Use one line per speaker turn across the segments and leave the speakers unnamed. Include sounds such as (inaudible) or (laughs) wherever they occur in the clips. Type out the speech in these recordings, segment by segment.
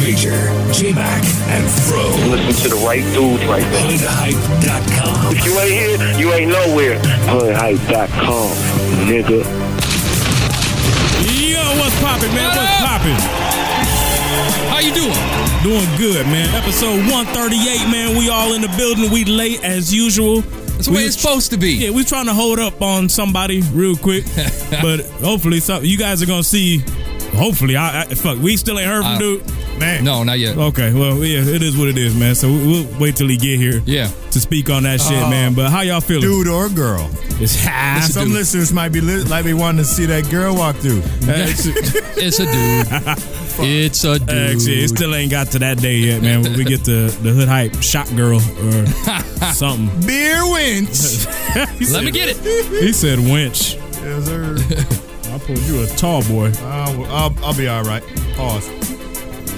Major, J-Mac, and Fro.
Listen to the right dudes right there.
Hoodhype.com.
If you ain't here, you ain't nowhere. Hoodhype.com, nigga.
Yo, what's poppin', man? What's poppin'?
How you doing?
Doing good, man. Episode 138, man. We all in the building. We late as usual.
That's the way
We-
it's supposed to be.
Yeah, we trying to hold up on somebody
(laughs)
real quick, but hopefully, some, you guys are gonna see. Hopefully, I, I fuck. We still ain't heard from
I-
dude. Man,
No,
(laughs)
not yet.
Okay, well, yeah, it is what it is, man. So we- we'll wait till he get here
Yeah.
to speak on that shit,
Oh.
man. But how y'all feeling?
dude or girl.
It's half.
Some listeners might be li- might be wanting to see that girl walk
(laughs)
through.
It's a dude. it's a dude.
Actually, it still ain't got to that day yet, man. When we get the the hood hype shot
(laughs)
girl or something.
Beer winch.
He
Let me
said-
get it.
(laughs)
He said winch.
yes,
(laughs)
sir.
I pulled you a tall boy.
I'll, I'll, I'll be all right. Pause.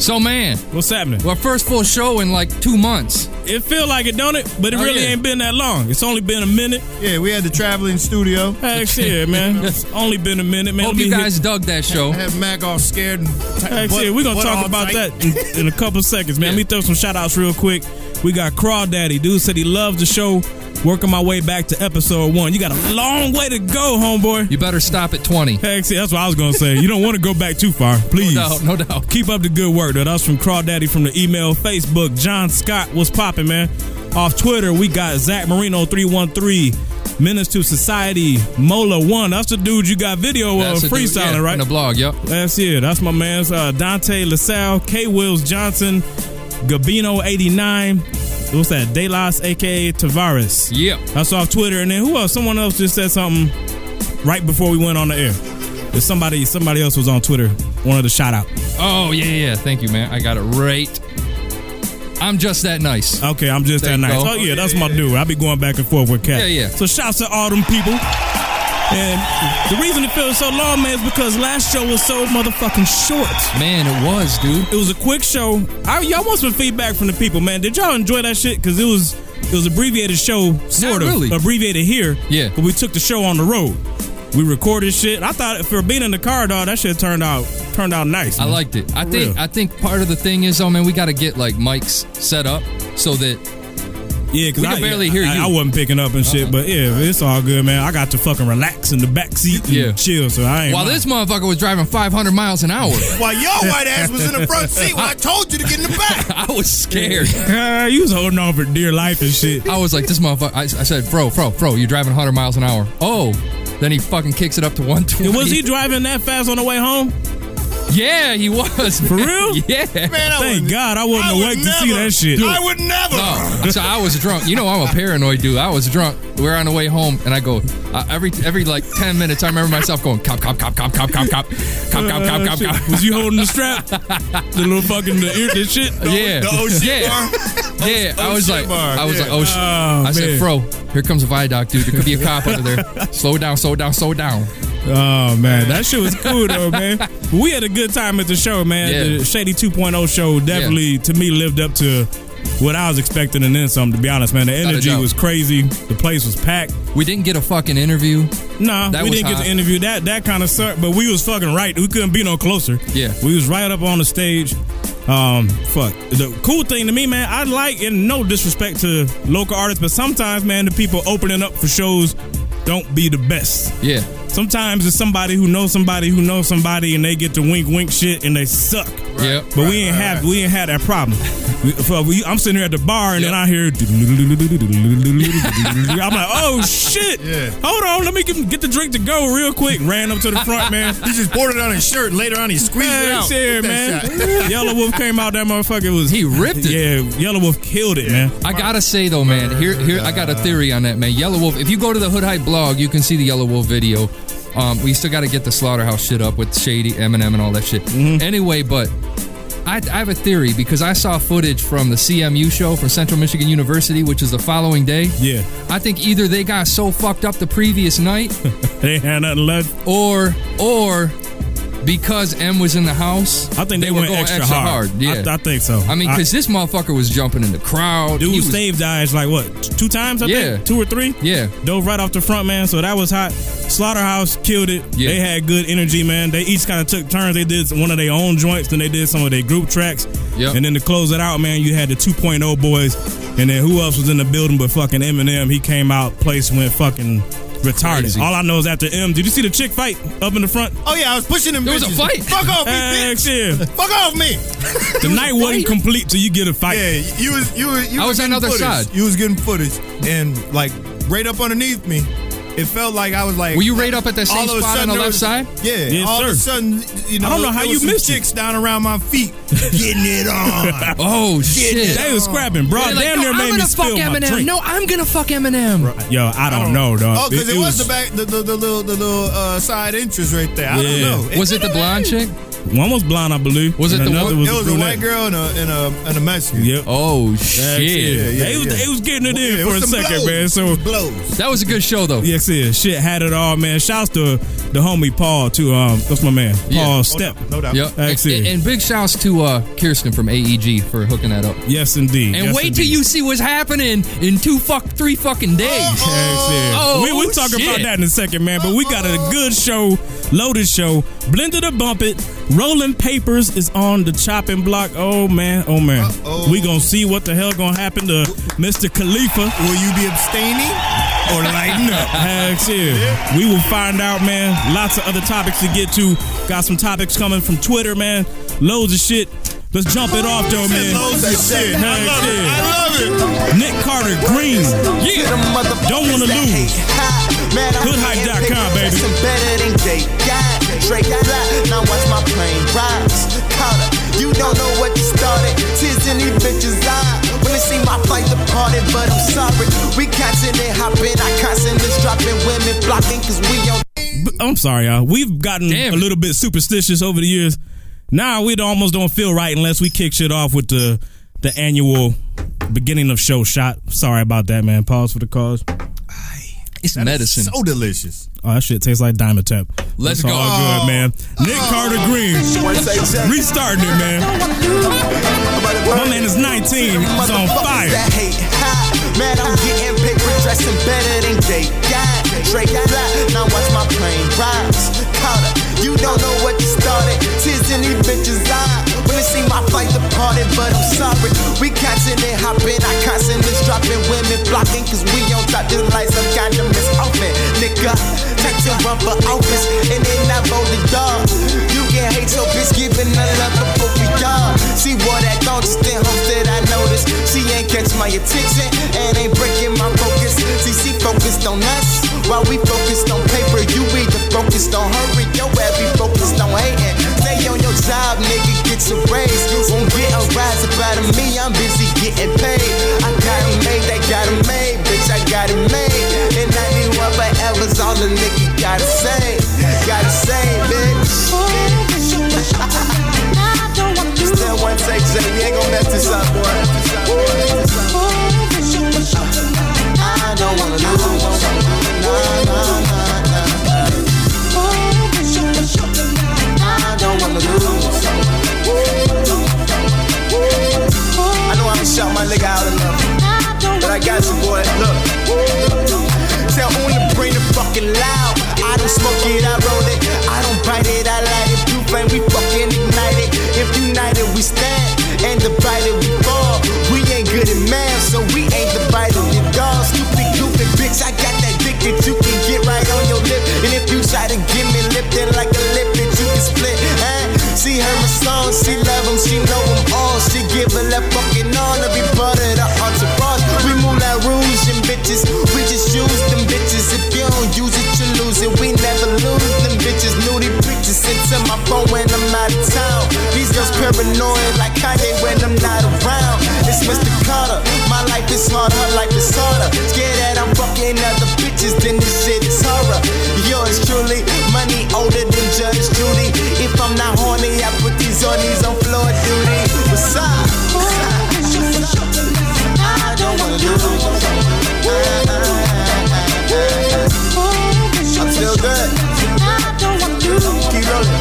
So, man,
What's happening?
our first full show in like two months.
It feel like it, don't it? But it
Oh,
really
yeah.
ain't been that long. It's only been a minute.
Yeah, we had the traveling studio.
Heck
(laughs)
shit, man. It's only been a minute, man.
Hope
Let
you
me hit-
guys dug that show.
I had Mac all scared. And t-
Hey,
butt-
shit, we're gonna
butt
talk
all
about
tight.
that in, in a couple seconds, man.
Yeah.
Let me throw some shout outs real quick. We got Crawdaddy. Dude said he loves the show. Working my way back to episode one. You got a long way to go, homeboy.
You better stop at 20.
Heck, see, that's what I was gonna say. You don't want to go back too far, please.
No, no doubt.
Keep up the good work, though. That's from Crawdaddy from the email, Facebook. John Scott, what's popping, man? Off Twitter, we got Zach Marino three one three, Menace to Society, Mola one. That's the dude you got video
That's
of
a dude,
freestyling,
yeah,
right?
On the blog, yep.
That's it. That's my man's uh, Dante LaSalle, K. Wills Johnson, Gabino eighty nine. What's that? De Las, aka Tavares.
Yep.
That's off Twitter. And then who else? Someone else just said something right before we went on the air. There's somebody somebody else was on Twitter. Wanted to shout out.
Oh, yeah, yeah. Thank you, man. I got it right. I'm just that nice.
Okay, I'm just
There
that
you
nice.
go.
Oh yeah, that's my dude. I be going back and forth with Cat.
Yeah, yeah.
So shouts to all them people. And the reason it feels so long, man, is because last show was so motherfucking short.
Man, it was, dude.
It was a quick show. I, y'all want some feedback from the people, man? Did y'all enjoy that shit? Because it was it was abbreviated show, sort of
really.
abbreviated here.
Yeah.
but we took the show on the road. We recorded shit. I thought for being in the car, dog, that shit turned out turned out nice.
I
man.
liked it. I
For
think
real.
I think part of the thing is, oh man, we got to get like mics set up so that
yeah, because
we can
I
barely
yeah,
hear
I,
you.
I wasn't picking up and shit, but yeah, it's all good, man. I got to fucking relax in the back seat and
Yeah.
chill. So I ain't.
while
mind.
this motherfucker was driving 500 miles an hour,
While
(laughs)
your white ass was in the front seat when I told you to get in the back.
I was
(laughs)
scared.
Uh, you was holding on for dear life and shit.
I was like, this motherfucker. I, I said, bro, bro, bro, you're driving 100 miles an hour. Oh, then he fucking kicks it up to 120. (laughs)
Was he driving that fast on the way home?
Yeah, he was. For
real?
(laughs) Yeah.
Man, I
Thank
would-
God I wasn't
I would
awake to see
never-
that shit.
I would never.
No, so I was drunk. You know, I'm a paranoid dude. I was drunk. We're on the way home, and I go uh, every every like 10 minutes. I remember myself going cop, cop, cop, cop, cop, cop, cop, cop, cop,
Uh,
cop, cop,
shit.
cop.
Was you
(laughs)
holding (laughs) the strap? the little fucking the ear, the shit.
Yeah,
The OC
yeah, yeah. I was like,
bar,
I was
yeah.
like, oh, shit.
Oh,
I said,
man.
bro, here comes a viaduct, dude. There could be a cop under
(laughs)
there. Slow down, slow down, slow down.
Oh (laughs) man, that shit was cool though, man. We had a good time at the show, man.
Yeah.
The Shady 2.0 show definitely to me lived up to what I was expecting and then some. To be honest, man, the
a
energy
doubt.
was crazy. The place was packed.
We didn't get a fucking interview.
Nah,
That
we
was
didn't get
hot.
to interview that. That kind of sucked, but we was fucking right. We couldn't be no closer.
Yeah.
we was right up on the stage. Um, fuck. The cool thing to me, man, I like, and no disrespect to local artists, but sometimes, man, the people opening up for shows don't be the best.
Yeah,
Sometimes it's somebody who knows somebody who knows somebody, and they get to wink wink shit, and they suck.
yeah.
But we ain't have we ain't had that
(laughs)
problem. We- for- we- I'm sitting here at the bar and then
Yep.
I hear I'm like, oh shit!
Yeah.
Hold on, let me get, get the drink to go real quick. Ran up to the front, man.
(laughs) He just poured it on his shirt. and Later on, he squeezed it
Hey,
out.
shit, man. (laughs) Yellow Wolf came out. That motherfucker it was
He ripped it.
Yeah, Yellow Wolf killed it, man.
I gotta say though, man, here here I got a theory on that, man. Yellow Wolf. If you go to the Hood Hype blog, you can see the Yellow Wolf video. Um, we still gotta get the slaughterhouse shit up with Shady, Eminem, and all that shit. Anyway, but I, I have a theory because I saw footage from the CMU show from Central Michigan University, which is the following day.
Yeah,
I think either they got
(laughs)
so fucked up the previous night,
they had nothing left.
or or because M was in the house.
I think they, went extra, hard.
Yeah,
I, I think so.
I mean,
I-
because this motherfucker was jumping in the crowd.
Dude
He was-
save dives like what two times? I
Yeah.
think two or three.
Yeah.
dove right off the front, man. So that was hot. Slaughterhouse killed it.
Yeah.
They had good energy, man. They each kind of took turns. They did one of their own joints, then they did some of their group tracks.
Yep.
And then to close it out, man, you had the 2.0 boys. And then who else was in the building but fucking Eminem? He came out, place went fucking retarded.
Crazy.
All I know is after M, did you see the chick fight up in the front?
Oh yeah, I was pushing him.
There was a
bitches.
fight.
Fuck off me,
Heck
bitch.
yeah. (laughs)
Fuck off me.
The night wasn't complete till you get a fight.
Yeah, you was you was you
I was on
getting
the other
footage.
side.
You was getting footage and like right up underneath me. It felt like I was like
Were you right up at that same
all of a
spot on
sudden
the
there
left
was-
side?
Yeah,
Yes,
all of a
sir.
sudden, you know,
I don't
there
know how
was
you
some
missed it.
chicks down around my
(laughs)
feet getting it on.
Oh shit!
(laughs) They was scrapping, bro.
They're like,
damn
"No,
near
I'm
made me
gonna fuck
spill my
Eminem.
drink.
No, I'm gonna fuck Eminem.
Yo, I don't know, dog.
Oh, because it, was, the back, the, the, the little, the little uh, side entrance right there. I
Yeah.
don't know.
Was it the blonde chick?
One was blind, I believe.
Was it
and
the
another
one-
Was
It was a
brunette.
white girl and a and a and a Mexican.
Yep.
Oh
Heck yeah.
shit!
yeah,
They was,
yeah.
they was getting it in
Yeah, it
for a
was some
second,
blows.
man. So
Blows.
That was a good show though.
yes, yeah, shit had it all, man. Shouts to the homie Paul too. Um, that's my man, Paul
Yeah. Oh,
Step.
No doubt.
Yep.
Heck
And,
yeah.
and big shouts to uh, Kirsten from AEG for hooking that up.
Yes, indeed.
And
yes,
wait
indeed.
till you see what's happening in two fuck three fucking days.
Yes, yeah.
Oh,
we we'll talk about
shit.
that in a second, man. But we got a good show, loaded show, blended to bump it. Rolling Papers is on the chopping block. Oh man, oh man. We gonna see what the hell gonna happen to Mr. Khalifa.
Will you be abstaining or lighten
(laughs)
up?
Heck yeah. We will find out, man. Lots of other topics to get to. Got some topics coming from Twitter, man. Loads of shit. Let's jump it off, though, man.
Blows that shit.
Heck
I love it.
yeah.
I love it.
Nick Carter Green.
Yeah.
Don't wanna lose. Hoodhype.com, baby.
better than they got. Drake fly, now watch my plane rise. Caught up, you don't know what you started. Tears in these bitches' eye. When they see my fight departed, but I'm sorry. We constantly hopping, I constantly dropping women blocking, cause we on.
B- I'm sorry, y'all. We've gotten
Damn
a
it.
little bit superstitious over the years. Now we almost don't feel right unless we kick shit off with the the annual beginning of show shot. Sorry about that, man. Pause for the cause.
It's medicine.
So delicious.
Oh, that shit tastes like Diamond Tap.
Let's
It's
go.
all good, man. Nick Carter Green.
Once I check,
Restarting it, man.
nobody
My man is 19. He's on
Motherfuckers
fire.
That hate high, man, I'm getting paper, dressing better than they got. Drake fly, now watch my plane rise. Caught up, you don't know what you started. Tears in these bitches' eye. When they see my fight departed, but I'm sorry. We constantly hopping, I constantly dropping women blocking, cause we on top. This like some kind of miss open, nigga. Time to run for office, and then I vote the dog. You can hate your bitch, giving her love before we dog. She wore that thong just in hopes that I noticed. She ain't catch my attention and ain't breaking my focus. See, she focused on us while we focused on paper. You either focused on hurry, yo, ass be focused on hating. Stay on your job, nigga, get your raise. Won't get a rise about me, I'm busy getting paid. I got him made, they got him made, bitch, I got it made. And I knew what forever's all a nigga gotta say. Gotta say, bitch. Still one take, Jay, you ain't gon' mess this up, boy. Woo. I don't wanna lose. Nah, nah, nah, nah. I don't wanna lose. Woo. I know I ain't shot my nigga out enough. But I got you, boy. Look. Tell who to bring the fucking loud. I don't smoke it, I roll it. I don't bite it, I light it. Blue flame, we fucking ignite it. If united, we stand. And divided, we fall. We ain't good at math, so we ain't divided at all. Stupid, goofy bitch, I got that dick that you can get right on your lip. And if you try to give me lip, then like a lip that you can split. Huh? She heard my song, she love him, she know him all. She give a left fucking all every part of the entourage. We move like rules and bitches. We just use them bitches. If you don't use it, you lose it. We never lose them bitches. Nudie preachers sent to my phone when I'm out of town. These girls paranoid like Kanye when I'm not around. It's Mr. Carter. My life is hard, her life is harder. Scared that I'm fucking other bitches, then this shit is horror. Yours truly, money older than Judge Judy. If I'm not horny, I put these on these on floor duty. What's up? I don't wanna lose. I'm still good. Keep rolling.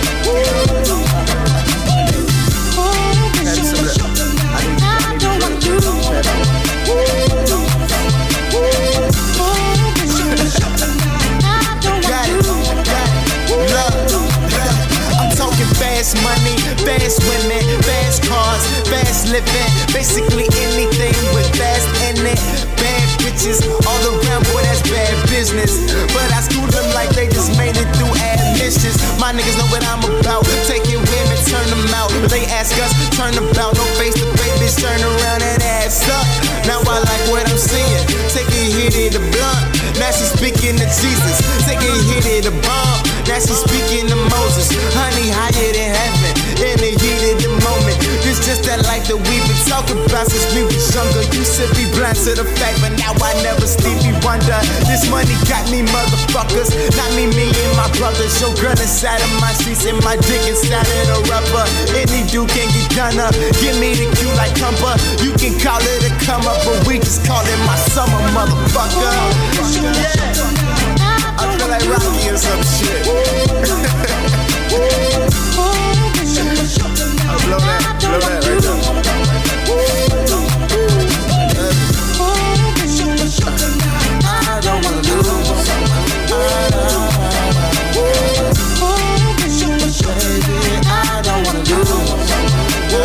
fast women, fast cars, fast living, basically anything with fast in it. Bad bitches all around, boy, that's bad business. But I screwed them like they just made it through admissions. My niggas know what I'm about. Taking women, turn them out. They ask us, turn about. No face to face, bitch, turn around that ass up. Now I like what I'm seeing. Take it, hit it, the blunt. Now she speaking to Jesus. Take it, hit it, the bomb. Now she speaking to Moses. Honey, higher than heaven. In the heat of the moment. This just that life that we've been talking about since we was younger. You should be blind to the fact, but now I never sleepy wonder. This money got me motherfuckers. Not me, me and my brothers. Your girl inside of my sheets and my dick inside of the rubber. Any dude can get done up. Give me the cue like cumber. You can call it a come up, but we just call it my summer, motherfucker. Yeah. I feel like Rocky or some shit. (laughs) I blow that, blow that right there. I don't wanna lose. Baby, I don't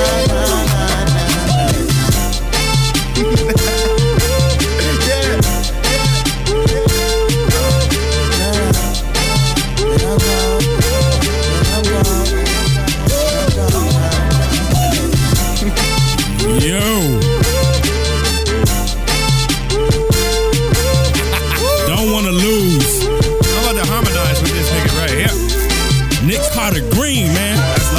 wanna lose. Yeah.
Yo. Don't want to lose.
I'm about to harmonize with this nigga right here.
Nick Carter Green, man.
That's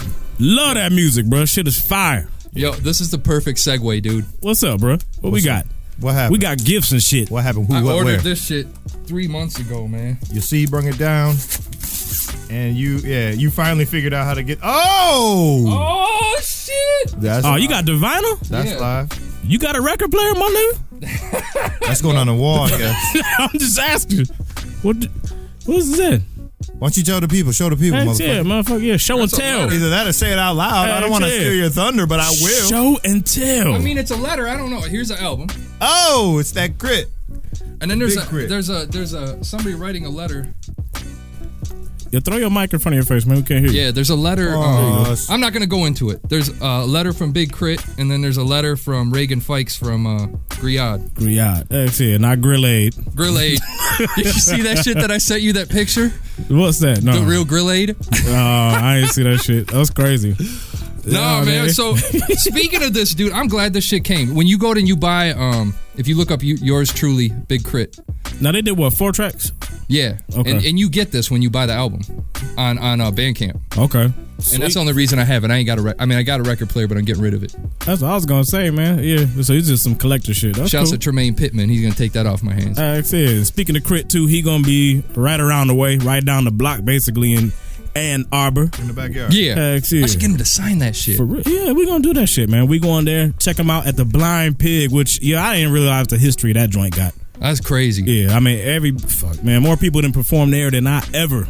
live.
Love that music, bro. Shit is fire.
Yo, this is the perfect segue, dude.
What's up, bro? What we got?
What happened?
We got gifts and shit.
What happened? Who?
I
what?
ordered
where?
this shit three months ago, man.
Your seed brung it down, and you yeah you finally figured out how to get. Oh,
Oh shit!
that's
Oh,
live.
you got the vinyl?
that's
Yeah.
live.
You got a record player, my
(laughs) That's going on the wall. I guess.
nigga? (laughs) I'm just asking. What? the- What's that?
Why don't you tell the people? Show the people,
Heck yeah,
motherfucker.
motherfucker. Yeah, show and
That's a
tell.
letter.
Either that or say it out loud. I don't want to
Heck yeah.
steal your thunder, but I will.
Show and tell.
I mean, it's a letter. I don't know. Here's an album,
oh, it's that grit.
and then there's
Big
a
crit.
there's a there's a somebody writing a letter.
yeah, throw your mic in front of your face, man. We can't hear you.
Yeah, there's a letter.
Oh,
Aw,
um,
Oh, that's-
I'm not gonna go into it. There's a letter from Big Crit, and then there's a letter from Reagan Fikes from uh, Griad.
Yeah. That's it. Not grillade.
Grillade. (laughs) Did you see that shit that I sent you? That picture,
What's that? No.
the real Grillade.
(laughs) Oh, I ain't see that shit. That
(laughs)
was crazy.
No,
Yeah,
man.
man. (laughs)
So speaking of this, dude, I'm glad this shit came. When you go out and you buy, um, if you look up you, yours truly, Big Crit,
Now they did what? Four tracks.
yeah,
Okay.
and, and you get this when you buy the album on on uh, Bandcamp.
Okay.
And that's the only reason I have it. I ain't got a rec- I mean, I got a record player, but I'm getting rid of it.
That's what I was gonna say, man. Yeah. So it's just some collector shit. That's
Shouts to
cool.
Tremaine Pittman. He's gonna take that off my hands.
Like I said, speaking of crit too, he gonna be right around the way, right down the block, basically in Ann Arbor.
In the backyard.
yeah,
Heck yeah.
I should get him to sign that shit.
For real. Yeah, we gonna do that shit, man. We going there, check him out at the Blind Pig, which yeah, I didn't realize the history that joint got.
That's crazy.
Yeah, I mean every fuck man, more people didn't perform there than I ever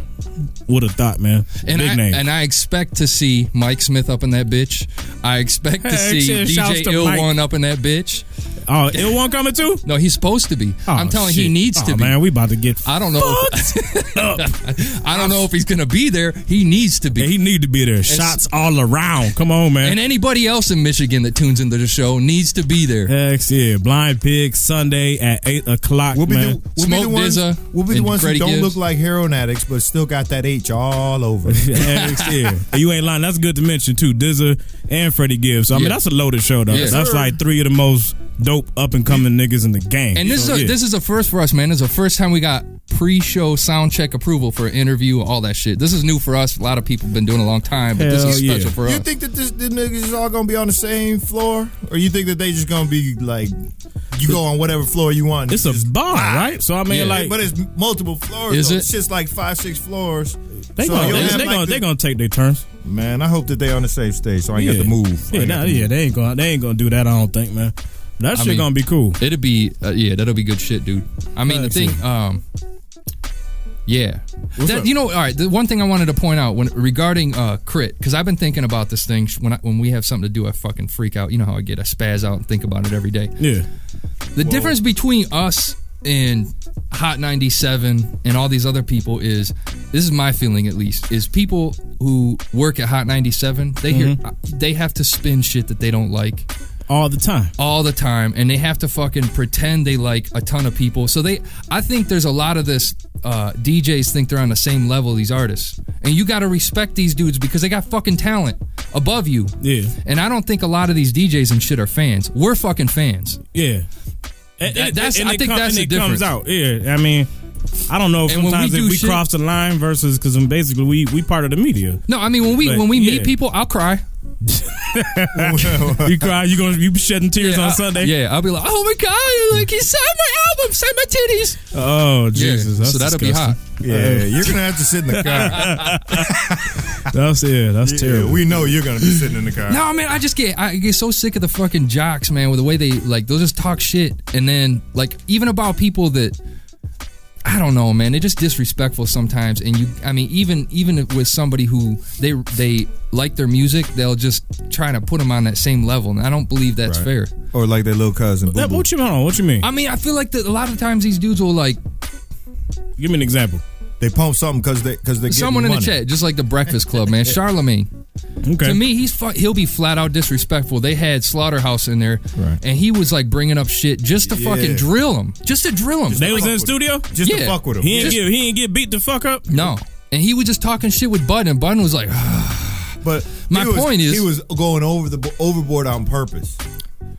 would have thought, man.
And
Big
I,
name.
and I expect to see Mike Smith up in that bitch. I expect
(laughs)
to
Hey,
see
shit, shouts
DJ
to
Ill
Mike.
One up in that bitch.
oh, it won't coming too.
No, he's supposed to be.
Oh,
I'm telling you, he
shit.
needs to
Oh,
be.
Man, we about to get.
I don't know. if- I don't know if he's gonna be there. He needs to be.
Yeah, he need to be there. Shots all around. Come on, man.
and anybody else in Michigan that tunes into the show needs to be there.
Hex, yeah. Blind Pig Sunday at eight o'clock,
We'll be
man.
the we'll be the
Smoke
ones,
Dizza
we'll be the
and
ones
Freddie
who don't
Gibbs.
look like heroin addicts, but still got that H all
(laughs)
over. it.
Hex, yeah. You ain't lying. That's good to mention too. Dizza and Freddie Gibbs. I mean,
Yeah.
that's a loaded show though.
Yeah.
That's like three of the most dope up and coming niggas in the game.
And this
So,
is a,
yeah.
this is a first for us, man. This is the first time we got pre-show sound check approval for an interview, all that shit. This is new for us. A lot of people have been doing it a long time, but this
Hell
is
yeah.
special for
You
us.
think that this, the niggas is all gonna be on the same floor, or you think that they just gonna be like, you go on whatever floor you want?
it's a bar, right? So I mean,
Yeah.
like
but it's multiple floors.
Is
though.
it?
It's just like five, six floors.
they
So
gonna
you'll
they,
have
they
like
gonna
the-
they gonna take their turns.
Man, I hope that they on the safe stage, so I ain't got to move. I
Yeah,
ain't
nah,
got to
yeah, they ain't gonna they ain't gonna do that. I don't think, man. That shit
mean-
gonna be cool.
It'll be uh, yeah, that'll be good shit, dude. I mean, the
Thanks,
thing, um, yeah, that,
up?
you know, all right. The one thing I wanted to point out when regarding uh, crit, because I've been thinking about this thing sh- when I, when we have something to do, I fucking freak out. You know how I get, I spaz out and think about it every day.
Yeah,
The difference between us and Hot 97 and all these other people is this is my feeling at least is people who work at Hot 97 they hear they have to spin shit that they don't like
Mm-hmm. all the time.
all the time and they have to fucking pretend they like a ton of people so they i think there's a lot of this uh, djs think they're on the same level these artists and you got to respect these dudes because they got fucking talent above you
Yeah.
and i don't think a lot of these djs and shit are fans we're fucking fans
Yeah, and,
That- that's- I
it
think
com-
that's
and
the
it comes
difference.
out. Yeah, I mean, I don't know. if
And when we
Sometimes
do
if we
shit-
cross the line versus because basically we we part of the media.
no i mean when we
But,
when we
yeah.
meet people i'll cry
(laughs) You cry, you gonna you be shedding tears on
I-
Sunday.
yeah i'll be like oh my god like he signed my album signed my titties
Oh
Yeah,
Jesus, that's
so that'll be hot
disgusting. Oh.
Yeah, you're
(laughs)
gonna have to sit in the car.
That's yeah, that's
yeah,
terrible.
we know you're gonna be sitting in the car.
No, man, I just get I get so sick of the fucking jocks, man, with the way they like they'll just talk shit and then like even about people that I don't know, man, they're just disrespectful sometimes. And you, I mean, even even with somebody who they they like their music, they'll just try to put them on that same level, and I don't believe that's fair.
Or like that little cousin.
That-
Boo Boo.
what you hold on? What you mean?
I mean, I feel like that a lot of times these dudes will like
Give me an example.
They pump something because they because they
someone in
money.
the chat, just like the Breakfast
(laughs)
Club, man, Charlemagne.
Okay,
To me, he's fu- he'll be flat out disrespectful. They had Slaughterhouse in there,
Right.
and he was like bringing up shit just to
Yeah.
fucking drill him, just to drill him.
they was in the
with
studio.
just to
Yeah.
fuck with them.
He ain't
Just-
get he ain't get beat the fuck up.
no, and he was just talking shit with Bud, and Bud was like, (sighs)
But
My
he was-
point is-
he was going over the bo- overboard on purpose.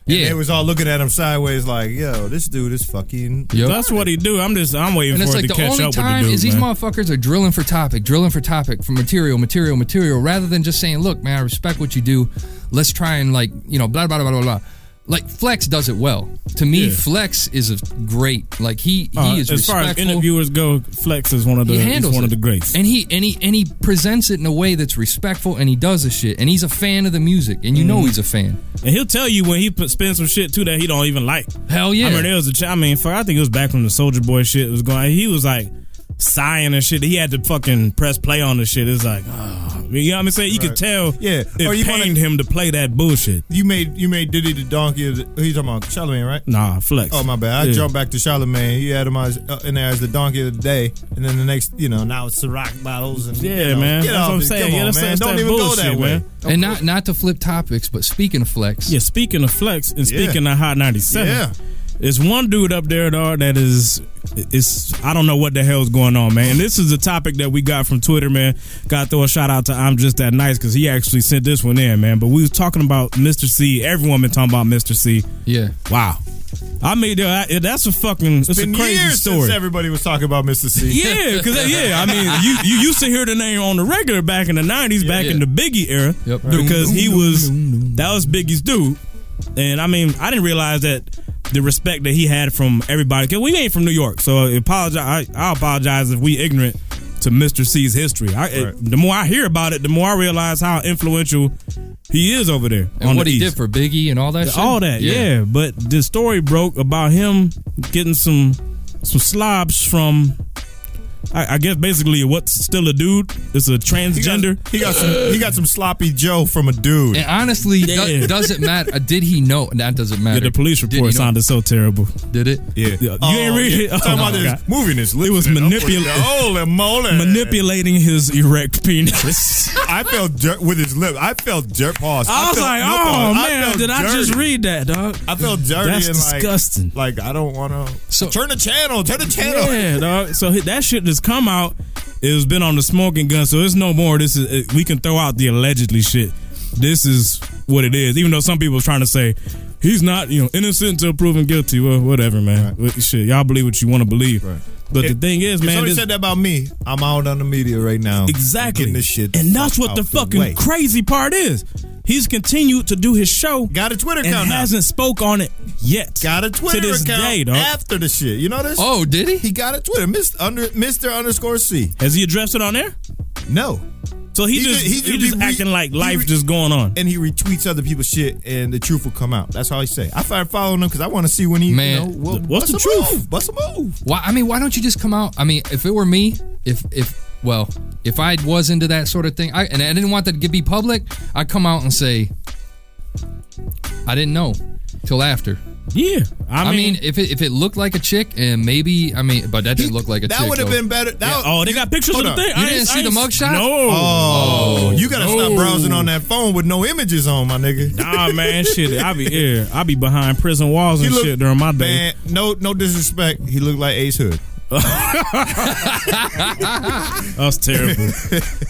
"Yeah,
They was all looking at him sideways, like, "Yo, this dude is fucking."
yo."
That's what he do. I'm just I'm
And
waiting for
it's
it
like
to
the
catch
only
up
time
with the dude.
is these
man.
motherfuckers are drilling for topic, drilling for topic, for material, material, material, rather than just saying, "Look, man, I respect what you do. Let's try and like, you know, blah blah blah blah blah." Like Flex does it well. To me,
Yeah.
Flex is a great. Like he
Uh,
he is
as far as
respectful.
interviewers go, Flex is one of the
he
he's
handles
one
it.
of the greats.
and he and he and he presents it in a way that's respectful, and he does the shit, and he's a fan of the music, and you know he's a fan.
Mm-hmm. And he'll tell you when he put, spends some shit too that he don't even like.
Hell yeah,
I mean, there was a ch- I mean, fuck, I think it was back when the Soldier Boy shit was going. He was like sighing and shit. He had to fucking press play on the shit. It's like, oh. you know what I'm saying? You could tell.
Yeah.
It
Or you wanna-
pained him to play that bullshit.
You made you made Diddy the donkey. Of the, he's talking about Charlemagne, right?
Nah, Flex.
Oh my bad. I
Yeah.
jumped back to Charlemagne. He had him as, uh, in there as the donkey of the day, and then the next, you know, now it's the rock bottles and
Yeah,
you know,
man.
Get
That's
off
what I'm
it.
saying.
Come
Yeah,
on,
that's-
man.
that's
Don't
that
even go
bullshit,
that way.
man.
and not not to flip topics, but speaking of Flex,
Yeah, speaking of Flex and
Yeah.
speaking of Hot 97,
Yeah.
there's one dude up there dog, that is, it's I don't know what the hell's going on, man. And this is a topic that we got from Twitter, man. Got to throw a shout out to I'm Just That Nice because he actually sent this one in, man. But we was talking about Mr. C. Everyone been talking about Mr. C.
yeah.
Wow. I mean, dude, I- that's a fucking, it's,
Been
a crazy
years
story.
since everybody was talking about Mr. C.
(laughs) Yeah, because yeah, I mean, you you used to hear the name on the regular back in the '90s, back in the Biggie era,
Yep.
because he was that was Biggie's dude, and I mean, I didn't realize that the respect that he had from everybody. Cause we ain't from New York, so I apologize. I, I apologize if we ignorant to Mr. C's history. I, it- the more I hear about it, the more I realize how influential he is over there
And
on
what
the
he
East.
did for Biggie and all that, shit.
All that, yeah. But the story broke about him getting some some slobs from. I, I guess basically what's still a dude. It's a
He got-
transgender.
He got some. He got some sloppy Joe from a dude.
And honestly, do-
Yeah.
doesn't matter. Uh, Did he know? That doesn't matter.
Yeah, the police
Did
report
he know?
sounded so terrible.
Did it?
Yeah.
You ain't read it?
Talking
Oh,
about
my
this
God.
moving his
It was manipula-
Holy moly.
Manipulating his erect penis.
I felt dirt with his lip. I felt dirt pause.
I was
felt
like,
lip
oh
pause.
man,
felt
did I just
dirty.
read that, dog?
I felt dirty
That's
and like,
disgusting.
Like I don't want to.
So-
So turn the channel. Turn the channel.
Yeah, dog. So hit- that shit that's come out, it's been on the smoking gun. So it's no more. This is it- we can throw out the allegedly shit. This is what it is. Even though some people are trying to say he's not, you know, innocent until proven guilty. Well, whatever, man. What- Shit, y'all believe what you want to believe. But the
If-
thing is,
If
man,
somebody
this,
said that about me. I'm out on the media right now.
exactly,
Getting this shit.
and that's what
out
the fucking
way.
crazy part is. He's continued to do his show
Got a Twitter
and
account now.
hasn't spoke on it yet.
Got a Twitter
to this
account
day, dog.
after the shit. You know this?
Oh, did he?
He got a Twitter. Mr. Under, Mr. Underscore C.
Has he addressed it on there?
No.
So he,
He
just
ju- he
he,
ju-
just
we-
acting like
he
life
re-
just going on.
And he retweets other people's shit, and the truth will come out. That's how he say. I started following him because I want to see when he.
Man.
you know, what-
What's
bust
the
a
truth?
Move, bust a move.
Why? I mean, why don't you just come out? I mean, if it were me, if if well, if I was into that sort of thing, I and I didn't want that to be public, I'd come out and say, I didn't know till after.
Yeah, I mean,
I mean, if it if it looked like a chick, and maybe I mean, but that didn't look like a chick.
That would have
though.
been better. That would-
oh, they got pictures
Hold
of the
on.
thing.
You
I
didn't
ain't-
see
I
the
ain't-
mugshot?
No,
Oh, you gotta stop
no.
browsing on that phone with no images on, my nigga.
nah, man, shit. I be yeah, I be behind prison walls and
looked-
shit during my day.
Man, no, no disrespect. He looked like Ace
(laughs)
Hood.
That was terrible.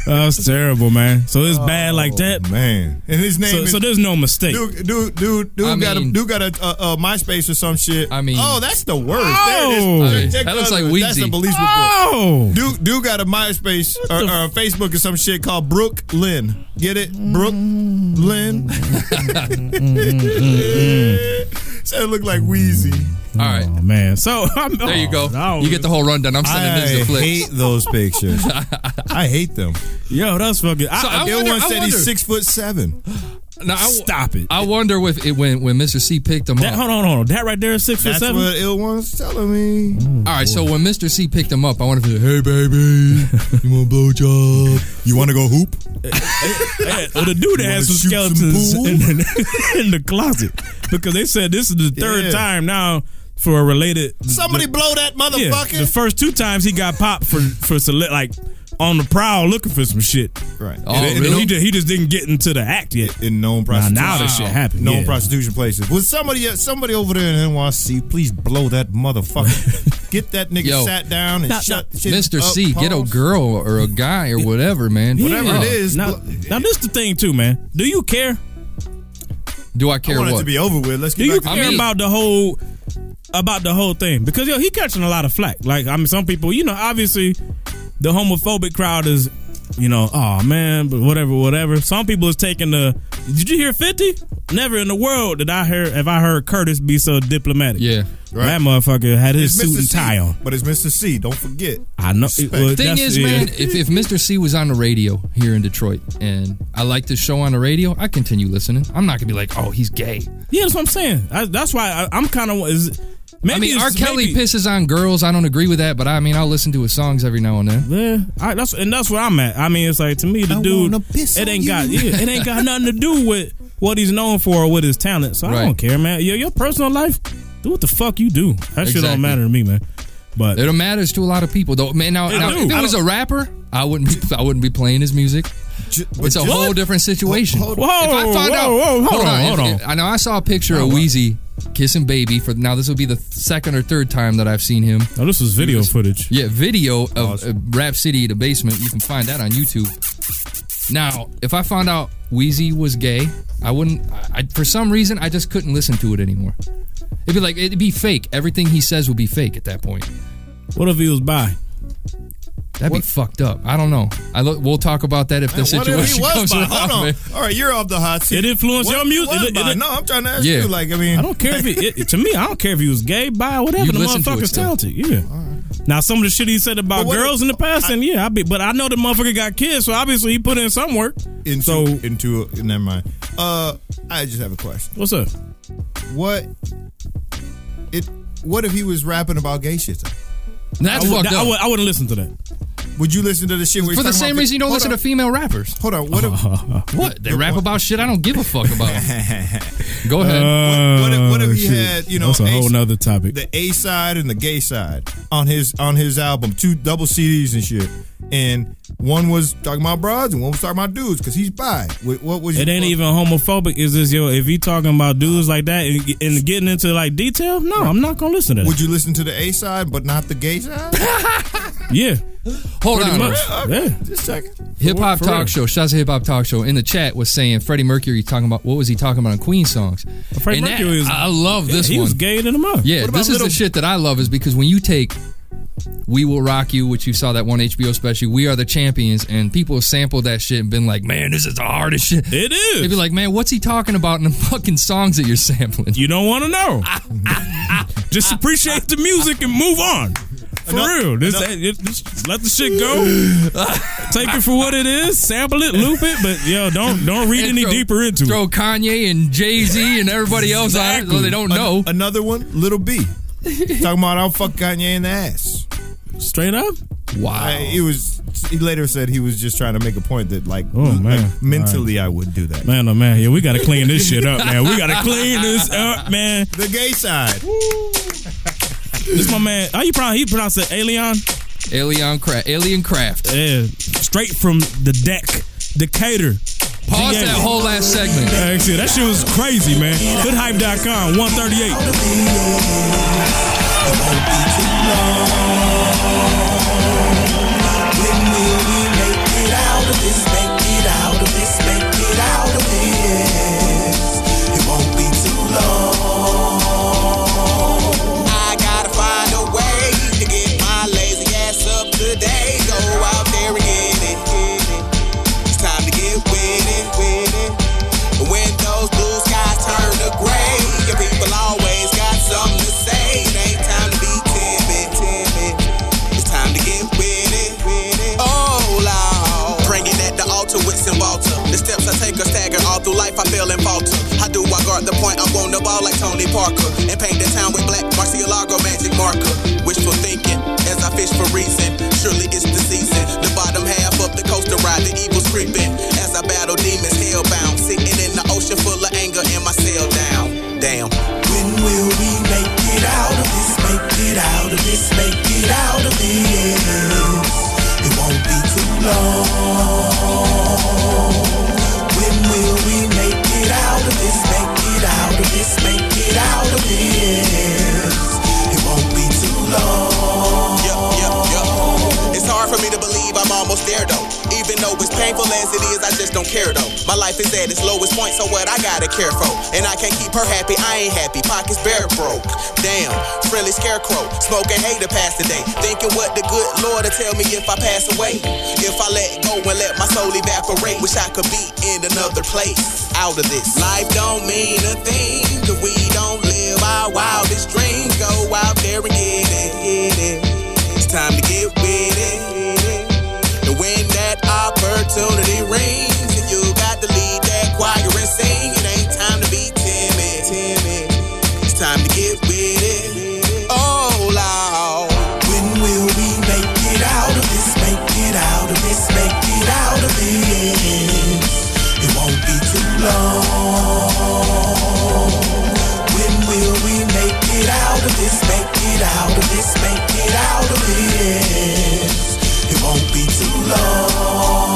that was terrible, man. So it's bad like that.
Oh, Man, and his name
So,
is
so there's no mistake.
dude, dude, dude, dude
I
got a
mean-
dude got a uh, uh, MySpace or some shit.
I mean-
oh, that's the worst.
Oh!
there it is.
That looks like
That's
Wheezy.
the police report.
oh,
Dude, dude got a MySpace or,
the-
or a Facebook or some shit called Brooke Lynn. Get it, Brooke
(laughs)
Lynn. (laughs)
Mm-hmm.
Said it looked like Wheezy.
All right,
Oh, man. So
(laughs)
I'm, Oh,
there you go.
no.
You get the whole rundown. I'm sending this to Flick.
those
(laughs)
pictures. I hate them.
yo. That's fucking. I,
So I
Everyone
wonder- I
said
wonder-
he's six foot seven.
Now, I, w-
stop it.
I wonder if it when when Mr. C picked them
that,
up.
hold on, hold on. That right there is six foot
That's
seven.
what ill one's telling me.
All right, so when Mr. C picked him up, I wonder if he was, hey baby, you want a blowjob?
You want to go hoop?
Yeah, well, the dude had
wanna shoot
some
some
skeletons
pool?
in, the, (laughs) in the closet because they said this is the third
Yeah.
time now for a related.
Somebody blow that
yeah,
motherfucker.
the first two times he got popped for for select like on the prowl looking for some shit.
right.
Oh,
And- and
really?
he, just, he just didn't get into the act yet.
in known
Now,
prostitution.
now this shit happened.
known
yeah.
prostitution places. With somebody,
uh,
somebody over there in NYC, please blow that
(laughs)
motherfucker. Get that (laughs) nigga
Yo.
sat down and
Now-
shut shit
Mr.
up,
C, get a
pause.
girl or a guy or whatever, man.
Whatever
Yeah.
it is,
Now,
blo-
now this the thing too, man. Do you care?
Do I
I
care
want it
what?
to be over with. Let's
Do
get
you
back to
care
I mean-
about the whole about the whole thing? Because yo, he catching a lot of flack. Like I mean, some people, you know, obviously the homophobic crowd is, you know, oh man, but whatever, whatever. Some people is taking the. Did you hear Fifty? Never in the world did I hear have I heard Curtis be so diplomatic.
Yeah.
Right.
that motherfucker had his
It's
suit and
C,
tie on.
But it's Mr. C. Don't forget.
I know.
Respect.
Thing
that's-
is,
yeah.
man, if, if Mr. C was on the radio here in Detroit and I like this show on the radio, I continue listening. I'm not gonna be like, oh, he's gay.
yeah, that's what I'm saying. I, that's why I, I'm kind of is. Maybe
I mean,
it's-
R. Kelly
maybe-
pisses on girls. I don't agree with that, but I mean, I'll listen to his songs every now and then.
Yeah, I, that's and that's where I'm at. I mean, it's like to me, the
I
dude,
wanna piss
it
on
ain't
you.
got yeah, it ain't got nothing to do with what he's known for or with his talent. So I
Right.
don't care, man. Your your personal life, do what the fuck you do. That shit
Exactly.
don't matter to me, man. But
It don't matters to a lot of people, though. Man, now,
It
now
do.
if
I
it was
don't-
a rapper, I wouldn't. Be, I wouldn't be playing his music.
J- but
It's a
just-
whole different situation.
Hold-
whoa,
if I found
whoa,
out,
whoa, hold, on,
if-
hold on.
if- I know I saw a picture of Wheezy kissing baby for now. This will be the second or third time that I've seen him.
no, this was video footage.
Yeah, video of uh, Rap City, the basement. You can find that on YouTube. Now, if I found out Wheezy was gay, I wouldn't. I, I- for some reason, I just couldn't listen to it anymore. It'd be like it'd be fake. Everything he says would be fake at that point.
What if he was by?
That'd be fucked up. I don't know. I lo- we'll talk about that if the
What if he
situation
was
(laughs) comes
bi?
around.
Hold on.
man.
All right, you're off the hot seat.
It influenced
What
your
if he
music.
was
It- it-
bi?
it-
no, I'm trying to ask
Yeah.
you. Like, I mean,
I don't care if he, it, it- to me, I don't care if he was gay, bi, whatever.
You
the
listen to it
motherfucker's
still.
talented. Yeah. Now some of the shit he said about
But what-
girls in the past, and yeah, I be, but I know the motherfucker got kids, so obviously he put in some work.
into, (laughs)
so
into a, never mind. Uh, I just have a question.
what's up?
What it? What if he was rapping about gay shit? though?
That's
I, would,
fucked
I,
up.
would, I wouldn't listen to that.
Would you listen to the shit? where he's
for the
talking
same
about-
reason you don't
Hold
listen
on.
to female rappers.
Hold on. What if, what,
(laughs)
What? They rap about shit I don't give a fuck
(laughs)
about. Go ahead.
what if, what if he
Oh, shit.
had you know
That's a whole nother topic.
the A side and the gay side on his on his album, two double CDs and shit, and one was talking about broads and one was talking about dudes because he's bi. What, what was
it ain't even homophobic. Is this yo? If you talking about dudes like that and, and getting into like detail, no, I'm not gonna listen to that.
Would you listen to the A side but not the gay side?
yeah,
Hold
pretty
on.
much. Yeah.
Just checking.
Hip hop
For
talk
real.
show. Shouts to hip hop talk show. In the chat was saying Freddie Mercury talking about what was he talking about on Queen songs?
Freddie
And that-
Mercury is-
I love
Yeah,
this
he
one.
was gay in the mouth.
Yeah,
What about
this is the
Little-
shit that I love is because when you take "We Will Rock You," which you saw that one HBO special, "We Are the Champions," and people have sampled that shit and been like, "Man, this is the hardest shit."
it
They'd
is.
be like, "Man, what's he talking about in the (laughs) fucking songs that you're sampling?"
you don't want
(laughs)
to know. Just appreciate the music and move on. For
Enough-
real, this,
enough-
it- just let the shit go. Take it for what it is. Sample it, loop it, but yo, don't don't read
And
any
throw-
deeper into it.
Throw Kanye and Jay Z and everybody else on it, though they don't know.
Another one, Little
(laughs)
B, talking about I'll fuck Kanye in the ass.
Straight up.
Wow.
I, it was he later said he was just trying to make a point that like,
Oh,
like,
man.
mentally I would do that.
Man, oh man, yeah, we gotta clean this shit up, man.
(laughs)
We gotta clean this up, man.
(laughs) The gay side.
This my man. How you pronounce? He pronounced it Alien.
Alien craft. Alien craft.
Yeah, straight from the deck, Decatur.
Pause
Yeah.
that whole last segment.
Yeah, That shit, that shit was crazy, man. Hoodhype.com, 138.
I gotta find a way to get my lazy ass up today. Go out there and get it. Get it. It's time to get with it, with it. When those blue skies turn to gray, your people always got something to say. It ain't time to be timid, timid. It's time to get with it, with it. Oh, Lord. Bringing at the altar with St. Walter. The steps I take are staggered all through life. I feel and falter. How do I guard the point? I want the ball like Tony Parker. And paint the town with black Marcielago magic marker. Wishful thinking as I fish for reason. Surely it's the season. The bottom half of the coaster ride, the evil's creeping. As I battle demons hellbound. Sitting in the ocean full of anger in my cell down. Damn. When will we make it out of this? Make it out of this? Make it out of this? It won't be too long. When will we make it out of this? Make it out of this? Make it out of this? It won't be too long. Yup, yup, yup. It's hard for me to believe I'm almost there though. Even though it's painful as it is, I just don't care though. My life is at its lowest point, so what I gotta care for? And I can't keep her happy, I ain't happy. Pockets bare broke. Damn, friendly scarecrow, smoking hay to pass the day. Thinking what the good Lord will tell me if I pass away. If I let go and let my soul evaporate, wish I could be in another place. Out of this. Life don't mean a thing, cause we don't live our wildest dreams. Go out there and get it, get it. It's time to get with it. And when that opportunity rings, and you got to lead that choir and sing, it ain't time to be timid. timid. It's time to get with it. Oh, Lord. When will we make it out of this? Make it out of this? Make it out of this? It Oh. won't be too
Oh,
long. When will we make it out of this? Make it out of this? Make it out of this? It won't be too long.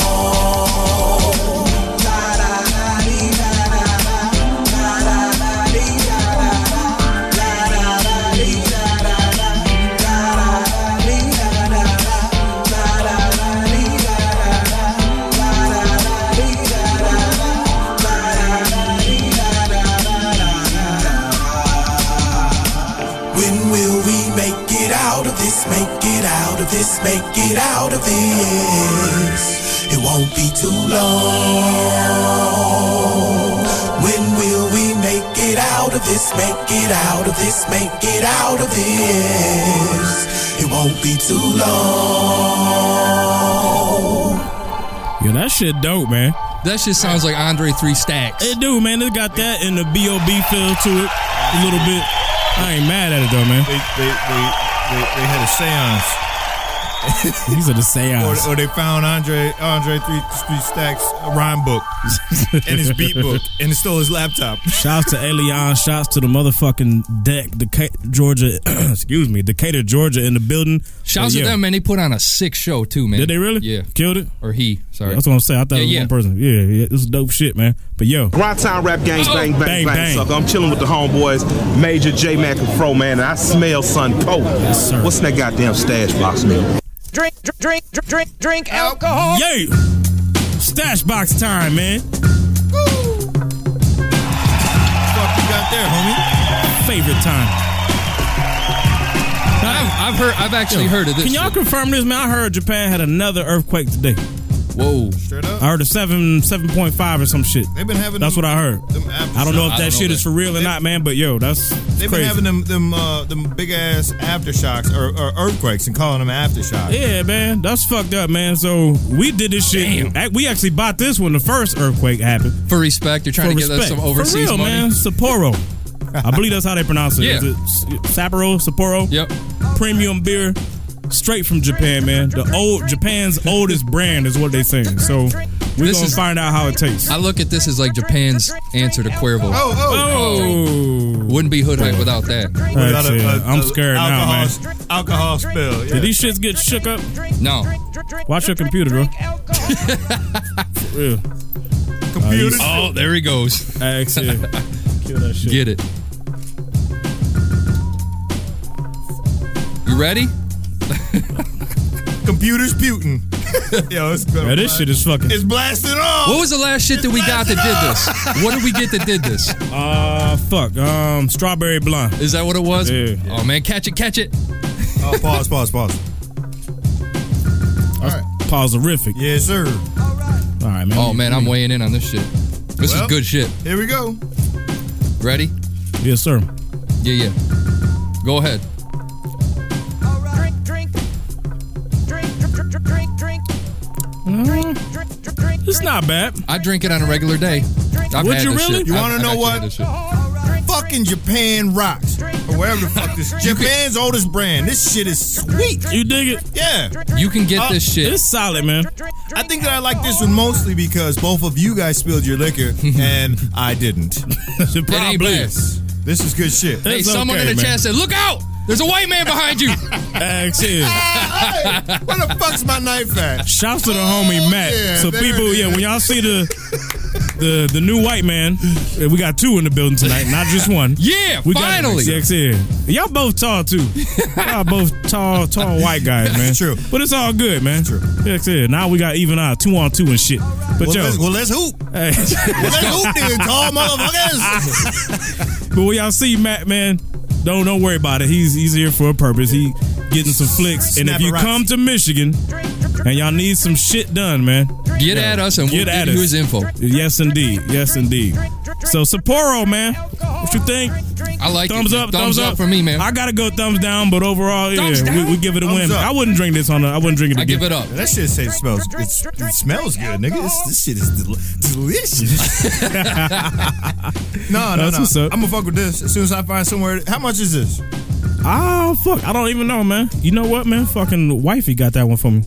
When will we make it out of this? Make it out of this, make it out of this. It won't be too long. When will we make it out of this? Make it out of this, make it out of this. It won't be too long.
Yeah, that shit dope, man.
That shit sounds like Andre Three Stacks.
It do, man. It got that and the B.O.B. feel to it a little bit. I ain't mad at it, though, man.
They they, they, they, they had a seance.
(laughs) These are the
Or,
seance.
or they found Andre Andre three three stacks rhyme
(laughs)
book and his beat book and they stole his laptop.
Shouts to Alien. Shouts to the motherfucking deck, Decatur, Georgia. (clears throat) excuse me, Decatur, Georgia, in the building.
Shouts to
But yeah.
them, man. They put on a sick show too, man.
Did they really?
Yeah.
Killed it?
Or he. Sorry.
That's what I'm saying. I thought it was
Yeah,
one
yeah.
person. Yeah, yeah. This is dope shit, man. But yo,
Grind Town Rap Gang, bang, bang,
Bang,
bang,
bang.
sucker. I'm chilling with the homeboys, Major J Mac and Fro, man, and I smell Sun Coke.
sir.
What's in that goddamn stash box, man?
Drink, drink, drink, drink, drink, drink alcohol.
yay! Stash box time, man.
Fuck you got there, homie.
Favorite time.
I've, I've heard. I've actually heard of this.
Can y'all
shit.
confirm this, man? I heard Japan had another earthquake today.
Whoa.
Straight up.
I heard a seven seven point five or some shit.
They've been having
That's
them-
what I heard.
them after-
I don't know if
I
that
don't know
shit is
that.
for real or not, man. But yo, that's
They've
crazy.
been having them them uh, them big ass aftershocks or, or earthquakes and calling them aftershocks.
yeah, man, that's fucked up, man. So we did this shit. Ac- We actually bought this when the first earthquake happened.
For respect, you're trying
for
to get us some
respect.
overseas
for real,
money.
man. Sapporo. I believe that's how they pronounce it.
Yeah.
Is it S- Sapporo? Sapporo.
Yep.
Premium beer. straight from Japan, man. The old Japan's oldest brand is what they saying. So we're
This
gonna
is-
find out how it tastes.
I look at this as like Japan's answer to Cuervo.
oh,
Wouldn't be hood hype without that.
Without a- a-
I'm
a
scared now, man.
alcohol, Alcohol spill. Yeah.
Did these shits get shook up?
No.
Watch your computer, bro. Real.
Computer.
Oh, there he goes.
I
(laughs)
actually kill that shit.
Get it. You ready?
Computers putin. (laughs) Yo, it's good.
Man, this shit is fucking.
It's blasting off.
What was the last shit that we got that did this? (laughs) What did we get that did this?
Uh, fuck. Um, strawberry blonde.
Is that what it was?
Yeah.
Oh man, catch it, catch it.
Oh, pause, pause,
(laughs)
pause. All right.
Pauserific.
Yes, sir.
All right, man.
Oh man, I'm weighing in on this shit. This
Well.
is good shit.
Here we go.
Ready?
Yes, sir.
Yeah, yeah. Go ahead.
It's not bad.
I drink it on a regular day. I've
Would
had
you
this
really?
shit.
You
I've-
wanna
I've
know
actually
what?
had this shit.
Fucking Japan rocks. Or wherever the fuck this Japan's oldest brand. This shit is sweet.
You dig it? Uh,
Yeah.
You can get this shit.
It's solid, man.
I think that I like this one mostly because both of you guys spilled your
(laughs)
liquor and I
(laughs)
didn't.
It
ain't bad.
This is good shit.
Hey,
It's
someone
okay,
in the
man.
chat said, "Look out! There's a white man behind
(laughs)
you."
(laughs)
Actually,
Hey, where the fuck's my knife at?
shouts to the homie
Oh,
Matt.
yeah,
so
there
people,
it
yeah,
is.
when y'all see the the the new white man, yeah, we got two in the building tonight, not
(laughs)
just one.
Yeah,
we
finally.
Got, yeah, yeah. Y'all both tall too. Y'all both tall, tall white guys, man.
That's true.
But it's all good, man.
True.
Yeah, yeah. Now we got even eye, two on two and shit. But
Well,
yo,
let's, well, let's hoop. (laughs)
hey. (laughs)
Let's hoop, then, tall motherfuckers.
But when y'all see Matt, man, don't don't worry about it. He's he's here for a purpose. He getting some flicks. And if you
Snapperati.
come to Michigan and y'all need some shit done, man,
Get at us and we'll
Get at
give you
us.
his info.
yes indeed, yes indeed. So Sapporo, man, what you think?
I like it.
Thumbs up, thumbs, up
for me, man.
I
I,
gotta go thumbs down, but overall,
Thumbs
yeah,
down?
we, we give it a win.
Thumbs up.
I wouldn't drink this on. A, I wouldn't drink it.
give
again.
it up.
That shit say smells. It's, it smells good, nigga. It's, this shit is del- delicious.
(laughs)
no, no,
That's what's
no.
up.
I'm gonna fuck with this as soon as I find somewhere. How much is this?
Oh fuck! I don't even know, man. You know what, man? Fucking wifey got that one for me.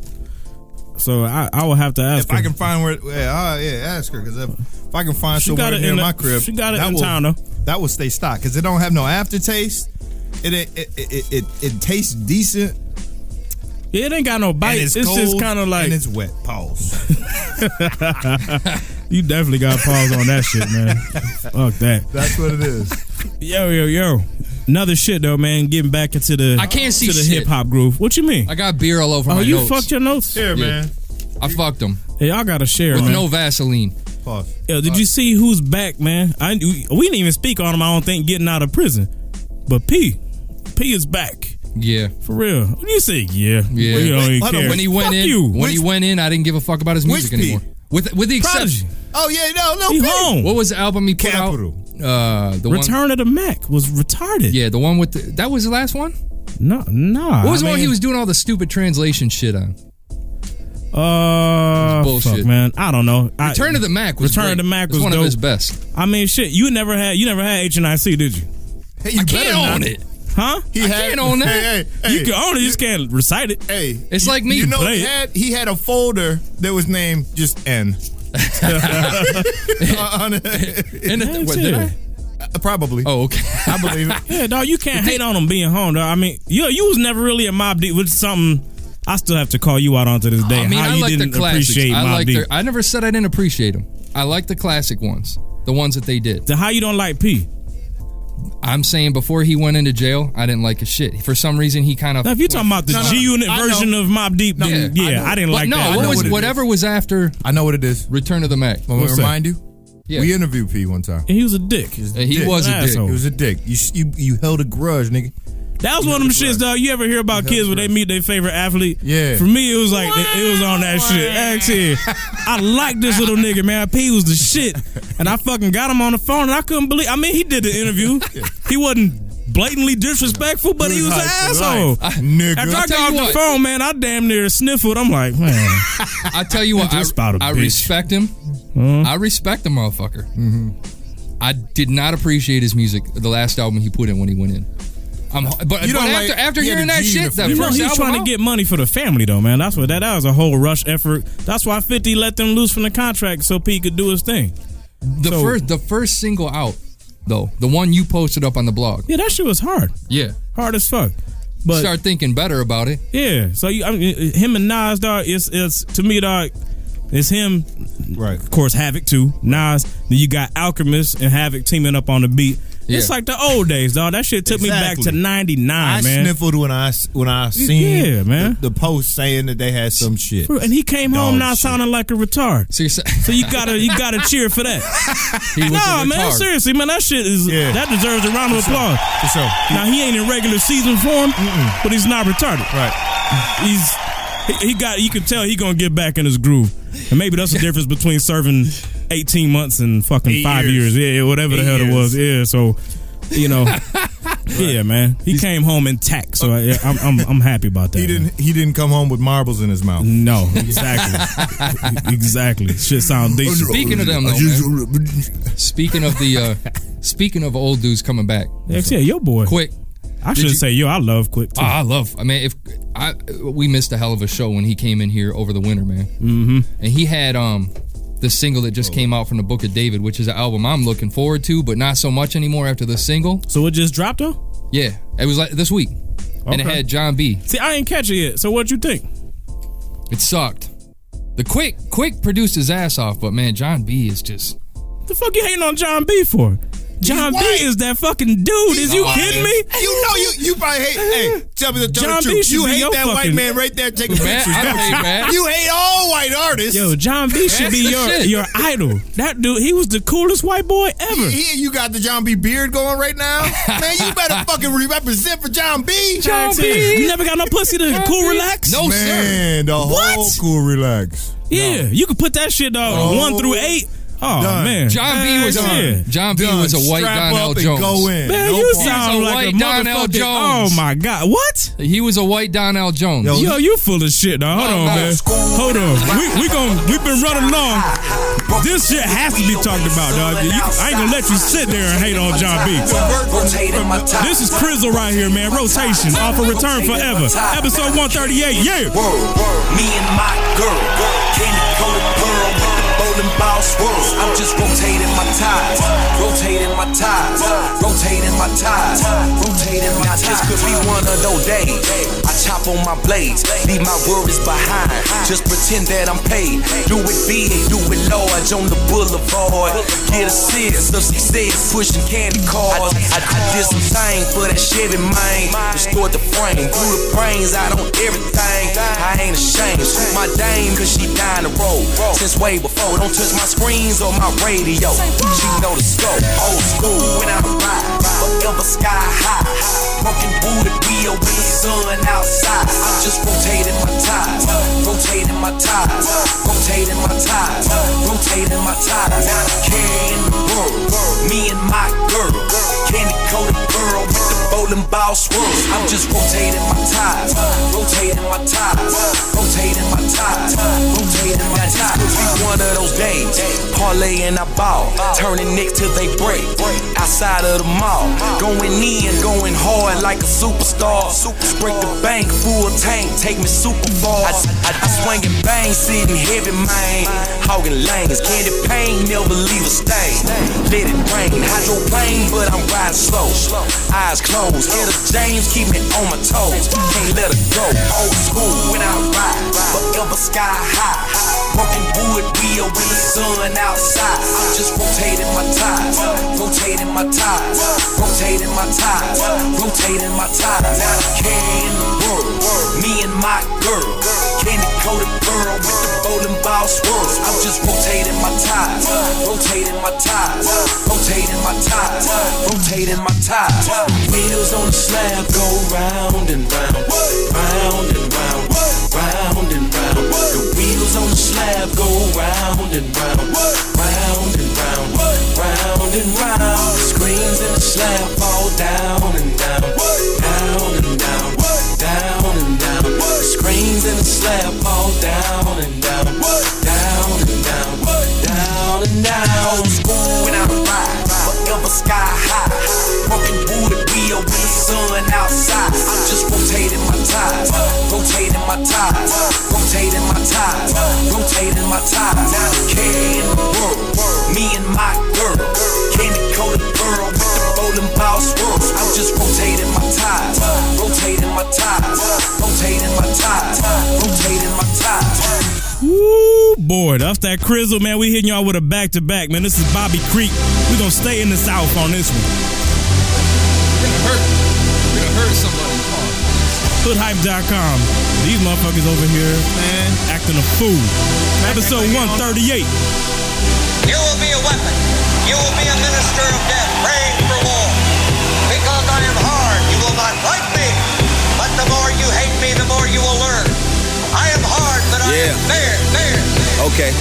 So I, I will have to ask.
If I
her.
can find where, yeah, uh, yeah, ask her because if, if I can find
She
somewhere
got it
near
in the-
my crib,
she got it
that
in
will,
town, though.
That will stay stocked because it don't have no aftertaste. It it it it, it, it tastes decent.
it ain't got no bite.
and it's,
just
cold,
kind of like
and it's (laughs) wet. Pause.
(laughs) You definitely got pause on that shit, man. Fuck that.
That's what it is.
Yo, yo, yo. Another shit though, man. Getting back into the
I can't see
to the
shit.
hip hop groove. What you mean?
got beer all over
Oh,
my
you
notes.
fucked your notes.
Here, man.
I fucked them
Hey, y'all gotta share,
with
man.
no Vaseline.
Pause.
yo, did you see who's back, man? I we didn't even speak on him. I don't think getting out of prison, but P, P is back
Yeah,
for real. What you say? Yeah,
yeah.
We don't even
Hold on,
care.
When he went
Fuck
in,
you.
when he
Which-
went in, I didn't give a fuck about his music
Which Pete?
anymore. With with the
Prodigy.
exception,
Oh yeah, no, no.
He
Pete.
home.
what was the album he put
Capital.
out? Uh, the one.
Return of the Mac was retarded.
Yeah, the one with the, that was the last one.
no, nah.
What was the
I
one he
mean,
was doing all the stupid translation shit on?
Uh,
Bullshit.
fuck, man. I don't know. I-
Return of the Mac was
Return
great.
of the Mac
It's
was
one of
dope.
his best.
I mean, shit. You never had you never had H and I C, did you?
Hey, you
I
better
can't
not.
own it.
Huh?
He
I
had,
can't own that.
Hey, hey, hey.
you can own it, you just can't recite it.
Hey,
It's
you-
like me.
You know,
Play
he
it.
had, he had a folder that was named just N.
(laughs)
Uh, On it.
And
Yeah,
what, did
too.
I?
Probably.
Oh, okay.
(laughs) I believe it.
Yeah, dog, you can't hate on them being home, dog. I mean, yo, you was never really a Mob Deep, which is something I still have to call you out on to this day.
I mean,
how
I
you
like the
didn't
classics.
appreciate
I
Mob
like
Deep.
their, I never said I didn't appreciate them. I like the classic ones, the ones that they did.
The how you don't like P.
I'm saying before he went into jail, I didn't like his shit. For some reason, he kind of.
Now, if you're talking about the
No, no,
G Unit
I know.
version of Mob Deep, then
Yeah,
yeah, I, didn't
But
like
no,
that.
what
know
was
what it
whatever was after
I know what it is.
Return of the Mac.
I'm gonna
that?
remind you.
Yeah.
We interviewed P one time.
And he was a dick.
Uh, he
dick.
was a dick.
Asshole.
He was a dick. You you you held a grudge, nigga.
That was one of them shits, dog. You ever hear about kids when they meet their favorite athlete?
Yeah.
For me, it was like it was on that
(laughs)
shit. Actually, I like this little nigga, man. P was the shit, and I fucking got him on the phone, and I couldn't believe. I mean, he did the
(laughs)
interview. He wasn't blatantly disrespectful, but he was, an
hot for
asshole.
life. nigga.
After
tell
I got
you
off the
what.
phone, man, I damn near sniffled. I'm like,
(laughs)
man,
(laughs) I tell you what, I,
Just about a
I
bitch.
respect him. I respect the
Mm-hmm.
motherfucker. I did not appreciate his music, the last album he put in when he went in. I'm, but but
You don't
after
like-
after
he had
hearing
a
that
G in
shit,
the
that
front.
You know
first
he's
album
trying to
out-
get money for the family though, man. That's what that, that was a whole rush effort. That's why Fifty let them loose from the contract so P could do his thing.
the
so-
first the first single out though, the one you posted up on the blog.
Yeah, that shit was hard,
Yeah,
hard as fuck. But
start thinking better about it.
yeah, so you, I mean, him and Nas, dog, it's it's to me, dog, it's him.
Right.
Of course, Havoc too, Nas. Then you got Alchemist and Havoc teaming up on the beat. It's
Yeah.
like the old days, dog. That shit took me back to
Exactly. I
'99, man.
sniffled when I s- when I seen
Yeah, man.
The, the post saying that they had some shit.
And he came
Dog
home now
shit.
sounding like a retard.
So, you're, sa-
So you gotta you
(laughs)
gotta cheer for that.
he was a
Nah, man,
retard.
seriously, man, that shit is
Yeah.
that deserves a round of applause.
For sure.
Now he ain't in regular season form, but he's not retarded.
Right.
He's he, he got you can tell he gonna get back in his groove, and maybe that's the difference between serving eighteen months and fucking
Eight
five
years.
years. Yeah, yeah, whatever the
Eight
hell it
years.
was. Yeah, so
(laughs)
you know, yeah, man, he came home intact, so I, yeah, I'm, I'm I'm happy about that.
He
man.
didn't he didn't come home with marbles in his mouth.
No, exactly, (laughs) exactly.
(laughs)
Shit sound decent.
Speaking of them, though, Speaking of the uh,
(laughs)
speaking of old dudes coming back
Yeah, yo, boy.
quick.
I
Did
should
you-
say, yo, I love quick. Too.
Oh, I love. I mean, if I we missed a hell of a show when he came in here over the winter, man. Mm-hmm. And he had um the single that just came out from the Book of David, which is an album I'm looking forward to, but not so much anymore after the single.
so it just dropped though.
Yeah, it was like this week, and it
Okay.
had John B.
See, I ain't catch it yet. So what you think?
It sucked. The quick quick produced his ass off, but man, John B is just
The fuck you hating on John B for? John B
white.
is that fucking dude. Is you
white.
kidding me?
You know you you probably
(laughs)
hate. Hey, tell me the, tell
John
the
B
truth.
should
You
be your
hate that white
fucking-
man right there taking
Man,
pictures.
I don't
don't
hate
you?
man.
You hate all white artists.
Yo, John B should
That's
be
the
your
shit.
your idol. That dude, he was the coolest white boy ever.
Here you got the John B. Beard going right now.
(laughs)
Man, you better fucking represent for John B.
John B. You never got no pussy to cool relax.
no sir.
Man, the whole
What?
cool relax.
Yeah, you could put that shit dog
No.
one through eight. Oh
Done.
man,
John B was
yeah.
a, John B
Done.
was a white
Strap
Donnell
up and
Jones.
go in.
Man,
No
you
problem.
sound
He's a
like a
white Donnell
motherfucking.
Jones.
Oh my god, what?
He was a white Donnell Jones.
Yo,
Yo, you full of shit, dog. Hold on, man. Hold on. We we gon' we've been running long. This shit has to be talked about, dog. You- I ain't gonna let you sit there and hate on John B. This is Crizzle right here, man. Rotation off of Return Forever, episode 138. Yeah.
Me and my girl, candy colored pearl with the bowling ball swirls. I'm just rotating my ties, rotating my ties, rotating my ties, rotating my ties. Now this could be one of those days. I chop on my blades, leave my worries behind. Just pretend that I'm paid. Do it big, do it large on the boulevard. Get a sis of success, pushing candy cars. I, I did some thing for that shit in mine. Restored the frame, blew the brains out on everything. I ain't ashamed. Shoot my dame, cause she down the road. Since way before, don't touch my screens or my radio. She know the scope. Old school when I ride, forever sky high. Broken booted wheel with the sun outside. I'm just rotating my ties, rotating my ties, rotating my ties, rotating my ties. Now I carrying the world, me and my girl, candy coated girl with the bowling ball swirls. I'm just rotating my ties, rotating my ties, rotating my ties, rotating my ties. Could be one of those days, parlay and I ball, turning nicks till they break. Outside of the mall, going in, going hard like a superstar. Break the bank, full tank, take me super far. I, I, I swing and bang, sitting heavy, man. Hogging lanes, candy pain, never leave a stain. Let it rain, hydroplane, but I'm riding slow. Eyes closed, head of James, keep me on my toes. Can't let it go. Old school when I ride, forever sky high. Broken wood wheel with the sun outside. I'm just rotating my ties, rotating my ties, rotating my ties, rotating my ties. Now I'm carrying the world, me and my girl. Candy coated pearl with the bowling ball swirls. I'm just rotating my ties, rotating my ties, rotating my ties, rotating my ties. Wheels on the slab go round and round, round and round, round and round. The wheels on the slab go round and round, round and round, round and round. Screens in the slab fall down and down, down and down, down and down. Screens in the slab fall down and down, down and down, down and down. Old school when I ride, forever sky high. Broken wood wheel with the sun out. my ties, rotating my ties, rotating my ties. Not a care in the world, me and my girl, candy coated pearl with the bowling ball swirls. I'm just rotating my ties, rotating my ties, rotating my ties, rotating my ties.
Woo, boy, that's that Crizzle, man. We hitting y'all with a back to back, man. This is Bobby Creek. we going to stay in the South on this one.
Hurt. You're gonna hurt somebody.
Hoodhype.com. These motherfuckers over here, man, acting a fool. Episode 138.
You will be a weapon. You will be a minister of death, praying for war. Because I am hard, you will not like me. But the more you hate me, the more you will learn. I am hard, but I am fair, fair.
Okay.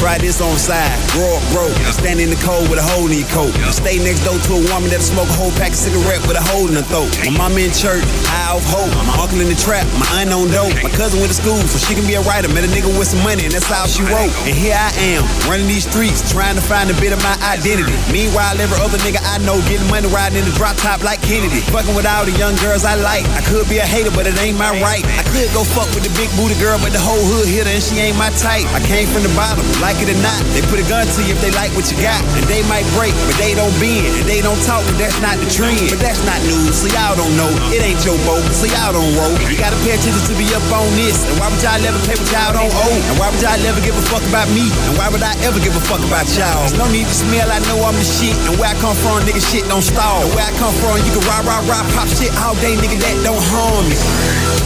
Try this on side, raw, broke. Stand in the cold with a hole in your coat. Stay next door to a woman that'll smoke a whole pack of cigarette with a hole in her throat. My mama in church, high off hope. My uncle in the trap, my aunt on dope. My cousin went to school, so she can be a writer. Met a nigga with some money, and that's how she wrote. And here I am, running these streets, trying to find a bit of my identity. Meanwhile, every other nigga I know getting money riding in the drop top like Kennedy. Fucking with all the young girls I like. I could be a hater, but it ain't my right. I could go fuck with the big booty girl, but the whole hood hit her and she ain't my type. I came from the bottom, like it or not. They put a gun to you if they like what you got. And they might break, but they don't bend. And they don't talk, but that's not the trend. But that's not news, so y'all don't know. It ain't your boat, so y'all don't roll. You gotta pay attention to be up on this. And why would y'all ever pay what y'all don't owe? And why would y'all ever give a fuck about me? And why would I ever give a fuck about y'all? There's no need to smell, I know I'm the shit. And where I come from, nigga, shit don't stall. And where I come from, you can rah, rah, rah, pop shit all day, nigga, that don't harm me.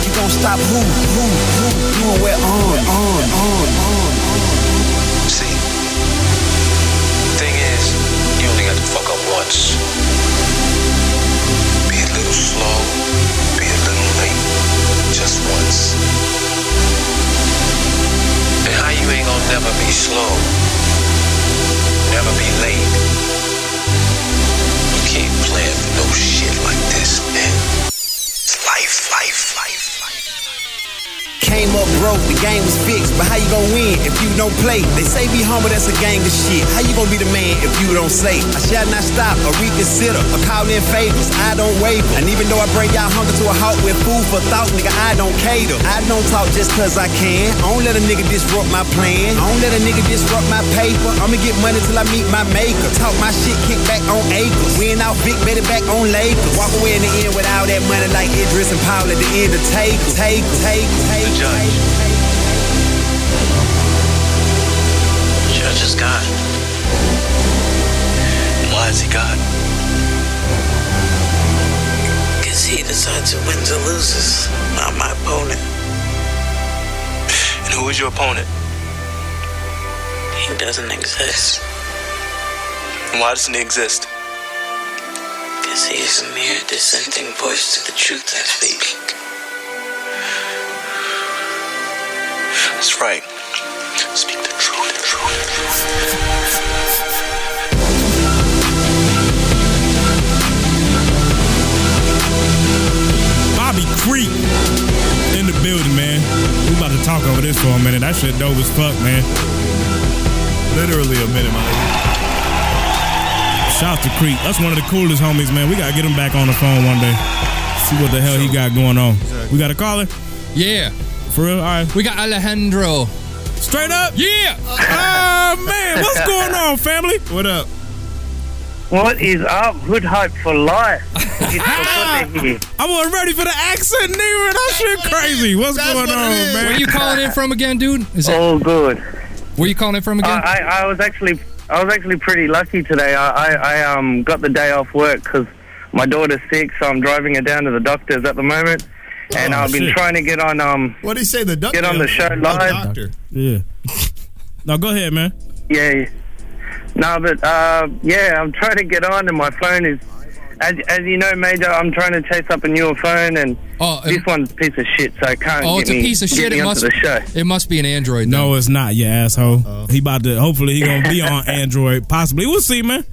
You gon' stop who, who, who, who, and where on, on, on, on.
See, thing is, you only got to fuck up once. Be a little slow, be a little late, just once. And how you ain't gonna never be slow, never be late? You can't plan for no shit like this, man. It's life, life, life, life.
Came up broke, the game was fixed, but how you gonna win if you don't play? They say be humble, that's a gang of shit. How you gonna be the man if you don't say? I shall not stop or reconsider or call in favors. I don't waver. And even though I bring y'all hunger to a halt with food for thought, nigga, I don't cater. I don't talk just cause I can. I don't let a nigga disrupt my plan. I don't let a nigga disrupt my paper. I'ma get money till I meet my maker. Talk my shit, kick back on acres. Win out big, bet it back on Lakers. Walk away in the end with all that money like Idris and Paul at the end of take, take, take, take.
The judge. Judge is God. And why is he God? Because he decides who wins or loses, not my opponent. And who is your opponent? He doesn't exist. And why doesn't he exist? Because he is a mere dissenting voice to the truth I speak. That's right. Speak the truth, the truth, the truth.
Bobby Creek in the building, man. We about to talk over this for a minute. That shit dope as fuck, man. Literally a minute, man. Shout out to Creek. That's one of the coolest homies, man. We gotta get him back on the phone one day. See what the hell he got going on. We got a caller?
Yeah.
For real? All right.
We got Alejandro.
Straight up?
Yeah.
Uh,
Oh, man. What's going (laughs) on, family?
What up?
What is up? Hood hype for life.
(laughs)
It's so good to hear.
I wasn't ready for the accent, nigga. That shit crazy. What's going on, man?
Where you calling in from again, dude? Is it,
All good.
where you calling in from again?
I, I, I was actually I was actually pretty lucky today. I, I, I um got the day off work because my daughter's sick, so I'm driving her down to the doctor's at the moment, and
Oh,
I've been
shit.
trying to get on um
What do you (laughs) say? The duck
Get on the show
Oh,
live.
Doctor.
Yeah. now go ahead, man.
yeah. No, but uh, yeah, I'm trying to get on, and my phone is. As, as you know, Major, I'm trying to chase up a newer phone, and
Oh, it-
this one's a piece of shit, so I can't
oh,
get
it's a
me-
piece of
get
shit.
me
It
onto
must.
the show.
It must be an Android.
Oh.
(laughs)
No, it's not, you asshole. He about to. Hopefully, he gonna be on Android. Possibly, we'll see, man.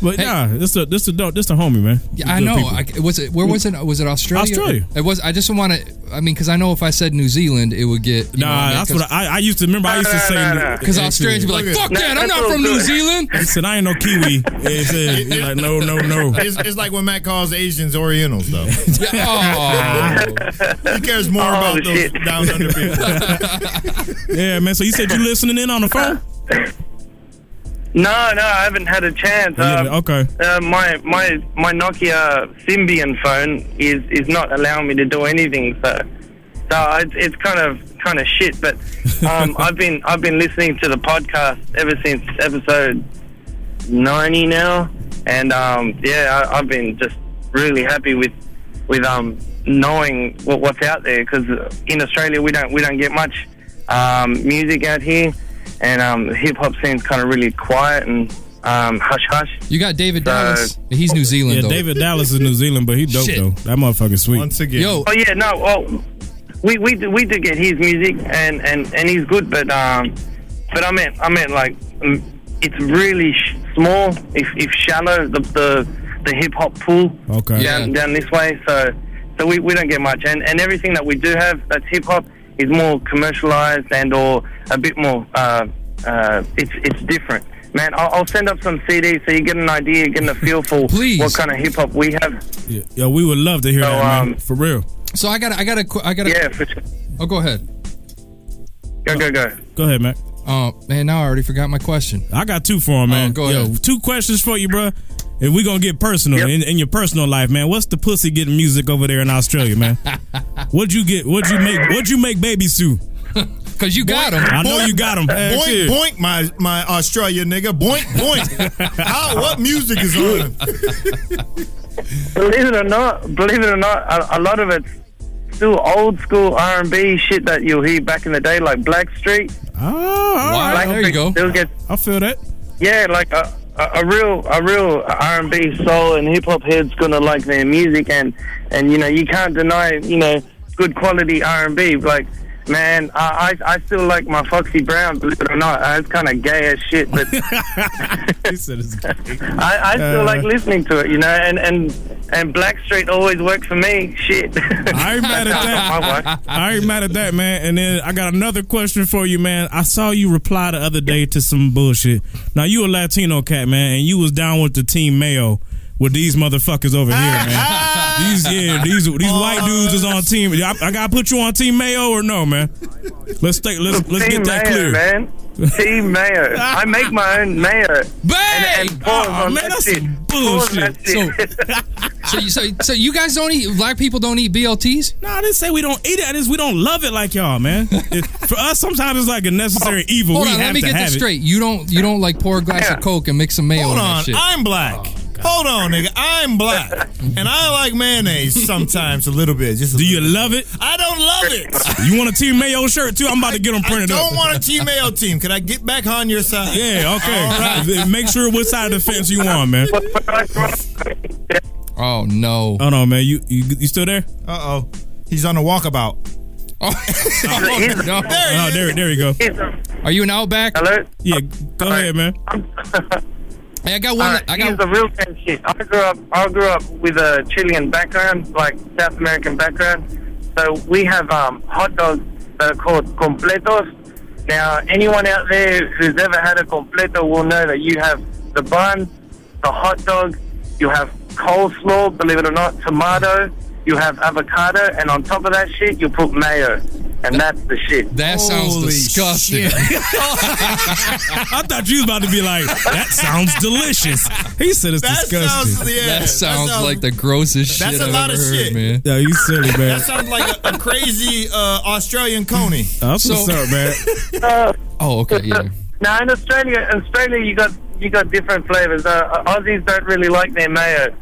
But nah, this a this a dope, this a homie, man.
Yeah, I
Good
know.
people.
I, was it where was it? Was it Australia?
Australia.
It was. I just want to. I mean, because I know if I said New Zealand, it would get. You
Nah,
know
that's what I, I used to remember. I used to say
Because Australians would be like, "Fuck that! I'm not from New Zealand."
He said, "I ain't
(laughs)
no Kiwi." Yeah, he said, he's like, "No, no, no."
It's, it's like when Matt calls Asians Orientals,
(laughs)
though. he cares more
Oh,
about those
shit.
down under people.
(laughs)
yeah, man. So you said you listening in on the phone?
(laughs) No, no, I haven't had a chance.
Yeah,
Um,
okay.
Uh, my my my Nokia Symbian phone is is not allowing me to do anything. So, so I, it's kind of kind of shit. But
(laughs)
um, I've been I've been listening to the podcast ever since episode ninety now, and um, yeah, I, I've been just really happy with with um, knowing what, what's out there because in Australia we don't we don't get much um, music out here, and um, the hip hop scene's kind of really quiet and um, hush hush.
You got David Dallas. He's New Zealand.
Yeah,
though.
David Dallas is New Zealand, but he dope
Shit.
though. That motherfucker's sweet. Once
Oh yeah, no. Oh, we we do, we do get his music and and and he's good, but um, but I meant I meant like mm, it's really sh- small, if if shallow the the, the hip hop pool.
Okay.
Down, down this way, so so we, we don't get much, and and everything that we do have that's hip hop is more commercialized and or a bit more uh uh it's it's different. Man, I'll, I'll send up some CDs so you get an idea, get a feel for what kind of hip hop we have.
Yeah, yo, we would love to hear that, man. For real.
So I got I got to I got to
Yeah, for sure.
Oh, go ahead.
Go go go.
Go ahead, Mac.
Oh man, now I already forgot my question. Oh,
I got two for him, man.
go
Yo,
ahead.
two questions for you, bro. If we gonna get personal in, in your personal life, man, what's the pussy getting music over there in
(laughs)
Australia, man? what'd you get? What'd you make? What'd you make, baby Sue?
(laughs) Cause you got him.
I know you got him.
Boink, boink, my my Australia nigga. Boink,
(laughs)
boink. How, what music is on?
(laughs) believe it or not, believe it or not, a, a lot of it's still old school R and B shit that you'll hear back in the day, like Blackstreet.
Ah,
Oh,
Blackstreet Still gets,
I feel that.
yeah, like a, a, a real a real R and B soul and hip hop heads gonna like their music, and and you know you can't deny you know good quality R and B. Like man, I, I I still like my Foxy Brown, believe it or not. Uh, It's kind of gay as shit,
(laughs)
but I, I still
Uh,
like listening to it, you know, and and and Blackstreet always worked for me. Shit.
I ain't
(laughs)
mad at that. I ain't mad at that, man. And then I got another question for you, man. I saw you reply the other day to some bullshit. Now you a Latino cat, man, and you was down with the team Mayo with these motherfuckers over
(laughs)
here, man. these yeah, these these white dudes is on team. I, I gotta put you on team Mayo or no, man. Let's take let's let's
Team
get that
mayo,
clear.
man. Team mayo. I make my own mayo. And, and
Oh,
pause on that shit. Pause on that
So,
shit.
so, you- so, so you guys don't eat black people don't eat BLTs?
No, I didn't say we don't eat it. I just we don't love it like
(laughs)
y'all, man. It- for us, sometimes it's like a necessary
(laughs)
evil.
Hold
we
on,
have
let me
to
get
have
this
it.
straight. You don't you don't like pour a glass of Coke and mix some mayo
Hold
in that
on,
shit.
I'm black.
Oh,
Hold on, nigga. I'm black, and I like mayonnaise sometimes a little bit. Just a
Do you love it?
I don't love it.
(laughs) You want a Team Mayo shirt too? I'm about to get them
I
printed up.
don't want a team AO team. Can I get back on your side?
Yeah, okay.
All right.
Then Make sure what side of the fence you on, man.
(laughs) Oh no.
Hold on, man. You you, you still there?
Uh oh. He's on a walkabout.
Oh.
(laughs)
(laughs) no.
Oh, there there you go.
Are you an outback?
Hello?
Yeah, go ahead, man.
Hey, I got one.
I got the real fan shit. I grew up. I grew up with a Chilean background, like South American background. So we have um, hot dogs that are called completos. Now, anyone out there who's ever had a completo will know that you have the bun, the hot dog, you have coleslaw, believe it or not, tomato, you have avocado, and on top of that shit, you put mayo, and that's the shit.
That sounds (laughs) disgusting.
I thought you was about to be like, that sounds delicious. He said it's disgusting.
sounds- yeah,
that
that
sounds
sounds-
like the grossest
That's
shit
a
I've
lot
ever
of
heard,
shit.
man.
Yeah, you silly,
(laughs)
(laughs) man.
That sounds like a, a crazy uh, Australian coney.
That's what's
(laughs)
up, man.
(laughs)
Oh, okay, yeah.
Now in Australia, in Australia you got you got different flavors. Uh, Aussies don't really like their mayo.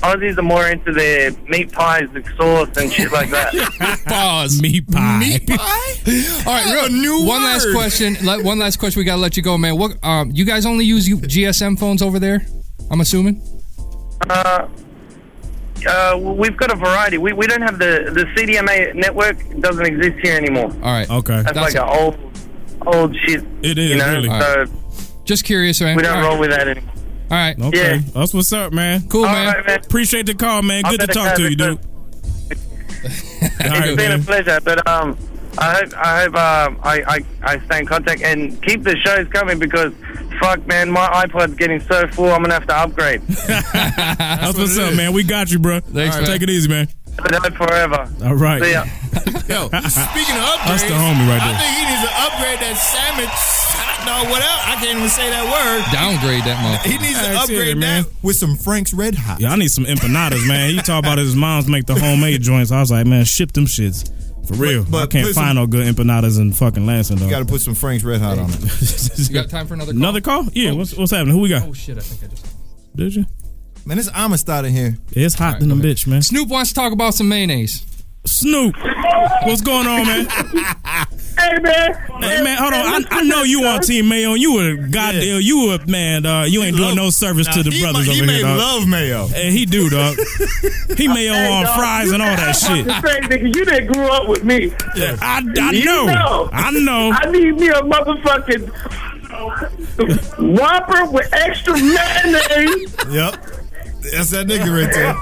Aussies are more into their meat pies with sauce and shit like
(laughs)
that.
Oh,
Pause.
Meat pie.
(laughs)
All right, real, one last
word.
question. Let, one last question. We gotta let you go, man. What? Um, you guys only use you- GSM phones over there? I'm assuming.
uh, uh, we've got a variety. We, we don't have the the CDMA network doesn't exist here anymore.
All right.
Okay.
That's, like an old old shit.
It
you know? So
Just curious, man.
we don't
All right.
roll with that anymore.
All right.
Okay. That's what's up, man.
Cool,
All
man.
right, Appreciate the call, man.
I'll
Good to
bet it
talk
has
to you,
a good-
(laughs)
dude.
It's been a pleasure, but um, I hope I hope um, I, I I stay in contact and keep the shows coming because fuck man, my iPod's getting so full. I'm gonna have to
(laughs)
upgrade.
That's, what's up, man. We got you, bro.
Thanks,
All right,
man.
Take it
(laughs)
easy, man.
But hope forever.
All
(laughs)
right.
See ya.
Yo, (laughs)
Speaking of upgrades,
That's the homie right
I
there.
think he needs to upgrade that sandwich. (laughs) I don't know what else. I can't even say that word.
Downgrade that motherfucker.
He needs to upgrade
man.
that with some Frank's Red Hot.
Yeah, I need some empanadas, man. You talk about his mom's make the homemade joints. I was like, man, ship them shits. For real.
but
I can't
put
find
some-
no good empanadas in fucking Lansing, though.
You got to put some Frank's Red Hot
(laughs)
on it.
You got time for another call?
Another call? Yeah, what's, what's happening? Who we got?
Oh, shit. I think I just.
Did you?
Man, it's Amistad in here.
It's hot than a bitch, man.
Snoop wants to talk about some (laughs) mayonnaise.
Snoop, what's going on, man?
Hey man.
Hey man, hold on. I, I know you on Team Mayo. and You were goddamn. You a man, dog. You ain't doing no service
Nah,
to the
he
brothers
ma- he
over
may
here, dog.
love Mayo.
Hey, he do, dog. He Mayo
(laughs) Hey,
on
dog,
fries
you
and all that
sound (laughs)
shit.
about the Same nigga, you didn't grew up with me.
Yeah, I, I
You
know. I know.
I need me a
(laughs)
motherfucking Whopper with extra mayonnaise.
Yep. That's that nigga right there.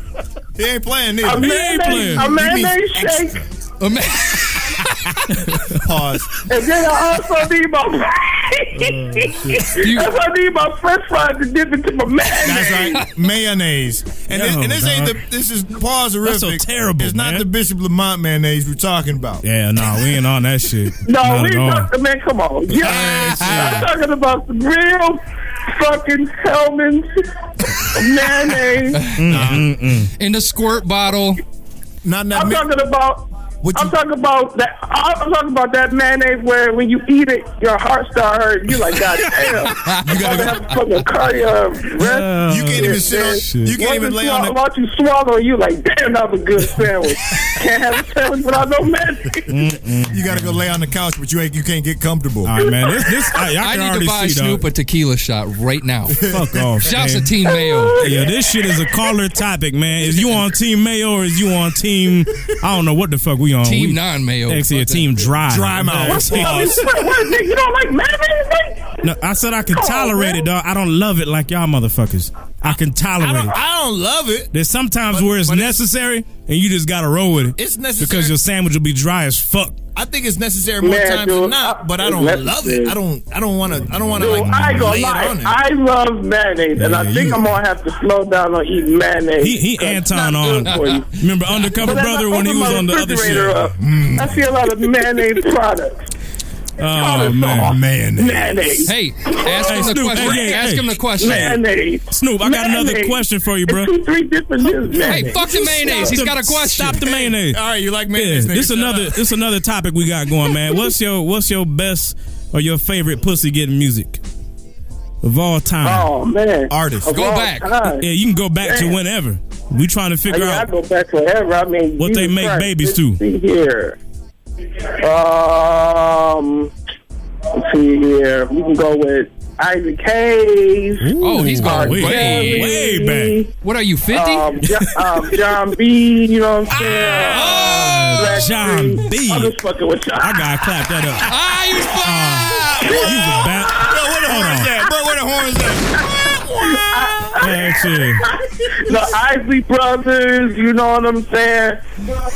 (laughs)
Yep. He ain't playing neither.
A mayonnaise, a mayonnaise shake.
Pause.
And then I also need my. (laughs) That's why I need my french fries to dip into my mayonnaise.
That's right. Mayonnaise. And, this,
Yo,
and this ain't
dog.
the this is pause
That's so terrible,
It's not
man.
the Bishop Lamont mayonnaise we're talking about.
Yeah, no, we ain't on
(laughs)
that shit.
No,
Not
we
at all.
talking, man, come on. Yeah. I'm talking about the real fucking (laughs) Hellman's mayonnaise.
Mm-hmm.
Mm, mm, mm.
In the squirt bottle.
(laughs) Not
I'm talking about. I'm talking about that. I'm talking about that mayonnaise where when you eat it, your heart start hurting. You like, (laughs) God damn! you gotta have to put a cardio rest.
You can't even sit on-
Shit.
you can't
Once
even lay on
swallow-
the-
Once you swallow, you like, damn, that was a good sandwich. (laughs) Can't have a sandwich without no mayonnaise.
You gotta go lay on the couch, but you ain't you can't get comfortable.
All right, man. This,
(laughs)
this I, I
I
can
need
already
to buy
see,
Snoop
dog.
a tequila shot right now.
(laughs) Fuck off.
Shouts
man.
to Team Mayo.
Yeah, this shit is a caller topic, man. Is you on Team Mayo or is you on Team? I don't know what the fuck we on.
Team
We-
non-Mayo.
Actually, a
Fuck that.
team dry.
Dry mouth.
That's it.
I mean, what, what, nigga, you don't like mayonnaise? Like,
No, I said I can
Come on,
tolerate
man.
it, dog. I don't love it like y'all motherfuckers. I can
I
tolerate
don't,
it.
I don't love it.
There's sometimes where it's necessary, and you just gotta roll with it.
It's necessary.
because your sandwich will be dry as fuck.
I think it's necessary more
Man,
times than
dude,
not, but I
it's
don't
necessary.
love it. I don't I don't wanna I don't wanna
Dude,
like
I
lay
ain't gonna
it
lie.
on it.
I love mayonnaise, and I
Yeah,
think
you-
I'm gonna have to slow down on eating mayonnaise.
He, he Anton on.
good for you.
Remember undercover
But as I
brother when he
open
was
my
on the other
refrigerator
shit.
up, I see a lot of mayonnaise products.
Oh man,
Mayonnaise.
Mayonnaise.
Hey, ask
Hey,
him the
Snoop,
question.
hey, hey,
ask him
hey.
the question.
Mayonnaise.
Snoop, I got another
Mayonnaise.
question for you, bro.
It's two, three different news.
Hey, fuck the mayonnaise. He's
Stop
got a
the-
question.
Stop the mayonnaise.
All right, you like
Yeah,
mayonnaise? nigga.
this
Shut
another
up.
this another topic we got going, man. What's your what's your best or your favorite pussy getting music of all time?
Oh man,
artist.
Of
Go
all
back.
time.
Yeah, you can go back to whenever. We trying to
I,
figure
mean, I
out.
go back forever. I mean,
What
Jesus
they make
Christ.
babies
Let's
to.
See here. Uh, Um, let's see here. We can go with Isaac Hayes.
Oh, he's
R.
going
Wait.
way.
Kelly,
way back.
What are you, 50?
Um, Jo- um, John B. You know what I'm saying? Black
Ah! John
Street.
B.
I'm just fucking with John.
I gotta clap that up. Uh,
ah, you
You was bad. Hold on.
Yeah, bro, where the horns at?
Yeah, shit.
the Isley Brothers. You know what I'm saying?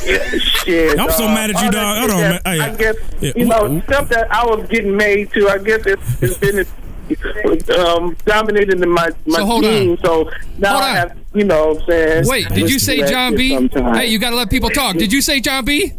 Yeah, shit.
I'm so
dog.
mad at you,
uh,
dog.
All that
Hold
shit
on,
that-
man. Hey.
I guess
Yeah,
you
what-
know stuff that I was getting made to. I guess it's, it's been um, dominating in my my
So hold on.
team. So now
Hold
I
on.
have. You know what I'm saying?
Wait, did you say John B?
Sometimes.
Hey, you got to let people talk. Did you say John B?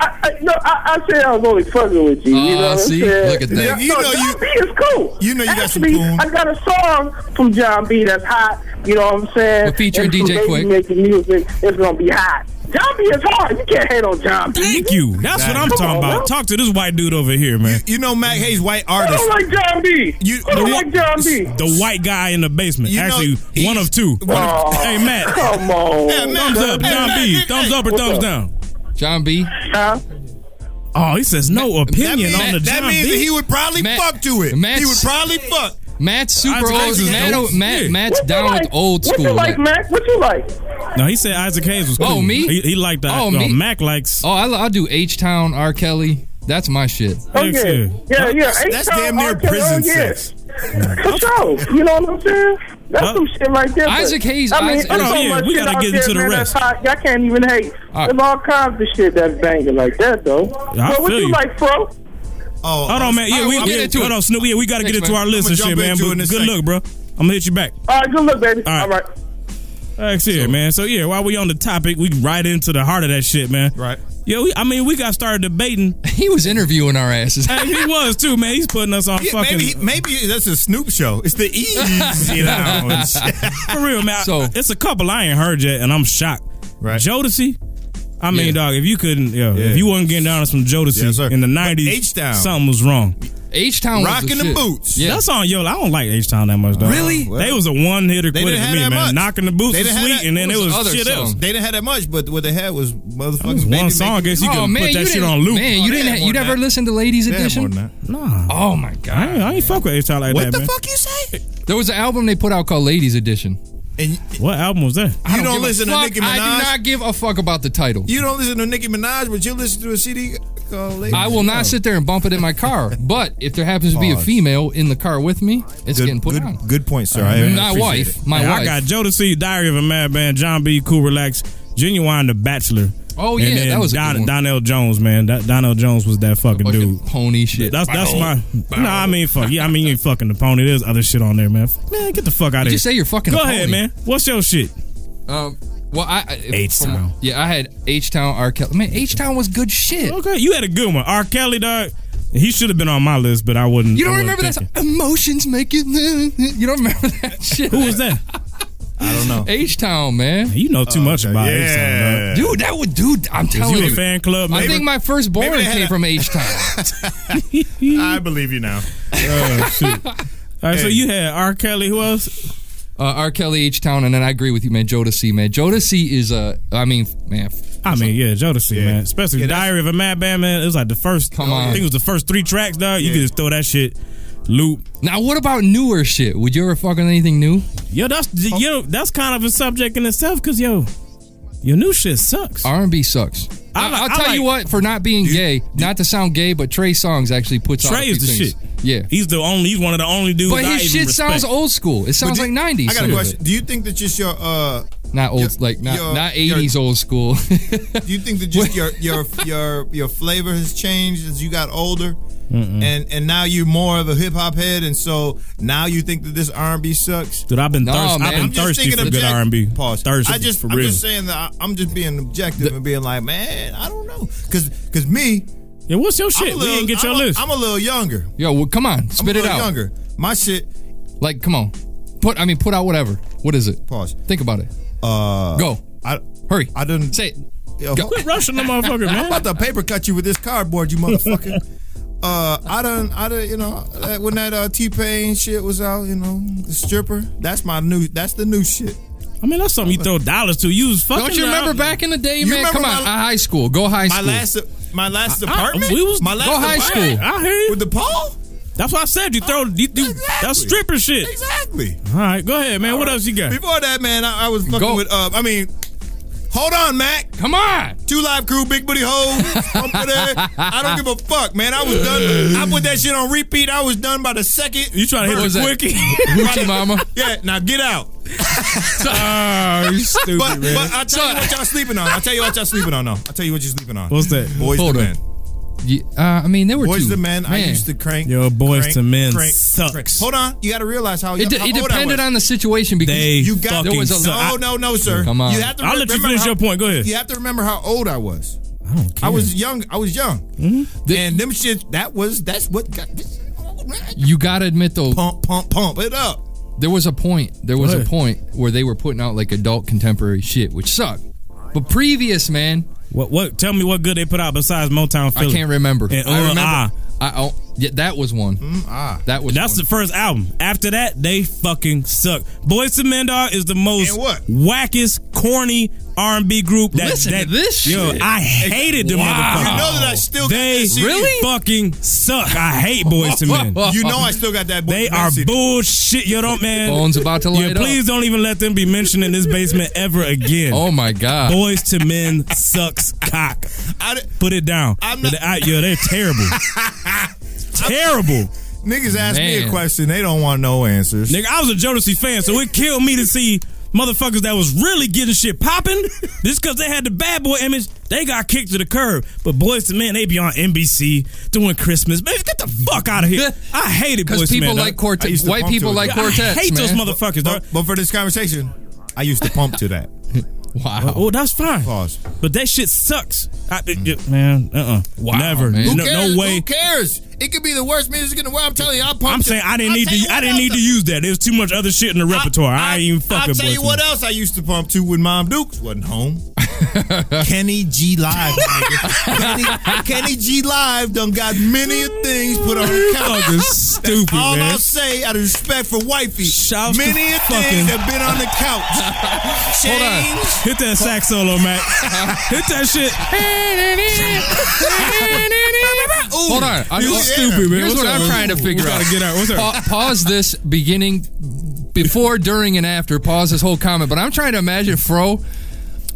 I, I, no, I, I said I was only fucking with you. you
Ah,
know what I'm
see?
saying?
Look at that.
Yeah,
You
no,
know you-
John B is cool.
you know you got some
Actually,
coon.
I got a song from John B that's hot. You know what I'm saying?
Well, featuring
And some
DJ
baby
Quick.
making music it's gonna be hot. John B is hard. You can't hate on John B.
Thank you. That's what I'm
Come
talking
on,
about.
bro.
Talk to this white dude over here, man.
You know Mac Hayes, white
I
artist.
don't like John B.
You-
I don't
the-
like John B.
The white guy in the basement.
You know,
Actually,
he's-
one of two.
Oh,
Hey, Matt.
Come on.
Yeah, Matt.
Thumbs up,
Hey,
John
hey,
B.
hey,
Thumbs
hey.
up or
What's
thumbs
up?
down?
John B.
Huh?
Oh, he says no opinion
that
on the
means, that
John
means that
B.
he would probably
Matt-
fuck to it.
Matt's-
he would probably fuck.
Matt's super
Isaac
old.
Hayes is
Matt,
dope. Yeah.
Matt, Matt's
What you
down
like?
with old
What
school.
you like,
Matt.
Mac? What you like?
No, he said Isaac Hayes was cool.
Oh, me?
He, he liked that.
Oh,
no,
me?
Mac likes.
Oh, I, I'll do H Town, R. Kelly. That's my shit.
Oh, yeah. Yeah, yeah. Eight count R. Kelly, oh, yeah. For sure. You know what I'm saying? That's
Huh?
some shit right there. but-
Isaac Hayes-
I mean,
Isaac-
there's
Hold on,
so
yeah,
much
we
shit
gotta
out
get
there,
into the
man,
rest.
that's hot. Y'all can't even hate. There's all kinds of shit that's banging like that, though.
I
But what
feel
you
you.
like, bro?
Oh,
hold on, man. Yeah,
I-
we
I'll
yeah,
get into
hold
it.
on, Snoop. Yeah, we got to get
Thanks,
into
man.
our list
I'ma
and
jump
shit, man.
into it
But
in a
good
second.
luck, bro. I'm gonna hit you back.
All right, good luck, baby. All right. All right.
Thanks, here, man. So yeah, while we on the topic, we right into the heart of that shit, man. Right. Yeah, we, I mean, we got started debating.
(laughs) He was interviewing our asses.
he was too, man. He's putting us on
Yeah,
fucking.
maybe, maybe that's a Snoop show.
(laughs)
It's the easy lounge.
For real, man. So it's a couple I ain't heard yet, and I'm shocked. Right. Jodeci. I mean, dog, if you couldn't, yo, if you wasn't getting down on some Jodeci
Yes, sir.
in the
But
'90s,
H-Town.
something was wrong.
H Town
Rocking the boots.
Yeah. That song, yo, I don't like H Town that much, dog.
Really?
they was a one hitter
They
quitter
didn't
to
have
me,
that much.
man. Knocking the boots
They
was
didn't have
sweet,
that-
and then
what
it was,
other
shit
song?
else.
They didn't have that much, but what they had was motherfuckers.
one
Baby
song, I
Make-
guess you
oh
can
man,
put
you
that shit
didn't-
on loop.
Man, you didn't. Ha- you never listened to Ladies
They had more
Edition?
than Nah.
Oh my god.
I ain't, I ain't fuck with H Town like that, man.
you say? There was an album they put out called Ladies Edition.
And
what album was that?
You don't listen to Nicki
I
Minaj?
do not give a fuck about the title.
You don't listen to Nicki Minaj, but you listen to a CD
uh,
called Lady.
I will not sit there and bump it in my
(laughs)
car. But if there happens to be a
Pause.
female in the car with me, it's getting put
good,
on.
Good point, sir.
Alright,
I
my
appreciate
wife,
it.
my
Yeah,
wife.
Mm-hmm. I got Jodeci, Diary of a Madman, John B. Cool Relax, Genuine, The Bachelor.
Oh, yeah,
and then
that was a
Don,
good one.
Donnell Jones, man. That, Donnell Jones was that fucking, dude.
Pony shit.
That's that's
Bow,
my.
bow.
No, nah, I mean fuck. Yeah, I mean you ain't fucking the pony. There's other shit on there, man. F- Man, get the fuck out
Did
of here.
you say you're fucking
Go
a
ahead,
pony?
man. What's your shit?
Um, well, I I- if-
H-Town.
from- Yeah, I had H Town. R Kelly. Man, H Town was good shit.
Okay, you had a good one. R. Kelly, dog. He should have been on my list, but I wouldn't.
You don't
I wasn't
remember that?
thinking.
song? Emotions make it. You don't remember that shit? Who
was that?
I don't know.
H Town, man.
You know too much
Uh,
about H Town, dog.
Dude, that would, dude. I'm telling
you a fan club
I
member?
think my firstborn
Maybe they had
came
a-
from H Town.
I believe you now.
(laughs)
(laughs)
Oh, shit. All right, so
Hey.
you had R. Kelly. Who else?
Uh, R. Kelly, H Town, and then I agree with you, man. Jodeci, man. Jodeci is a. I mean, man.
I mean, yeah, Jodeci, man. Especially
Yeah, that's-
Diary of a Madman, man. It was like the first.
Come
I
on.
think it was the first three tracks, dog. You could just throw that shit loop.
Now, what about newer shit? Would you ever fucking anything new?
Yo, that's yo, that's kind of a subject in itself, cause yo, your new shit sucks.
R and B sucks. I,
like-
will
I
tell you
like-
what. For not being gay, not to sound gay, but Trey Songs actually puts out. a
Trey is the
few
shit.
things. Yeah.
He's the only. He's one of the only dudes.
But
I
his
even
shit sounds
respect.
old school. It sounds
But
like
do-
'90s.
I got
some
a
of
question.
it.
Do you think that just your uh,
Not old, like not
your-
not '80s old school.
do you think that just your your (laughs) your your flavor has changed as you got older, and and now you're more of a hip hop head, and so now you think that this R and B sucks?
Dude, I've been
No,
thirsty.
man.
I've been
I'm just
thirsty
thinking
for
of
good
Jack-
R and B. Thirsty.
I just
for
I'm
real.
just saying that I, I'm just being objective and being like, man, I don't know, because because me,
yeah, what's
(laughs)
your shit?
I'm a
we
little,
didn't get
I'm
your
a-
list.
I'm a little younger.
Yo, well, come on,
I'm a
spit it
little
out.
younger. My shit.
Like, come on, put. I mean, put out whatever. What is it?
Pause.
Think about it.
Uh,
Go.
I
Hurry.
I didn't
Say it.
Yo,
Go.
Quit rushing the
(laughs)
motherfucker,
I'm
man.
about to paper cut you with this cardboard, you motherfucker. (laughs) Uh, I done, I done, you know, that- when that uh, T Pain shit was out, you know, the stripper. That's my new, that's the new shit.
I mean, that's something you throw dollars to. You was fucking.
Don't you remember
out.
back in the day,
You
man?
remember
Come on,
my-
uh, high school. Go high
My
school.
last, my last apartment.
we was-
my
Go
last
high
apartment
school.
I hear you.
with the pole.
That's why I said you throw. You, you, That's stripper shit.
Exactly.
All right, go ahead, man. what else you got?
Before that, man, I, I was fucking
Go.
with. Uh, I mean, hold on, Mac.
Come on.
Two live crew, big booty hoes. over there. I don't give a fuck, man. I was done. I put that shit on repeat. I was done by the second.
You trying to
What
hit
was
the
that?
quickie?
Hoochie Mama.
Yeah, now get out.
(laughs) oh, you stupid,
But,
man.
but I tell you what y'all sleeping on. I tell you what y'all sleeping on. No, I tell you what you're sleeping on.
What's that?
Boys
Hold
the
on.
men.
Yeah, uh, I mean, there were
Boys
two.
the men. I
Man.
used to crank.
Yo, boys
crank,
to men
crank,
sucks.
crank. Hold on. You got to realize
Oh,
how,
It, de-
how
it
old I was.
depended on the situation because
They
You got-
fucking
there was a
suck.
No,
I-
no, no, sir.
Come on.
You have to
I'll
re-
let you
remember
finish
how-
your point. Go ahead.
You have to remember how old I was.
I don't care. Mm-hmm.
I was young. I was young. And them shit. That was. That's what got.
you gotta admit though,
Pump, pump, pump it up.
there was a point. There was a
What?
point where they were putting out like adult contemporary shit, which sucked. But previous man,
What? What? Tell me what good they put out besides Motown Philly.
I can't remember.
And,
I
uh,
remember.
ah.
I oh, yeah, that was one.
Ah.
That was
That's
one.
the first album. After that, they fucking suck. Boys to Men Dog is the most
And what?
wackest, corny R and B group. That,
Listen to
that,
this
Yo,
shit.
I hated them
Wow.
motherfuckers.
You know that I
still got
they
that CD. Really?
fucking suck. I hate boys to men.
(laughs) You know I still got that boy.
They are bullshit. Yo, don't man.
Phone's about to light
yeah,
up.
please don't even let them be mentioned in this basement ever again.
Oh my god.
Boys to men sucks cock. Put it down. But I- yo, they're terrible.
(laughs)
terrible.
Niggas ask me a
Man.
question. They don't want no answers.
Nigga, I was a Jodeci fan, so it killed me to see motherfuckers that was really getting shit
(laughs)
popping. Just because they had the bad boy image, they got kicked to the curb. But boys to men, they be on NBC doing Christmas. Man, get the fuck out of here. I hated boys
Because
to men. dog.
I used to pump to it.
I hate those
But,
motherfuckers, dog.
but for this conversation, I used to pump to
(laughs)
that.
wow.
Oh, that's fine. But that shit sucks. I, Man, uh, uh never.
Who
No,
cares?
no way.
Who cares? It could be the worst music in the world. I'm telling you, I pumped.
I'm saying I didn't need to. I didn't need to use that. There's too much other shit in the repertoire. I, ain't even fucking.
I'll tell you what else I used to pump to when Mom Dukes wasn't home. Kenny G Live. nigga. Kenny, Kenny G Live done got many of things put on the calendar.
Fucking Oh, stupid,
All
man.
I'll say out of respect for wifey,
Shouts to
many of
fucking-
things have been on the
(laughs)
couch.
Hold on.
Change.
Hit that sax solo,
(laughs)
Mac. Hit that shit.
Hold on. I-
you
I-
stupid, man.
Here's
What's
what
up,
I'm
man?
trying to figure
We
out.
gotta get out. What's up?
Pa- pause this beginning, before, during, and after. Pause this whole comment. But I'm trying to imagine Fro.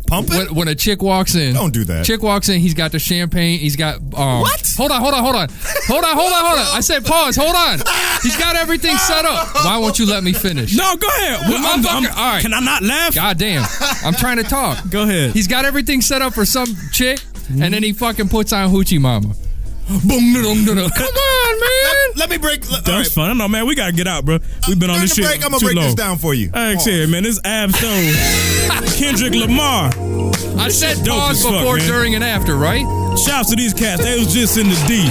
Pumping?
When, when a chick walks in,
Don't do that.
Chick walks in, he's got the champagne, he's got um,
What?
Hold on, hold on, hold on, hold on, hold on, hold on. I said pause, hold on. He's got everything
(laughs)
set up. Why won't you let me finish?
No, go ahead.
Well,
I'm-
motherfucker,
I'm-
all right.
Can I not laugh?
God damn. I'm trying to talk.
(laughs) Go ahead.
He's got everything set up for some chick, and then he fucking puts on Hoochie Mama. Boom, da-dum, da-dum. Come on, man.
Let me break. That's
fun. I know, man. We gotta get out, bro. We've been on
During
this
the
shit.
break, I'ma
too
break this
long.
down for you.
Thanks, here, man. This abs so Kendrick Lamar.
I
This
said
shit dope
pause
as fuck,
before,
man.
during, and after, right?
Shouts to these cats. They was just in the D.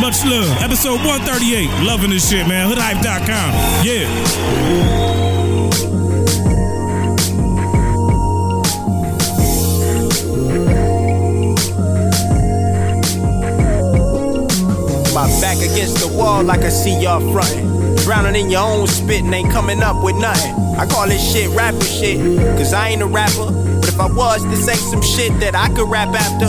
Much love. Episode 138. Loving this shit, man. Hoodhype.com. Yeah.
My back against the wall like I see y'all frontin'. Drowning in your own spit and ain't coming up with nothing. I call this shit rapper shit, cause I ain't a rapper. But if I was, this ain't some shit that I could rap after.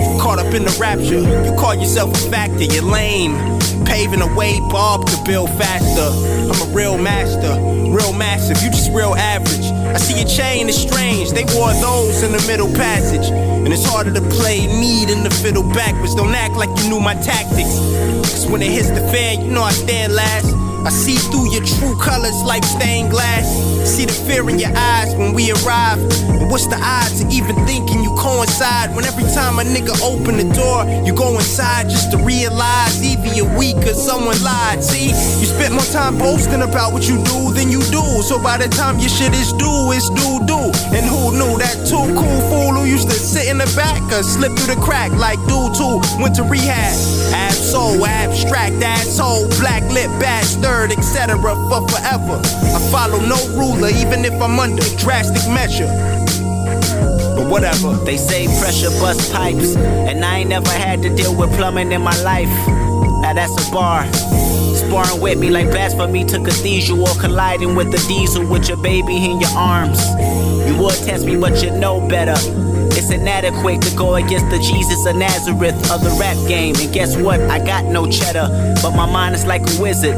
You caught up in the rapture, you call yourself a factor, you're lame. Paving a way Bob could build faster. I'm a real master, real massive, you just real average. I see your chain is strange, they wore those in the middle passage. And it's harder to play me than to fiddle backwards. Don't act like you knew my tactics. Cause when it hits the fan, you know I stand last. I see through your true colors like stained glass. See the fear in your eyes when we arrive. And what's the odds of even thinking you coincide? When every time a nigga open the door, you go inside just to realize either you're weak or someone lied. See, you spent more time boasting about what you do than you do. So by the time your shit is due, it's due due. And who knew that too cool fool who used to sit in the back or slip through the crack like dude too went to rehab. Ab soul, abstract asshole, black lip bastard, etc. For forever, I follow no ruler even if I'm under drastic measure. But whatever.
They say pressure bust pipes, and I ain't never had to deal with plumbing in my life. Now that's a bar. Sparring with me like blasphemy to cathedral, colliding with the diesel with your baby in your arms. You would test me, but you know better. It's inadequate to go against the Jesus of Nazareth of the rap game. And guess what? I got no cheddar, but my mind is like a wizard.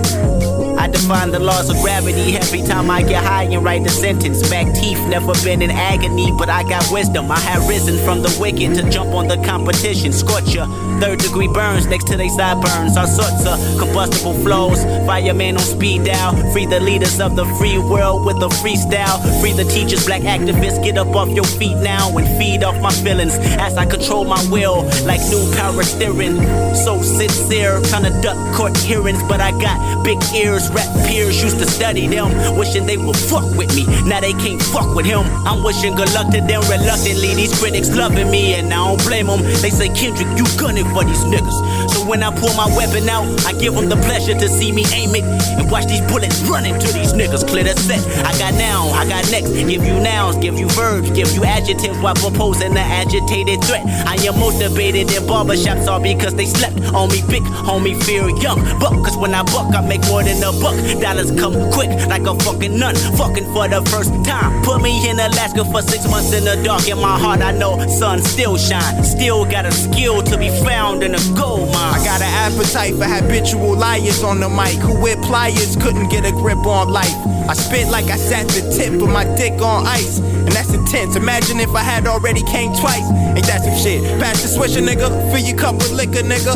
I define the laws of gravity every time I get high and write a sentence. Back teeth never been in agony, but I got wisdom. I have risen from the wicked to jump on the competition. Scorcher, third degree burns next to they sideburns. All sorts of combustible flows. Fireman on speed dial. Free the leaders of the free world with a freestyle. Free the teachers, black activists. Get up off your feet now and feed off my feelings as I control my will like new power steering. So sincere, tryna duck court hearings, but I got big ears. Rap peers used to study them, wishing they would fuck with me. Now they can't fuck with him. I'm wishing good luck to them reluctantly. These critics loving me, and I don't blame them. They say, Kendrick, you gunning for these niggas. So when I pull my weapon out, I give them the pleasure to see me aim it and watch these bullets running to these niggas clear the set. I got noun, I got next, give you nouns, give you verbs, give you adjectives while proposing an agitated threat. I am motivated in barbershops all because they slept on me, big homie, fear young buck. Cause when I buck, I make more than a buck. Dollars come quick like a fucking nun, fucking for the first time. Put me in Alaska for six months in the dark. In my heart, I know sun still shine. Still got a skill to be found in a gold mine.
I got an appetite for habitual liars on the mic who with pliers couldn't get a grip on life. I spit like I sat the tip of my dick on ice, and that's intense. Imagine if I had already came twice. Ain't that some shit? Pass the swisher, nigga. Fill your cup with liquor, nigga.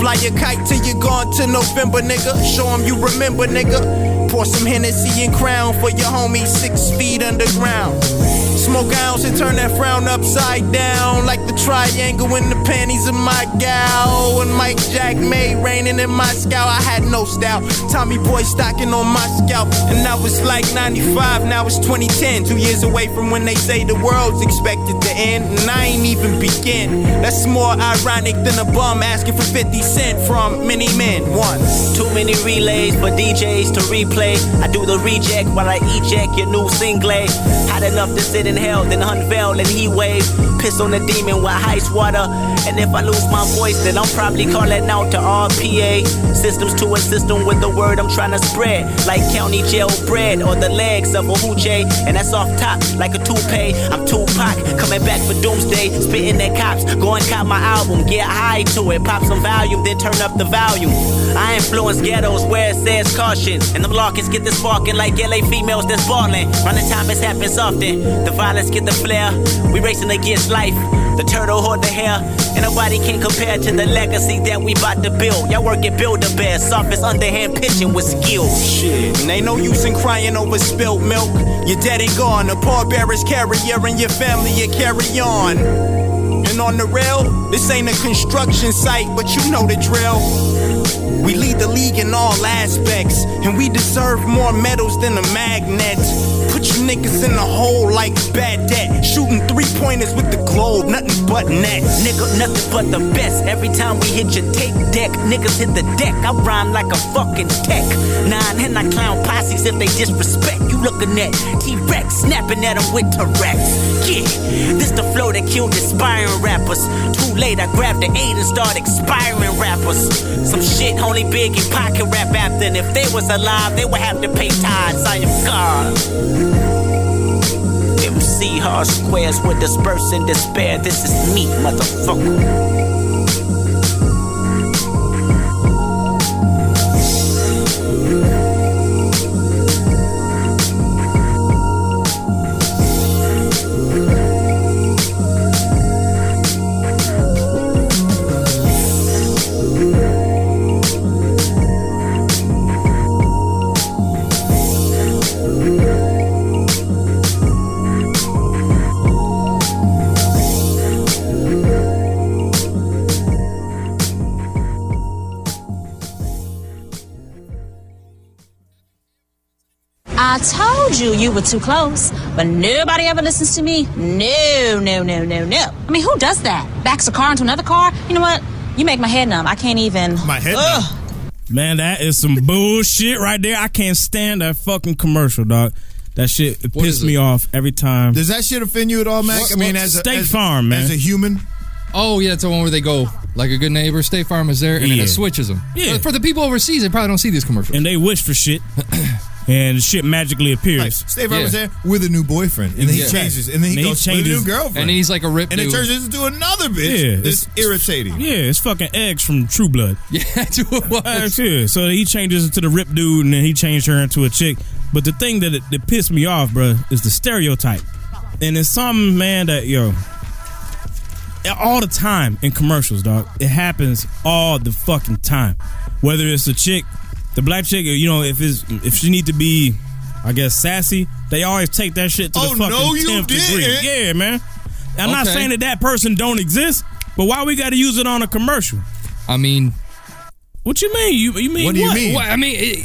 Fly your kite till you gone to November, nigga. Show 'em you remember, nigga. Pour some Hennessy and crown for your homie six feet underground. Smoke ounce and turn that frown upside down like the triangle in the panties of my gal. And Mike Jack May raining in my scowl. I had no style. Tommy Boy stocking on my scalp. And I was like 95, now it's 2010. Two years away from when they say the world's expected to end. And I ain't even begin. That's more ironic than a bum asking for 50 cent from many men. One.
Too many relays for DJs to replay. I do the reject while I eject your new singlet. Hot enough to sit in hell, then unveil and he wave. Piss on the demon with ice water. And if I lose my voice, then I'm probably calling out to RPA. Systems to a system with the word I'm trying to spread. Like county jail bread or the legs of a hoochie. And that's off top like a toupee. I'm Tupac, coming back for doomsday. Spitting at cops, go and cop my album. Get high to it, pop some volume, then turn up the volume. I influence ghettos where it says caution. And them lockets get the sparking like LA females that's ballin'. Running time has happens often. The violence get the flare. We racing against life. The turtle hold the hair. And nobody can compare to the legacy that we bout to build. Y'all work at Build a Bear. Softest underhand pitching with skill.
Shit, and ain't no use in crying over spilt milk. You're dead and gone, a pallbearer's carrier, and your family you carry on. And on the rail, this ain't a construction site, but you know the drill. We lead the league in all aspects, and we deserve more medals than a magnet. Put you niggas in the hole like Baghdad, shooting three pointers with the globe, nothing but nets.
Nigga, nothing but the best. Every time we hit your tape deck, niggas hit the deck. I rhyme like a fucking tech. Nine and I clown posses if they disrespect. You looking at T Rex, snapping at 'em with Tourette's. Yeah, this the flow that killed aspiring rappers. Too late, I grabbed the eight and started expiring rappers. Some shit only Big and Pac can rap after. And if they was alive, they would have to pay tithes. I am God. MC hard squares with disperse in despair. This is me, motherfucker.
I told you you were too close, but nobody ever listens to me. No, no, no, no, no. I mean, who does that? Backs a car into another car? You know what? You make my head numb. I can't even. My head
Man, that is some bullshit right there. I can't stand that fucking commercial, dog. That shit it pissed me off every time.
Does that shit offend you at all, Mac? I mean, as a,
State
as-
Farm, man.
as a human.
Oh yeah, it's the one where they go like a good neighbor. State Farm is there, and then
Yeah.
it switches them.
Yeah.
For the people overseas, they probably don't see these commercials.
And they wish for
(clears throat)
shit, and shit magically appears.
Stay right there with a new boyfriend, and then he
Yeah.
changes, and then he
And he
goes
changes.
with a new girlfriend,
And he's like a rip
and it
dude.
turns into another bitch.
Yeah,
it's, irritating.
Yeah, it's fucking eggs from
(laughs)
True Blood.
Yeah, that's what it
was. Yeah, so he changes it to the rip dude, and then he changed her into a chick. But the thing that that pissed me off, bruh, is the stereotype. And it's some man that yo, all the time in commercials, dog. It happens all the fucking time. Whether it's a chick, the black chick, you know, if it's if she need to be, I guess sassy, they always take that shit to
Oh,
the fucking
no, you
10th degree.
didn't.
Yeah, man. I'm not
Okay.
saying that that person don't exist, but why we got to use it on a commercial?
I mean,
what you mean? You you
What
mean what?
do you mean? Well, I mean,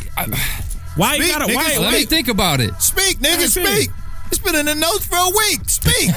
why
you gotta- why-
Let me
wait.
think about it.
Speak, nigga, speak. It's been in the notes for a week. Speak.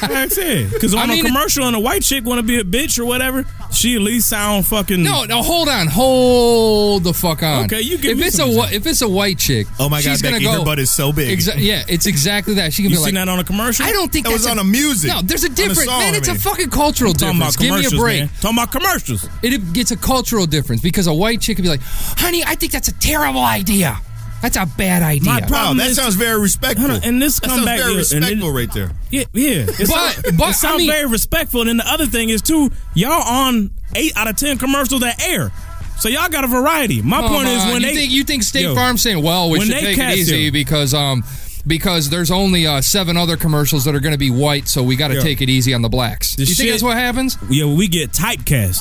That's it. Because on
I mean,
a commercial and a white chick want to be a bitch or whatever, she at least sound fucking.
No, no, hold on, hold the fuck on.
Okay, you give
if
me
it's
some
a whi- if it's a white chick.
Oh my God,
she's gonna
Becky,
go,
her butt is so big.
Exa- yeah, it's exactly that. She can
You
be like
seen that on a commercial?
I don't think
That
that's
was on a music.
No, there's a
On a
difference,
song,
man. It's
I
a
mean.
fucking cultural
I'm talking
difference.
about
Give me a
commercials,
break.
man. Talking about commercials.
It gets a cultural difference because a white chick could be like, "Honey, I think that's a terrible idea. That's a bad idea."
My problem that sounds very respectful.
Hold on, and this
that
come
sounds
back-
very
yeah, and it-
respectful right there.
Yeah, yeah. It
But-
sound-
but, I
it sounds
mean-
very respectful. And then the other thing is too, y'all on eight out of ten commercials that air, so y'all got a variety. My
Come
point is
on,
when
you
they
think, you think State
Yo,
Farm's saying, "Well, we
when
should
they
take it
cast
easy
you.
because um because there's only uh, seven other commercials that are going to be white, so we got to
Yo.
take it easy on the blacks."
The
you think
shit-
that's what happens?
Yeah, we get typecast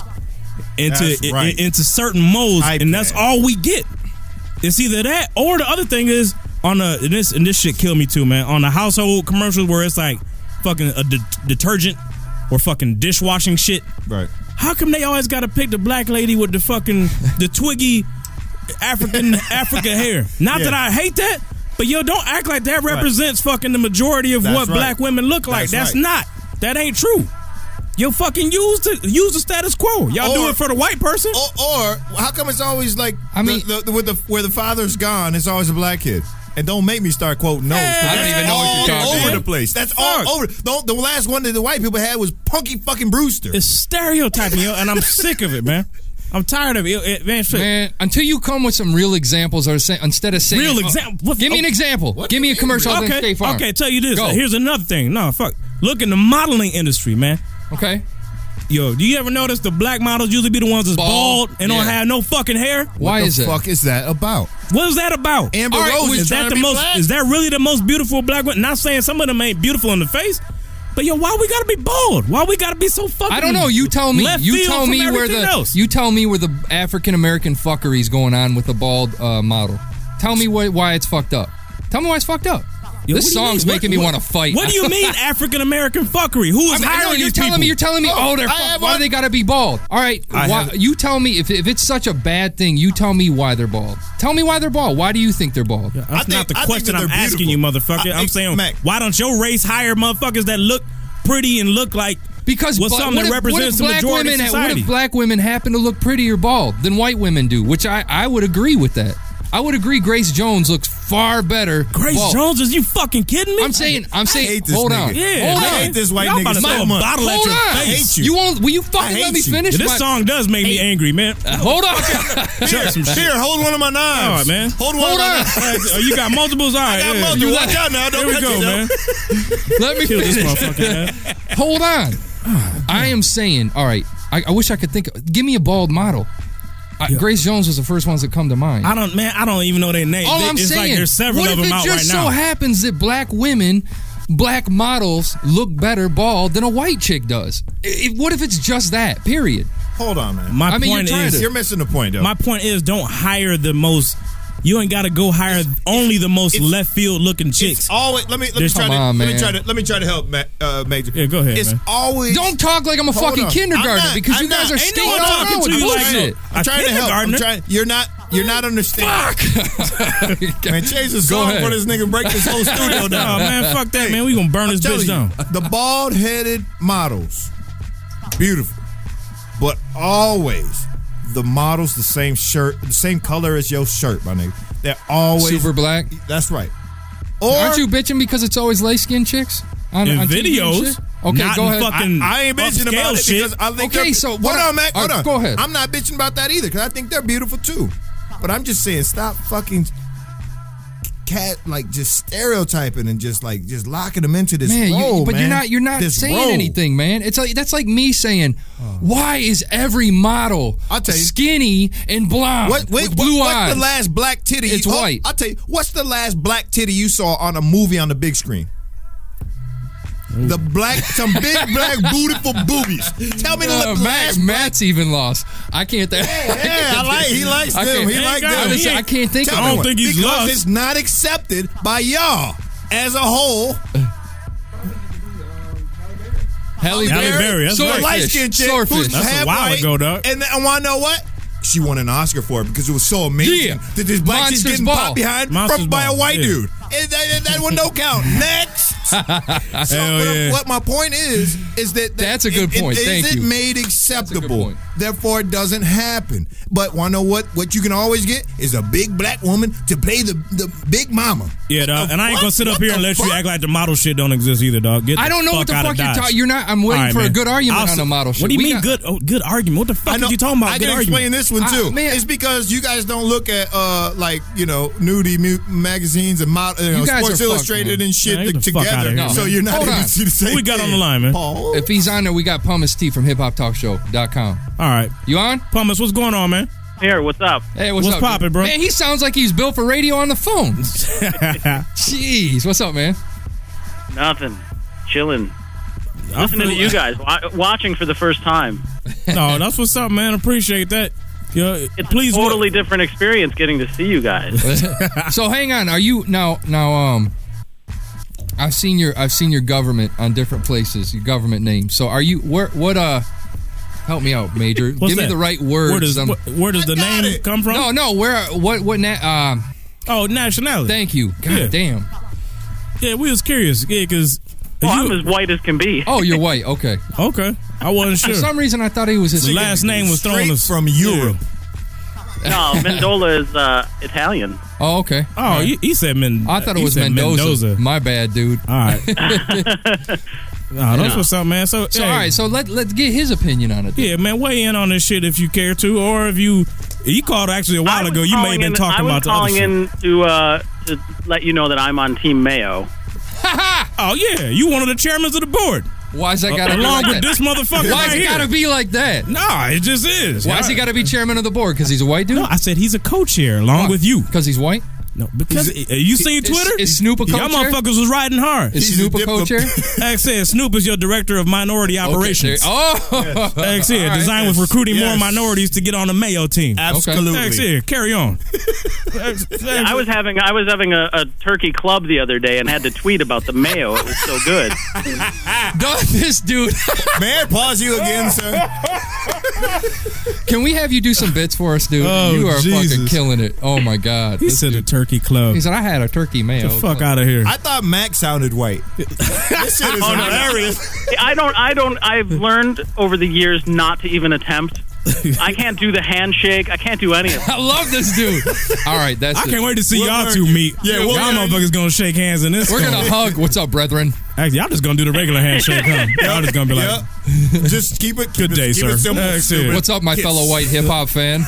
into
That's right.
i- i- into certain molds, and that's all we get. It's either that or the other thing is on the and this and this shit kill me too, man. On the household commercials where it's like fucking a de- detergent or fucking dishwashing shit.
Right.
How come they always got to pick the black lady with the fucking the twiggy
(laughs)
African African hair? Not
Yeah.
that I hate that, but yo, don't act like that represents fucking the majority of
That's
what
right.
black women look like.
That's
That's
right.
not. That ain't true. Yo, fucking use the use the status quo. Y'all do
Or-
it for the white person.
Or, or how come it's always like the-
I mean-
the, the- with the where the father's gone, it's always a black kid. And don't make me start quoting those. 'cause
I don't
that's
even know what you're
all
talking
over
about.
the place. That's all over. The, the last one that the white people had was Punky fucking Brewster.
It's stereotyping, yo, and I'm sick of it, man. I'm tired of it. It- it- man, shit.
Man, until you come with some real examples, or say, instead of saying
Real
oh,
example. What-
give me an
oh.
example. give me a commercial. other than
Okay,
State Farm.
okay. Tell you this.
Go.
Here's another thing. No, fuck. Look in the modeling industry, man.
Okay.
Yo, do you ever notice the black models usually be the ones that's
Bald.
bald, and don't
Yeah.
have no fucking hair?
Why
the
is it?
fuck is that about?
What is that about?
Amber All right, Rose was
is
trying to
that the
be
most?
black?
Is that really the most beautiful black woman? Not saying some of them ain't beautiful in the face, but yo, why we gotta be bald? Why we gotta be so fucking?
I don't know. You tell me.
left
You
field
tell
from
me where
everything
the
else?
you tell me where the African American fuckery is going on with the bald uh, model. Tell me wh- why it's fucked up. Tell me why it's fucked up.
Yo, what
this
do you
song's
mean?
making
What-
me
what-
want to fight.
What do you
(laughs)
mean African American fuckery? Who
I
is
mean, I know,
hiring
you're
these
telling
people?
me you're telling me oh they're
I
fuck,
have
why
one.
they gotta be bald all right
I
why,
have-
you tell me if, if it's such a bad thing you tell me why they're bald tell me why they're bald why do you think they're bald
That's not the
I think
question
that
I'm
they're
asking
beautiful.
you, motherfucker.
I
I'm
think-
saying,
Mac.
why don't your race hire motherfuckers that look pretty and look like
because
what's
bla-
something
what
that
if-
represents the
what if black
majority
women,
of
ha- What
society?
if black women happen to look prettier bald than white women do? Which I, I would agree with that. I would agree. Grace Jones looks far better.
Grace
bald.
Jones, is you fucking kidding me?
I'm saying. I'm saying.
hate this
hold
nigga.
on.
Yeah,
Hold
I
on.
hate this white
Y'all
nigga
about to
so
throw
much.
bottle at
Hold
your
on.
face.
I hate you.
won't. Will you fucking let me finish?
This
my- (laughs)
song does make me angry, man.
Hold on. (laughs)
Shut some shit.
Here, hold one of my knives.
All right, man.
Hold one of
Hold
my
on.
knives.
Oh,
(laughs)
you got multiples? All right.
got
yeah.
multiples.
You-
Watch out now. Don't
Here we
touch
go,
it, though.
man. (laughs)
Let me
Kill
finish.
this motherfucker, man.
(laughs) Hold on. I am saying, all right, I, I wish I could think. Give me a bald model. I, Grace Jones was the first ones that come to mind.
I don't, man. I don't even know their name.
all
They-
I'm
it's
saying,
like there's several
what
of
if
them
it
out right
just so
now.
happens that black women, black models, look better bald than a white chick does? I- I- what if it's just that? Period.
Hold on, man.
My
I mean, you're
point
trying
is,
to-
You're missing the point, though.
my point is, don't hire the most. You ain't got to go hire only the most left field looking chicks.
It's always let me let me
There's-
try to
Come on,
let me
man.
try to let me try to help Ma- uh, Major.
Yeah, go ahead,
It's
man.
always
Don't talk like I'm a
Hold
fucking
on.
kindergartner
I'm not-
because you
I'm
guys
not-
are
ain't
staying
no one
on
talking
with
to you like-
bullshit.
I'm
A
trying to help. I'm
kindergartner?
trying. You're not. You're not understanding. (laughs) Man, change
(laughs)
the
Go
song
ahead.
for this nigga. and Break this whole studio
Nah,
down,
man, fuck that, man. We gonna burn
I'm
this
telling
bitch
you,
down.
The bald headed models, beautiful, but always the models the same shirt, the same color as your shirt, my nigga. They're always
Super black.
That's right. Or
Aren't you bitching because it's always light skinned chicks on,
In
on TV and
videos,
shit? Okay,
not
go
in
ahead.
fucking
I ain't bitching about
upscale
it
shit.
because I think.
Okay,
they're-
so what-
hold on, Mac.
all
Hold
right,
on.
go ahead.
I'm not bitching about that either because I think they're beautiful too. But I'm just saying, stop fucking cat like just stereotyping and just like just locking them into this
man, you-
role.
but you're
man.
not you're not
This
saying
role.
anything, man. It's like that's like me saying, why is every model
I'll tell you.
skinny and blonde
What, wait,
with
what-
blue
what's
eyes?
the last black titty?
It's
you, oh,
white.
I'll tell you. What's the last black titty you saw on a movie on the big screen? The black, some
(laughs)
big black beautiful boobies. Tell me
Uh,
the
Matt,
last.
Matt's even lost. I can't. Th-
Yeah,
(laughs)
I like. He likes
I
them.
can't-
He
Thank
like
God
them.
he ain't- I can't think
Tell
of
me
one.
I don't think he's
because
lost.
it's not accepted by y'all as a whole.
Halle
Halle
Berry,
Berry, that's
So a
right.
Swordfish,
light skinned chick
Swordfish.
who's
That's a
half
while
white,
ago, dog.
And, th- and want to know what? She won an Oscar for it because it was so amazing
Yeah.
that this black chick's
Monsters
getting
Ball.
popped behind
Monsters
from, by a
Ball,
white
yeah.
dude. And that, that- that one no
(laughs)
count. Next. So,
Hell
but uh,
yeah.
What my point is is that, that
That's a good
it-
point.
It
Thank
isn't
you.
made acceptable. Therefore, it doesn't happen. But wanna know what? What you can always get is a big black woman to play the the big mama.
Yeah, dog. And I ain't gonna sit up here and let you act like the model shit don't exist either, dog. Get the
I don't know
fuck
what the
out
fuck
of
you're
Dodge.
talking- you're not- I'm waiting
All right,
for a
man.
good argument on
sit-
the model shit.
What do you
We
mean
got-
good? Oh, good argument. What the fuck are you talking about?
I
good
can
argument.
explain this one too. It's because you guys don't look at uh like you know nudie mu- magazines and mod- you
You
know,
guys
Sports
are fucked,
Illustrated
man.
and shit
Man, get
to-
the fuck outta
together.
here,
so
man.
you're not
Hold
even
on.
see the same. thing. Paul.
If he's on there, we got Pumice T from hiphoptalkshow.com.
All right.
You on?
Pumice, what's going on, man?
Here, what's up?
Hey, what's,
What's
up, dude?
poppin', bro?
Man, he sounds like he's built for radio on the phone.
(laughs)
Jeez, what's up, man? (laughs)
Nothing. Chilling. Listening to
feel-
you guys. wa- Watching for the first time.
no, that's what's up, man. Appreciate that. Yeah,
It's
please
a totally different experience getting to see you
(laughs)
guys.
so hang on. Are you now now um I've seen your I've seen your government on different places, your government name. So are you where what uh help me out, Major. Give
(laughs) What's
me
that?
the right
Where
words. um,
does-
I'm-
wh- where does the name come from?
No, no, where what what na- um
Oh, nationality.
Thank you. God
Yeah.
damn.
Yeah, we was curious. Yeah, because
Oh, I'm as white as can be.
Oh, you're white. Okay.
(laughs) okay. I wasn't sure.
For some reason I thought he was his
His last name was thrown us
from Europe.
(laughs)
No, Mendola is uh, Italian.
Oh, okay.
Oh, he, he said Mendoza.
I thought it was Mendoza. My bad, dude. (laughs)
All right. Nah, Ah, that's
Yeah.
what's up, man. So,
So
hey,
all right, so let let's get his opinion on it.
yeah, man, weigh in on this shit if you care to, or if you you called actually a while ago. You may
Calling in-
have been
I
talking
was
about the other
calling
shit.
in to uh, to let you know that I'm on Team Mayo.
Oh yeah, you one of the chairmen of the board.
Why's that gotta be
Uh, along
like
with
that?
this motherfucker?
Why's
right
it gotta
here?
be like that?
Nah, it just is.
Why's he gotta be chairman of the board? Because he's a white dude.
No, I said he's a co-chair along with you.
Because he's white.
No, because Uh, you seen
Is-
Twitter?
(laughs)
is Snoop a
Y'all
co-chair?
motherfuckers was riding hard.
Is Snoop a
(laughs)
co-chair?
Like I said Snoop is your director of minority operations.
there- oh.
Like I said,
All right,
designed with
yes,
recruiting
yes.
more minorities to get on the Mayo team.
Absolutely.
Like I said, carry on.
Yeah, I was having I was having a, a turkey club the other day and had to tweet about the mayo. It was so good.
(laughs) Don't this dude.
May I pause you again, (laughs) sir?
(laughs) Can we have you do some bits for us, dude?
Oh,
you are fucking
Jesus.
killing it. Oh my god.
He
This
said a
dude-
turkey club.
He said I had a turkey mayo.
the fuck out of here.
I thought Mac sounded white. this shit is
Oh, no, no.
hilarious.
I don't I don't I've learned over the years not to even attempt. I can't do the handshake. I can't do any of
(laughs) I
it.
love this dude. All right, that's.
I
it.
can't wait to see
We'll
y'all
learn
two
you.
meet.
Yeah,
y'all
we'll learn you.
motherfuckers gonna shake hands in this.
We're gonna hug. What's up, brethren?
Actually, y'all just gonna do the
(laughs)
regular handshake, huh? Y'all just gonna be like,
just keep it.
"Good day,
keep
sir."
it simple,
Like I said,
What's up, my fellow white hip hop fan?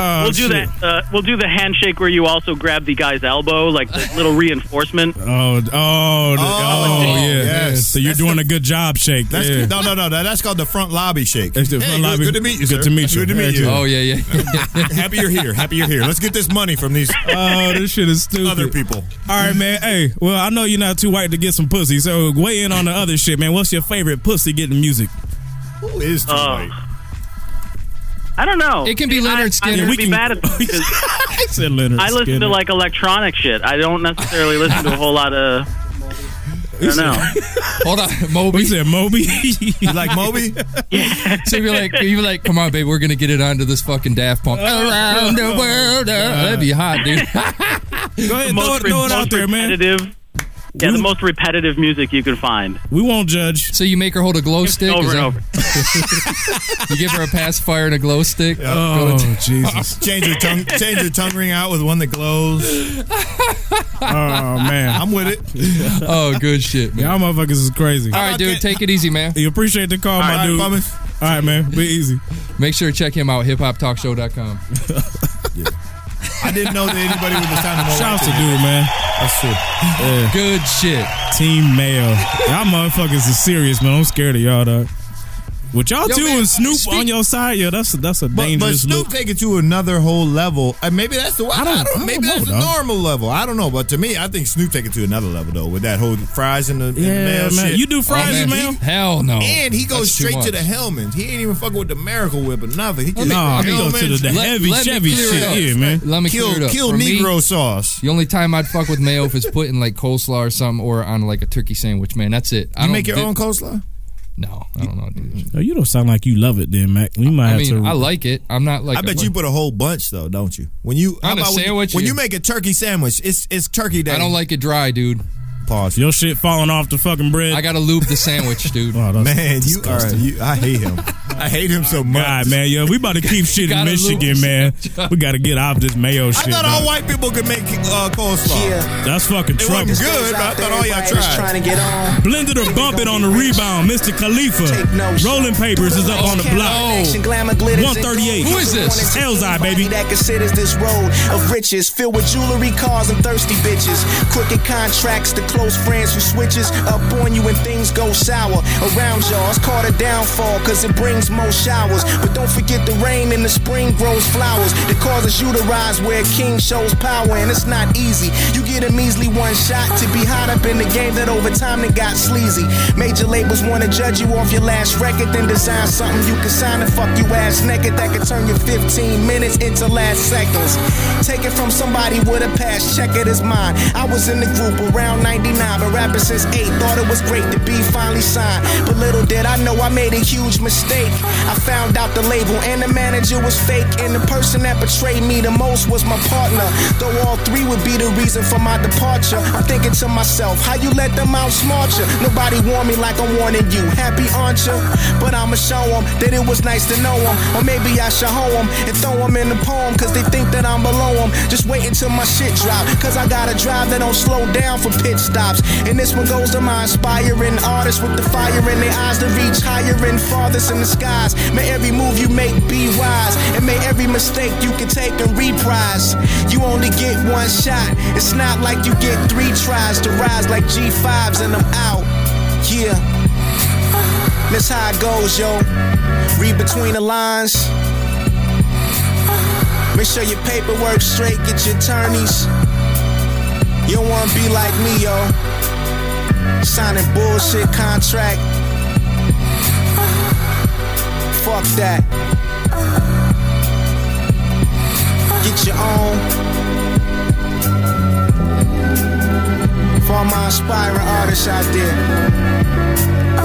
Oh,
we'll do
shit.
that. Uh, we'll do the handshake where you also grab the guy's elbow, like
(sighs)
the little reinforcement.
Oh, d- oh, d- oh, yeah.
yes.
So you're doing a good job, shake.
That's
yeah.
no, no, no. that- That's called the front lobby shake.
That's the front
good-
lobby.
Good to meet you. sir.
Good to meet you.
Good to meet you.
Oh yeah, yeah.
(laughs)
(laughs)
Happy you're here. Happy you're here. Let's get this money from these
(laughs) Oh, this shit is stupid.
other people.
All right, man. Hey, well, I know you're not too white to get some pussy, so weigh in on the other shit, man. What's your favorite pussy getting music?
Who is too
white? I don't know.
It can be Leonard Skinner.
I'm
Yeah,
gonna
we
be
can-
bad
(laughs)
at this 'cause
(laughs) I said Leonard.
I listen to
Skinner.
like electronic shit. I don't necessarily listen to a whole lot of. I don't
(laughs)
know.
Hold on, Moby.
We said Moby.
(laughs) You like
(laughs)
Moby?
So you're like, you're like, come on, babe, we're gonna get it onto this fucking Daft
Oh,
Punk around the world. uh, That'd be hot, dude.
Go ahead, throw it, throw it out there, man.
repetitive. Yeah, the most repetitive music you can find.
We won't judge.
So you make her hold a glow stick.
over
is
and
(laughs) you give her a pacifier and a glow stick. Go
Oh
to-
Jesus!
Change your tongue. Change your tongue ring out with one that glows.
Oh man,
I'm with it.
(laughs) oh, good shit, man.
y'all motherfuckers is crazy.
All right, dude, take it easy, man.
You appreciate the call,
All
my
right,
dude.
Pumice.
All right, man. Be easy.
Make sure to check him out,
(laughs)
hiphoptalkshow.com.
I didn't know that anybody was the sound of my
Shouts to
wife.
dude, man.
That's true.
Yeah.
Good shit.
Team Mayo. Y'all motherfuckers is serious, man. I'm scared of y'all, dog. With y'all
Yo,
two
man,
and Snoop
speak-
on your side, yo, that's that's a
But, but
dangerous
Snoop
look.
take it to another whole level. And maybe that's the I don't,
I don't
maybe
know,
that's the
dog.
normal level. I don't know, but to me, I think Snoop take it to another level though with that whole fries in the, in the
Yeah,
mail
man.
shit.
You do
Oh,
fries,
man.
man.
Hell no.
and he goes
That's too
straight to
much.
the Hellman's. He ain't even fucking with the Miracle Whip or nothing. He just
Nah, he go
Hellman's,
to the, the
Let-
heavy
let me
Chevy
clear it
shit
up.
here, man.
Let me clear it
kill
up.
kill
For me,
Negro sauce.
The only time I'd fuck with mayo if it's put in like coleslaw or something, or on like a turkey sandwich, man. That's it. I
You
don't
make your
di-
own coleslaw?
No, I don't know. Dude.
Oh, you don't sound like you love it, then, Mac. We might
I
have
mean,
to.
I like it. I'm not like.
I bet
I'm
you
like-
put a whole bunch though, don't you? When you how
On a
about when you-
sandwich,
when you
yeah.
make a turkey sandwich, it's it's turkey day.
I don't like it dry, dude.
Pause.
Your shit falling off the fucking bread.
I gotta lube the sandwich,
(laughs)
dude.
Man, you are. You, I hate him. I hate him so much.
God, man, yo, we about to
(laughs)
keep shit in
Gotta lose.
Michigan, man. We got to get off this mayo
I
shit.
thought
dog.
all white people could make uh, coleslaw. Yeah.
That's fucking
It
trouble.
wasn't good, but I thought all y'all tried.
Blend it or bump it on the rebound, Mr. Khalifa. Rolling Papers is up on the block.
Action, glamour, glitters, and
138.
gold.
Who is this? Hell's Eye, baby.
That considers this road of riches filled with jewelry, cars, and thirsty bitches. Crooked contracts to close friends who switches up on you when things go sour. Around y'all, it's called a downfall because it brings more showers. But don't forget the rain in the spring grows flowers that causes you to rise where a king shows power. And it's not easy. You get a measly one shot to be hot up in the game that over time it got sleazy. Major labels want to judge you off your last record, then design something you can sign and fuck you ass naked that could turn your 15 minutes into last seconds. Take it from somebody with a past, check it as mine. I was in the group around 99, been rapping since 8. Thought it was great to be finally signed, but little did I know I made a huge mistake. I found out the label and the manager was fake, and the person that betrayed me the most was my partner. Though all three would be the reason for my departure. I'm thinking to myself, how you let them outsmart you? Nobody warned me like I'm warning you. Happy aren't you? But I'ma show them that it was nice to know them. Or maybe I should hoe them and throw them in the poem. Cause they think that I'm below them. Just wait until my shit drop. Cause I got a drive that don't slow down for pit stops. And this one goes to my inspiring artists with the fire in their eyes to reach higher and farthest in the skies. May every move you make be wise. And may every mistake you can take and reprise. You only get one shot. It's not like you get three tries to rise like G5s and I'm out. Yeah. That's how it goes, yo. Read between the lines. Make sure your paperwork straight, get your attorneys. You don't wanna be like me, yo. Signing bullshit contract. Fuck that. Get your own. For all my inspiring artists out there.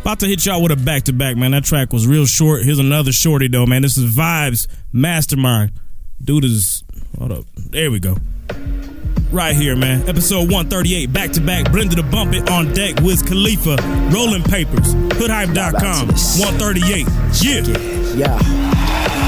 About to hit y'all with a back to back, man. That track was real short. Here's another shorty, though, man. This is Vibes Mastermind. Dude is. Hold up. There we go. Right here, man. Episode 138, back to back. Blender to bump it on deck. Wiz Khalifa, Rolling Papers, hoodhype.com, 138. Yeah.
Yeah.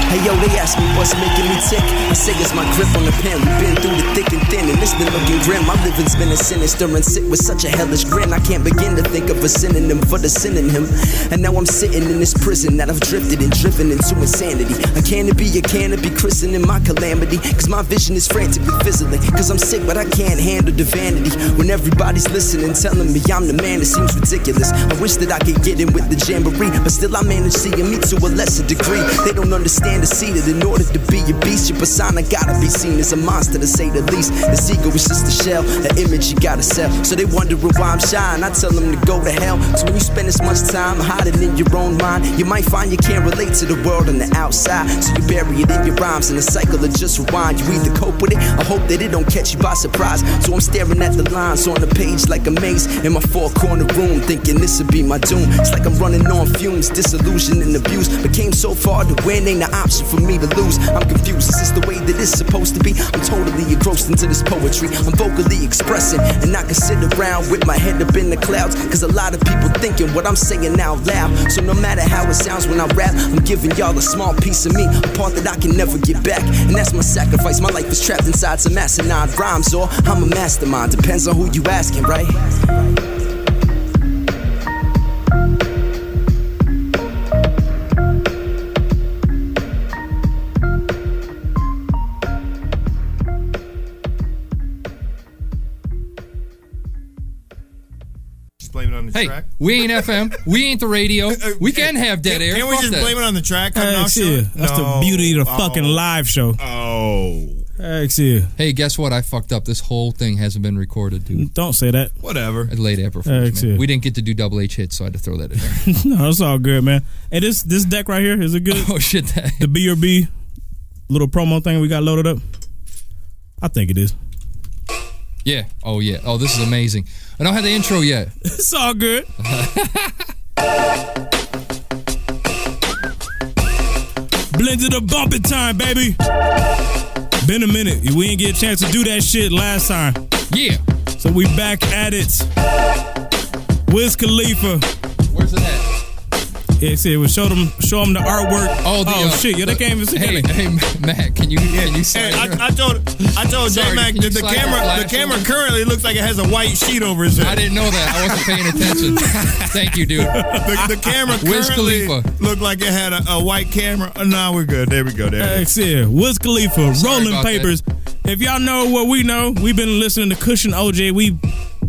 Hey yo, they ask me what's making me tick. I say it's my grip on the pen. We've been through the thick and thin, and it's been looking grim. My living's been a sinister and sick with such a hellish grin. I can't begin to think of a synonym for the sin in him. And now I'm sitting in this prison that I've drifted and driven into insanity. A canopy, a canopy, christening my calamity. Cause my vision is frantically fizzling. Cause I'm sick, but I can't handle the vanity. When everybody's listening, telling me I'm the man, it seems ridiculous. I wish that I could get in with the jamboree, but still I manage seeing me to a lesser degree. They don't understand the seed that in order to be a beast, your persona gotta be seen as a monster to say the least. This ego is just a shell, an image you gotta sell. So they wonder why I'm shy, and I tell them to go to hell. So when you spend this much time hiding in your own mind, you might find you can't relate to the world on the outside. So you bury it in your rhymes, and the cycle will just rewind. You either cope with it or hope that it don't catch you by surprise. So I'm staring at the lines on the page like a maze in my four corner room, thinking this'll be my doom. It's like I'm running on fumes, disillusion and abuse. But came so far to win, ain't an option for me to lose. I'm confused, is this the way that it's supposed to be? I'm totally engrossed into this poetry. I'm vocally expressing, and I can sit around with my head up in the clouds. Cause a lot of people thinking what I'm saying out loud. So no matter how it sounds when I rap, I'm giving y'all a small piece of me, a part that I can never get back. And that's my sacrifice. My life is trapped inside some asinine rhymes, or I'm a mastermind. Depends on who you asking, right?
Just blame it on the
Hey,
track.
we ain't FM. We ain't
(laughs)
the radio. We can have dead
Can-
air.
Can we
Fuck
just
that.
blame it on the track?
Hey,
Cutting off
shit.
short?
That's
No.
the beauty of the
Oh.
fucking live show.
Oh.
Thanks you.
Hey, guess what? I fucked up. This whole thing hasn't been recorded, dude.
Don't say that.
Whatever. Late April. 1st,
Thanks
man.
you.
We didn't get to do double H hits, so I had to throw that in there.
(laughs) no, it's all good, man. Hey, this this deck right here is it good?
(laughs) Oh shit! That.
The B or B little promo thing we got loaded up. I think it is.
Yeah. Oh yeah. Oh, this is amazing. I don't have the intro yet.
It's all good. Blended up bumping time, baby. Been a minute. We didn't get a chance to do that shit last time.
Yeah.
So we back at it. Wiz Khalifa.
Where's it at?
Yeah, see, we show them, show them the artwork.
Oh, the, uh,
shit! Yeah, they
the-
can't even see
Hey,
that.
hey, Matt, can you can you slide
I,
your-
I told I told
Sorry,
J Mac
can you
that the
slide your
camera the
flash
camera
over?
currently looks like it has a white sheet over his head.
I didn't know that. I wasn't paying
(laughs)
attention. Thank you, dude.
The, the camera
Wiz
currently
Khalifa.
looked like it had a, a white camera. Oh, no, we're good. There we go. There.
Hey, see, here, Wiz Khalifa, Rolling
about that.
Papers. If y'all know what we know, we've been listening to Cushion OJ. We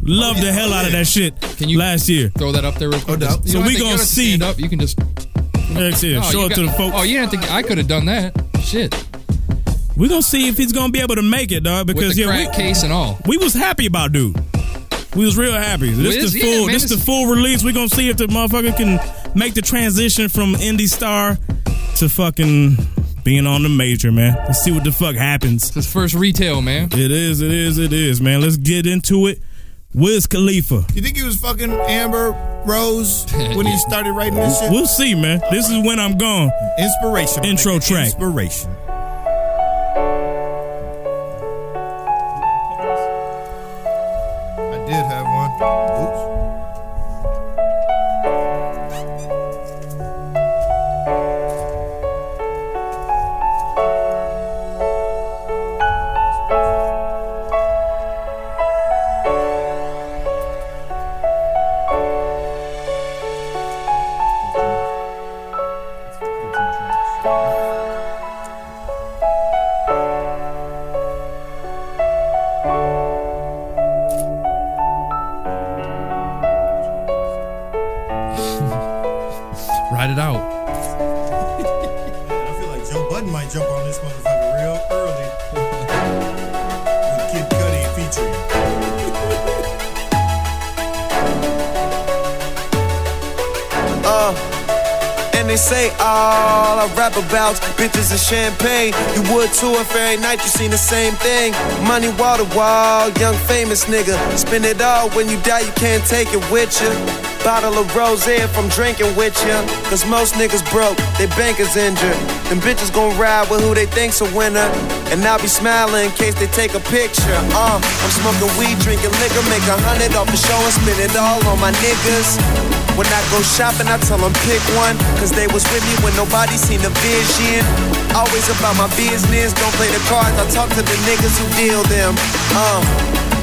loved the hell out of that shit last year.
Throw that up there real quick.
doubt.
You
So
don't
we
have to- you
gonna
don't have to
see-
stand Up. You can just
Next year,
Oh,
show
you
it to the
got-
folks.
Oh, you didn't think I could have done that? Shit.
We're gonna see if he's gonna be able to make it, dog. Because
the
yeah,
crack
we,
case and all.
we was happy about dude. We was real happy. This
Wiz?
the
Yeah,
full,
man,
this the
this-
full release. We're gonna see if the motherfucker can make the transition from indie star to fucking being on the major, man. Let's see what the fuck happens. It's
his first retail, man.
It is, it is, it is, man. Let's get into it. Wiz Khalifa.
You think he was fucking Amber Rose when
(laughs)
he started writing this shit?
We'll see, man. This is when I'm gone.
Inspiration.
Intro
nigga.
track.
Inspiration. I did have one. Oops.
Ride it out.
I feel like Joe Budden might jump on this motherfucker real early. With Kid Cudi featuring.
Uh, and they say all I rap about's bitches and champagne. You would too if every night you seen the same thing. Money wall to wall, young famous nigga. Spend it all when you die, you can't take it with you. Bottle of rose if I'm drinking with you. Cause most niggas broke, they bankers injured. Them bitches gon' ride with who they think's a winner. And I'll be smiling in case they take a picture. Uh, I'm smoking weed, drinking liquor, make a hundred off the show and spend it all on my niggas. When I go shopping, I tell them pick one. Cause they was with me when nobody seen the vision. Always about my business, don't play the cards. I talk to the niggas who deal them. Um,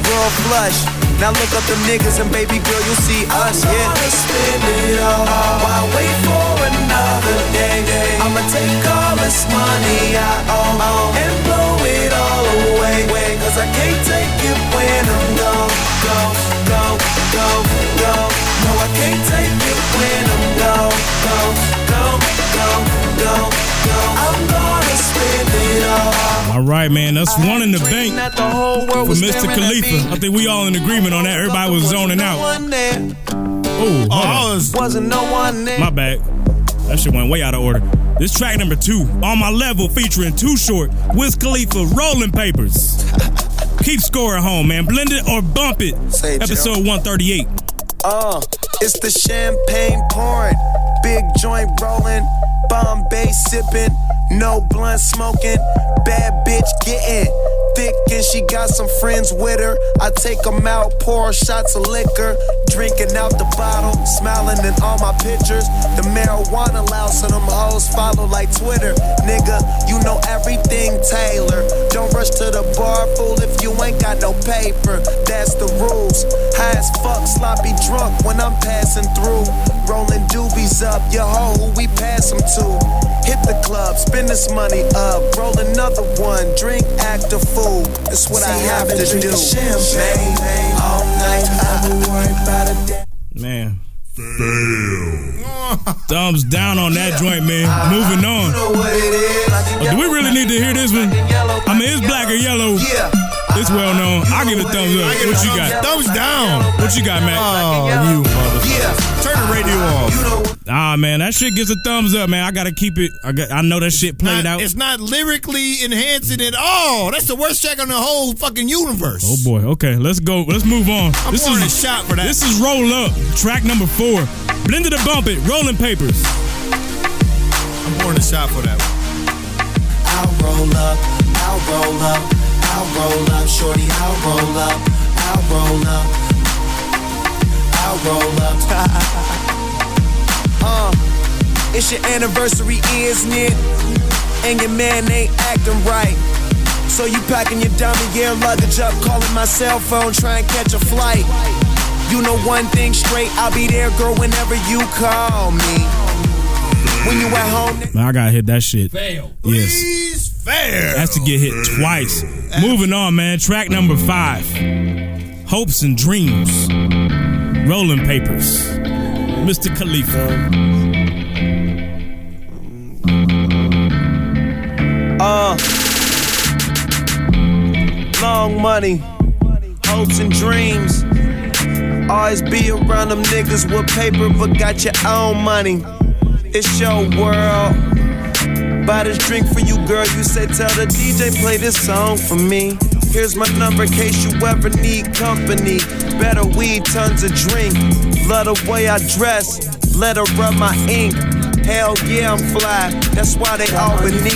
real flush. Now look up them niggas and baby girl, you'll see us. Yeah. spend it all. Why wait for another day? I'ma take all this money I own and blow it all away. Cause I can't take it when I'm gone. Go, go, go, go. No, I can't take it when I'm gone. Go, go, go, go, go. I'm gonna spend it all.
All right, man. That's one in the bank
Not the whole
for
world was
Mr.
staring at me.
Khalifa. I think we all in agreement on that. Everybody was zoning out.
One there
Oh, hold on.
wasn't no one there.
My bad. That shit went way out of order. This track number two, on my level, featuring Too Short, Wiz Khalifa, Rolling Papers. (laughs) Keep score at home, man. Blend it or bump it.
Say it,
Episode
Joe.
138.
Uh, it's the champagne pouring, big joint rolling, Bombay sipping, no blunt smoking, bad bitch getting thick and she got some friends with her. I take 'em out, pour shots of liquor, drinking out the bottle, smiling in all my pictures. The marijuana louse and them hoes follow like Twitter. Nigga, you know everything, Taylor. Don't rush to the bar, fool, if you ain't got no paper. That's the rules. High as fuck, sloppy drunk when I'm passing through. Rolling doobies up, your hoe who we pass 'em to. Hit the club, spend this money up, roll another one, drink, act a fool. That's what I have to do. Champagne all night, I
Man, Thumbs down on that joint, man. Moving on. Uh, do we really need to hear this one? I mean, it's black or yellow. It's well known. I give it thumbs up. What you got? Thumbs down. What you got, man? Oh, you motherfucker. Turn the radio off. Ah, man, that shit gets a thumbs up, man. I gotta keep it. I got. I know that shit played
Not-
out.
It's not lyrically enhancing at all. That's the worst track on the whole fucking universe.
Oh boy. Okay, let's go. Let's move on.
I'm
this
pouring
is
a shot for that.
This is roll up. Track number four. Blender the bump it. Rolling papers.
I'm pouring a shot for that one.
I'll roll up, I'll roll up, I'll roll up, shorty, I'll roll up, I'll roll up, I'll roll up.
(laughs) Uh, it's your anniversary, isn't it? And your man ain't acting right. So you packing your dummy gear luggage up, calling my cell phone, try and catch a flight. You know one thing straight, I'll be there, girl, whenever you call me. When you at home,
Man, I gotta hit that shit.
Fail.
Yes. Please fail. Has to get hit twice. Moving on, man. Track number five. Hopes and dreams. Rolling papers. Mr. Khalifa.
Uh, long money, hopes and dreams. Always be around them niggas with paper, but got your own money. It's your world. Buy this drink for you, girl. You say, tell the DJ, play this song for me. Here's my number, case you ever need company. Better weed, tons of drink. Love the way I dress. Let her rub my ink. Hell yeah, I'm fly. That's why they all beneath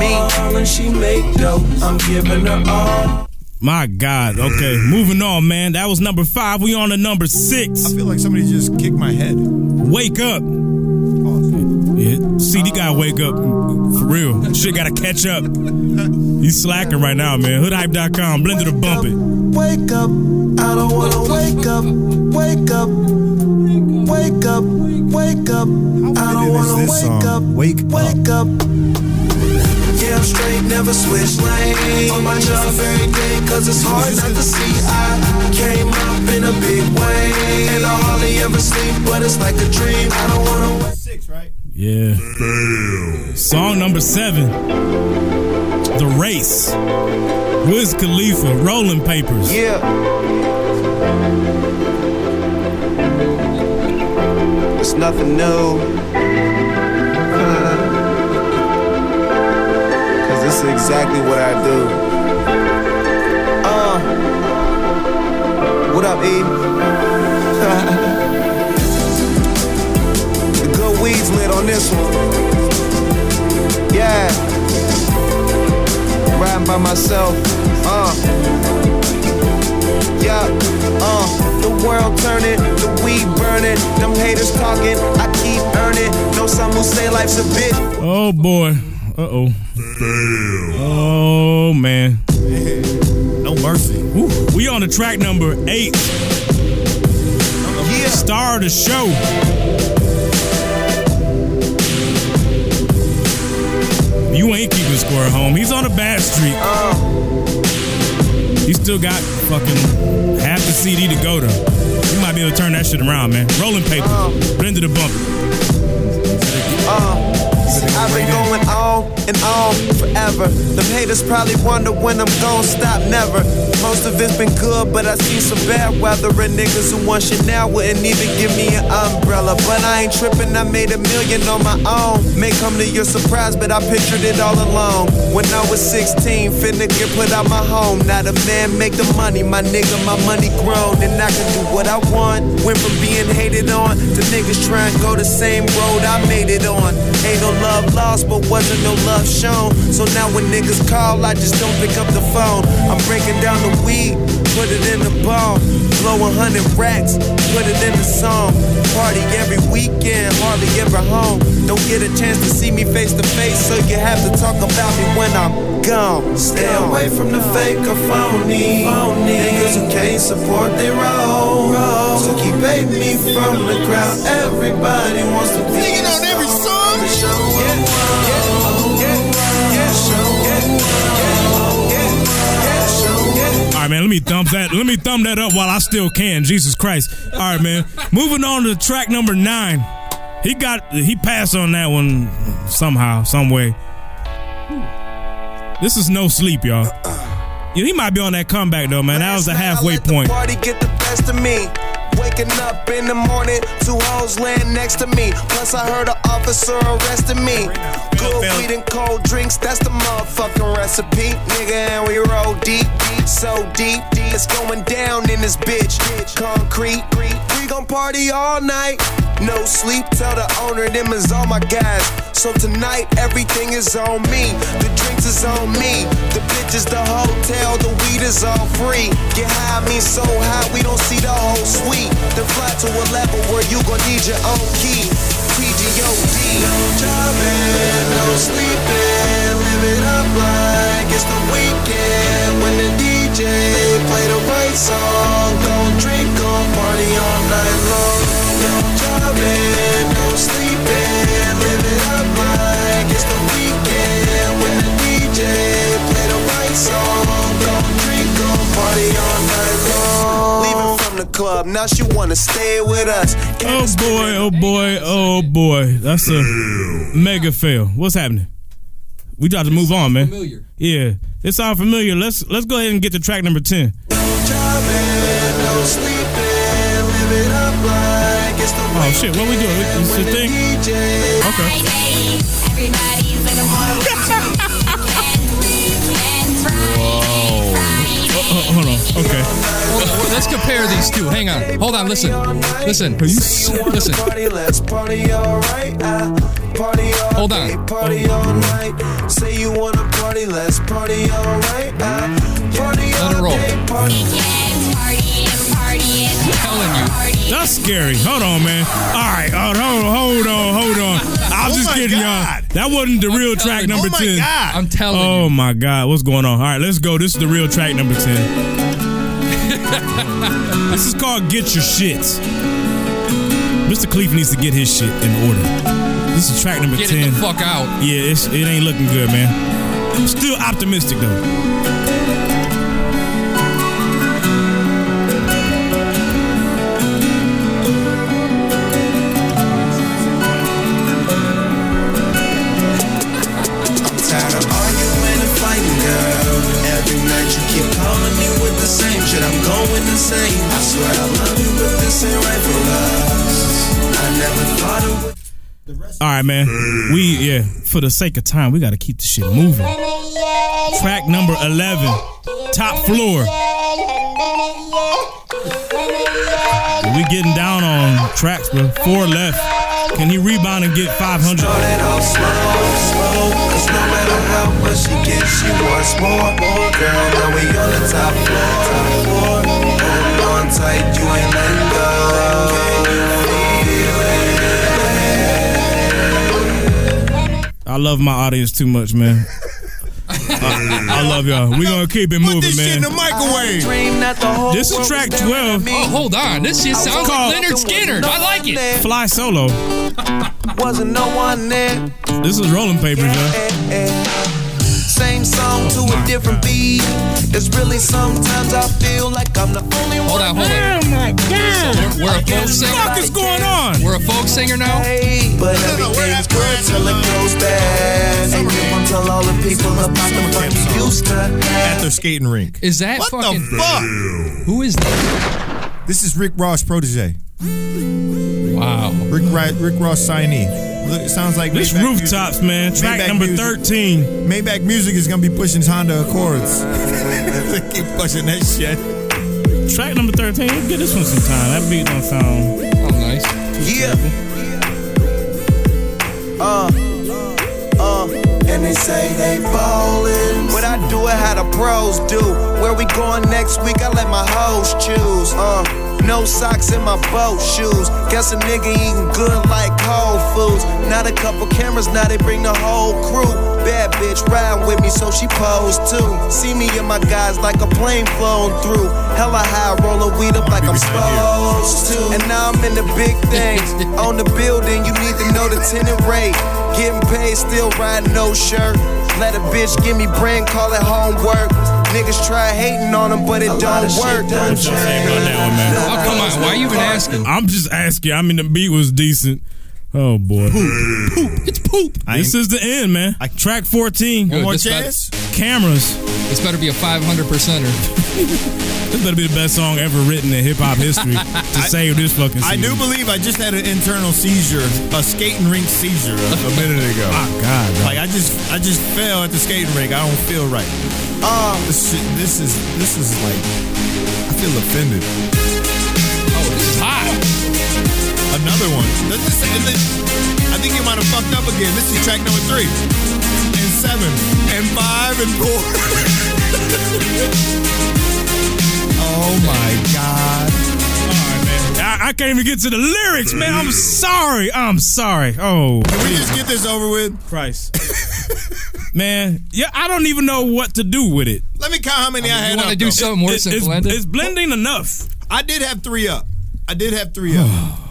me. she make dope. I'm giving her all.
My God. Okay. Moving on, man. That was number five. We on to number six. I feel like somebody just kicked my head. Wake up. Yeah. CD gotta wake up. For real. Shit gotta catch up. He's slacking right now, man. Hoodhype.com. Blender to bump it.
Wake up, I don't wanna wake up, wake up, wake up, wake up. I don't wanna
this
wake up,
song. Wake
wake up. Yeah, I'm straight, never switch lane. On my job every day, cause it's hard not to see. I came up in a big way, and I hardly ever sleep, but it's like a dream. I don't wanna wake
Yeah. Song number seven. The Race. Wiz Khalifa, Rolling Papers.
Yeah. It's nothing new. Uh, Cause this is exactly what I do. Uh, what up, E? (laughs) the good weed's lit on this one. Yeah. Riding by myself. Uh. Yeah, uh, the world turning, the weed burning, them haters talking, I keep earning. Know some who say life's a bitch.
Oh boy. Uh oh. Oh man. No mercy. We on the track number eight. Yeah. Star of the show. You ain't keeping score at home. He's on a bad streak. Oh. He still got fucking half the CD to go to. You might be able to turn that shit around, man. Rolling paper. Blend to the bump.
Uh, I've been going on and on forever. Them haters probably wonder when I'm gon' stop, never. Most of it's been good, but I see some bad weather. And niggas who want shit now wouldn't even give me an umbrella. But I ain't tripping, I made a million on my own. May come to your surprise, but I pictured it all along. When I was 16, finna get put out my home. Now the man make the money, my nigga, my money grown. And I can do what I want. Went from being hated on to niggas trying to go the same road I made it on. Ain't no love lost, but wasn't no love shown. So now when niggas call, I just don't pick up the phone. I'm breaking down the weed, put it in the bone. Blow a hundred racks, put it in the song. Party every weekend, hardly ever home. Don't get a chance to see me face to face, so you have to talk about me when I'm gone. Stay away from the fake or phony. Niggas who can't support their own. So keep baby me from the crowd. Everybody wants to be Singing on every song.
All right, right, man. Let me thumb that. Let me thumb that up while I still can. Jesus Christ. All right, man. Moving on to track number nine. He got he passed on that one somehow, some way. This is no sleep, y'all. Yeah, he might be on that comeback though, man. That was a halfway point.
Party get the best of me. Waking up in the morning, two hoes laying next to me. Plus, I heard an officer arresting me. Good weed and cold drinks, that's the motherfucking recipe. Nigga, and we roll deep, deep, so deep. It's going down in this bitch. Concrete, we gon' party all night. No sleep, tell the owner, them is all my guys. So tonight, everything is on me. The drinks is on me. The bitch is the hotel, the weed is all free. Get high, I mean so high, we don't see the whole suite. Then fly to a level where you gon' need your own key. TGOD. No driving, no sleeping, living up like it's the weekend. When the DJ play the right song, gon' drink, gon' party all night long. No driving, no sleeping, living up like it's the weekend. When the DJ play the right song,
Oh,
gon' drink, gon' party all night long. Leaving from the club, now she wanna stay with us.
Oh boy, oh boy, oh boy. That's a mega fail. What's happening? We got to move on, man.
familiar.
Yeah. It sounds familiar. Let's let's go ahead and get to track number ten.
Driving, no sleeping, living up like it's the
Oh shit, what we doing? It's the thing. Okay.
Everybody's in a war
Whoa.
Uh, hold on. Okay.
let's compare these two. Hang on. Hold on. Listen. Listen. Listen.
party, let's party all right. I party all
Hold
day,
on.
party all night. Say you wanna party, let's party all right. I party
Let it
all
roll. Mm.
day, party.
That's scary. Hold on, man. All right. uh, Hold on. Hold on. Hold on. I was
Oh
just
my
kidding
God.
y'all. That wasn't the real track
telling you.
number
Oh my
10.
God. I'm telling
Oh my God. What's going on? All right, let's go. This is the real track number 10.
(laughs)
this is called Get Your Shit. Mr. Cleef needs to get his shit in order. This is track number
Get it
10.
the fuck out.
Yeah, it's, it ain't looking good, man. I'm still optimistic, though.
I'm tired of arguing and fighting, girl. Every night you keep calling me with the same shit. I'm going insane. I swear I love you, but this ain't right for us. I never thought it would.
All right, man. We yeah. For the sake of time, we got to keep the shit moving. Track number eleven, top floor. We getting down on tracks, bro. Four left. Can he rebound and get five hundred?
Started off slow, slow. Cause no matter how much she gets, she wants more, more. Girl, now we on the top floor, top floor. Hold on tight, you ain't letting go. Can you feel
I love my audience too much, man. I, I love y'all. We gonna keep it moving, man.
microwave.
This is track twelve.
Oh, hold on. This shit sounds like Leonard Skinner. I like it.
Fly solo.
Wasn't no one there.
This is rolling papers, y'all.
Same song to a different beat. It's really sometimes I feel like I'm the only one. Hold on, hold on. Oh my god.
We're, we're a folk singer. What the fuck is
going on?
We're a folk singer now.
But everything's good till it goes bad. And you won't tell all the people about the fucking Houston.
At their skating rink.
Is that
What
fucking
the fuck?
Who is that?
This is Rick Ross protege.
Wow.
Rick Ri- Rick Ross signee. Look, it sounds like
This
Maybach
rooftops, man. Track number thirteen.
Maybach Music is gonna be pushing Honda Accords. (laughs) they keep pushing that shit.
Track number thirteen. Let's Give this one some time. That beat don't sound.
Oh, nice.
Yeah. Uh, uh, and they say they ballin'. What I do it how the pros do. Where we going next week? I let my hoes choose. Uh, no socks in my boat shoes. Guess a nigga eating good like Whole Foods. Not a couple cameras, now they bring the whole crew. Bad bitch riding with me, so she posed too. See me and my guys like a plane flown through. Hella high roller weed up like I'm supposed to. And now I'm in the big things. On the building, you need to know the tenant rate. Getting paid, still riding no shirt. Let a bitch give me brand, call it homework. Niggas try hating on them, but it don't work.
What y'all say about that one, man?
How Oh, come I- why you even
asking? I'm just asking. I mean, the beat was decent. Oh boy, poop, poop. it's poop. This is the end, man. Track 14.
Good, this better-
Cameras.
This better be a 500 percenter.
(laughs) This better be the best song ever written in hip hop
(laughs)
history to save this fucking.
I do
CD.
believe I just had an internal seizure, a skating rink seizure, a minute ago.
My God, bro.
Like I just, I just fell at the skating rink. I don't feel right. Oh, this, shit, this is, this is like, I feel offended. Oh,
this is hot.
Another one. This is, this is- I think you might have fucked up again. This is track number three, and seven, and five, and four. (laughs) oh my God.
I, I can't even get to the lyrics, man. I'm sorry. I'm sorry. Oh,
Can we just get this over with?
Christ. man. Yeah, I don't even know what to do with it.
Let me count how many I, had.
wanna
up,
do
though.
something worse than
it's,
blended? It's blending enough.
I did have three up. I did have three
(sighs)
up.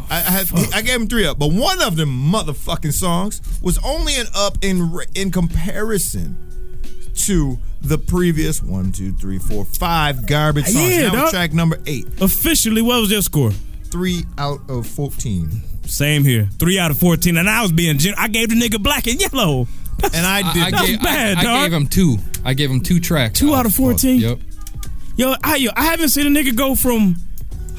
I, I had he- I gave him three up, but one of them motherfucking songs was only an up in re- in comparison to the previous one, two, three, four, five garbage songs.
Yeah,
Now we're
dog.
track number eight.
Officially, what was your score?
Three out of fourteen.
Same here. Three out of fourteen, and I was being. Gen- I gave the nigga black and yellow.
And I
did. That was
gave,
bad,
I, I
dog.
gave him two. I gave him two tracks. Oh, Two out of 14? Yep.
Yo, I yo, I haven't seen a nigga go from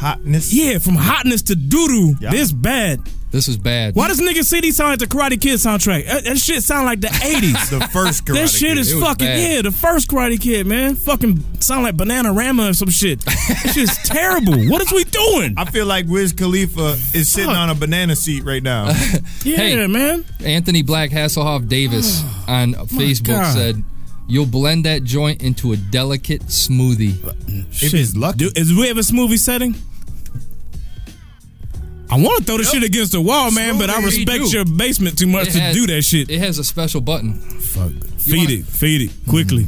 hotness.
Yeah, from hotness to doo doo.
Yeah.
This bad.
This is bad.
Why does nigga CD sound like the Karate Kid soundtrack? That, that shit sound
(laughs)
like the eighties.
The first Karate
That shit
Kid.
is
It was
fucking
bad.
yeah. The first Karate Kid, man, fucking sound like Banana Rama or
(laughs)
some shit. That shit's terrible. What is we doing?
I feel like Wiz Khalifa is sitting on a banana seat right
(laughs)
now.
Yeah, man.
Anthony Black Hasselhoff Davis on Facebook
Oh God.
said, "You'll blend that joint into a delicate smoothie."
Shit. Do- is we have a smoothie setting? I want to throw the shit against the wall, man, but I
Smoothie.
respect
You do.
your basement too much
It
to
has-
do that shit.
It has a special button.
Fuck. Feed it, feed it quickly.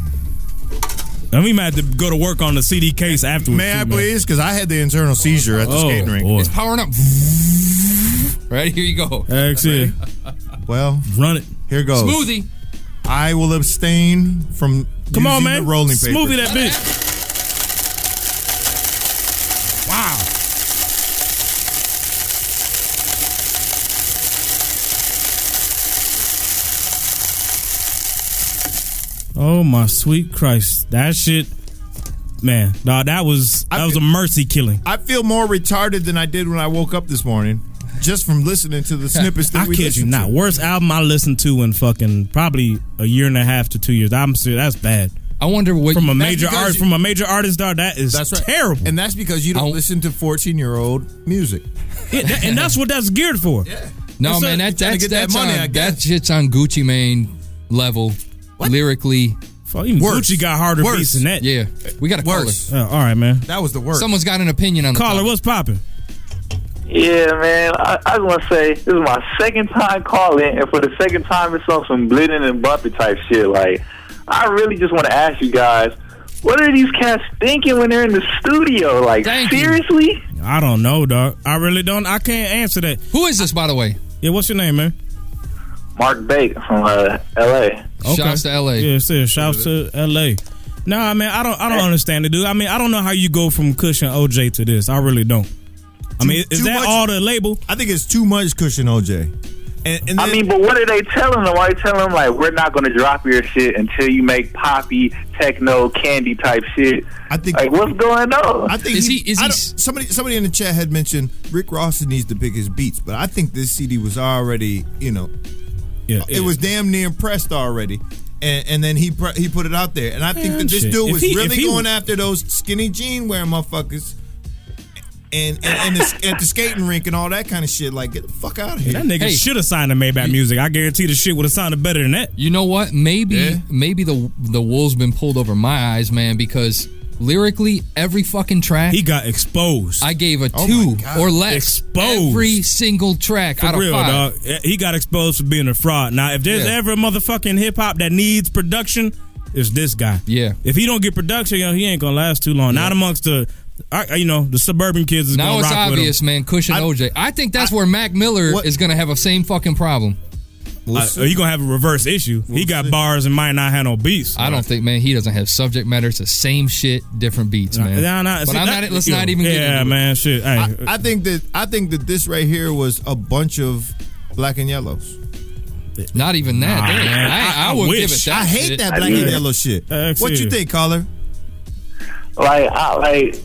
And we might have to go to work on the CD case afterwards.
May I please? Because I had the internal seizure at the
Oh,
skating rink.
boy.
It's powering up. Right here you go. (laughs)
Excellent.
Well,
run it.
Here goes.
Smoothie.
I will abstain from.
Come on,
using
man.
The rolling paper.
Smoothie that bitch. Wow. Oh my sweet Christ! That shit, man. Nah, that was that was a mercy killing.
I feel more retarded than I did when I woke up this morning, just from listening to the (laughs) snippets that
I
we
kid you
listened
not.
to.
Worst album I listened to in fucking probably a year and a half to two years. I'm serious. That's bad.
I wonder what
from a
That's
major
because
art
you-
from a major artist. Dog, that is
That's right.
terrible.
And that's because you don't listen to fourteen-year-old music.
Yeah, that- and that's what that's geared for.
No man, that
That's it. Trying to
that's
get that
that's
money, I
on, that shit's on Gucci Mane level lyrically.
Fucking Gucci got harder beats than that.
Yeah, we got a
Uh, all right, man.
That was the
caller. Someone's got an opinion on the
Caller,
topic.
what's popping?
Yeah, man. I, I just want to say this is my second time calling, and for the second time, it's on some blitting and bumping type shit. Like, I really just want to ask you guys, what are these cats thinking when they're in the studio? Like, seriously?
I don't know, dog. I really don't. I can't answer that.
Who is this, by the way?
Yeah, what's your name, man?
Mark Bake from uh, L.A.
Shouts to LA.
Yeah, serious. Shouts to LA. Nah, man, I don't. I don't understand it, dude. I mean, I don't know how you go from Kush and OJ to this. I really don't. I mean, is
Too
that
much-
all the label?
I think it's too much cushion, OJ.
I mean, but what are they telling them? Why they telling them like we're not going to drop your shit until you make poppy, techno, candy type shit?
I think
like what's going on?
I think I don't- somebody somebody in the chat had mentioned Rick Ross needs to pick his beats, but I think this CD was already you know,
Yeah,
it was damn near pressed already. And, and then he pre- he put it out there, and I think
Man,
that this
shit.
dude
If
was
he- if
really
he
going
was-
after those skinny jean wearing motherfuckers, and and, and the, at the skating rink and all that kind of shit. Like get the fuck out of here.
That nigga should have signed to Maybach Music. I guarantee the shit would have sounded better than that.
You know what? Maybe maybe the the wool's been pulled over my eyes, man, because lyrically every fucking track
He got exposed.
I gave a
Oh my
two
God.
or less
Exposed.
every single track
For
out
real,
of five.
dog. He got exposed for being a fraud. Now, if there's
Yeah.
ever a motherfucking hip hop that needs production, it's this guy.
Yeah.
If he don't get production, you know, he ain't gonna last too long. Not amongst the, I- you know, the suburban kids is
Now
gonna
it's
rock with him.
obvious, man. Cushion OJ. I think that's where Mac Miller is going to have a same fucking problem.
Like,
see.
are Uh, you gonna have a reverse issue? he got bars and might not have no beats.
I don't think, man. He doesn't have subject matter. It's the same shit, different beats, man.
Nah, nah,
but
see,
I'm
that-
not. Let's not even. get
Yeah,
into it.
man. Shit. Hey,
I, I think that I think that this right here was a bunch of black and yellows.
Not even that. Damn, I- I would give it that
I hate
shit.
that black
I
and
mean-
yellow shit.
Uh,
what you
serious.
think, caller?
Like, I, like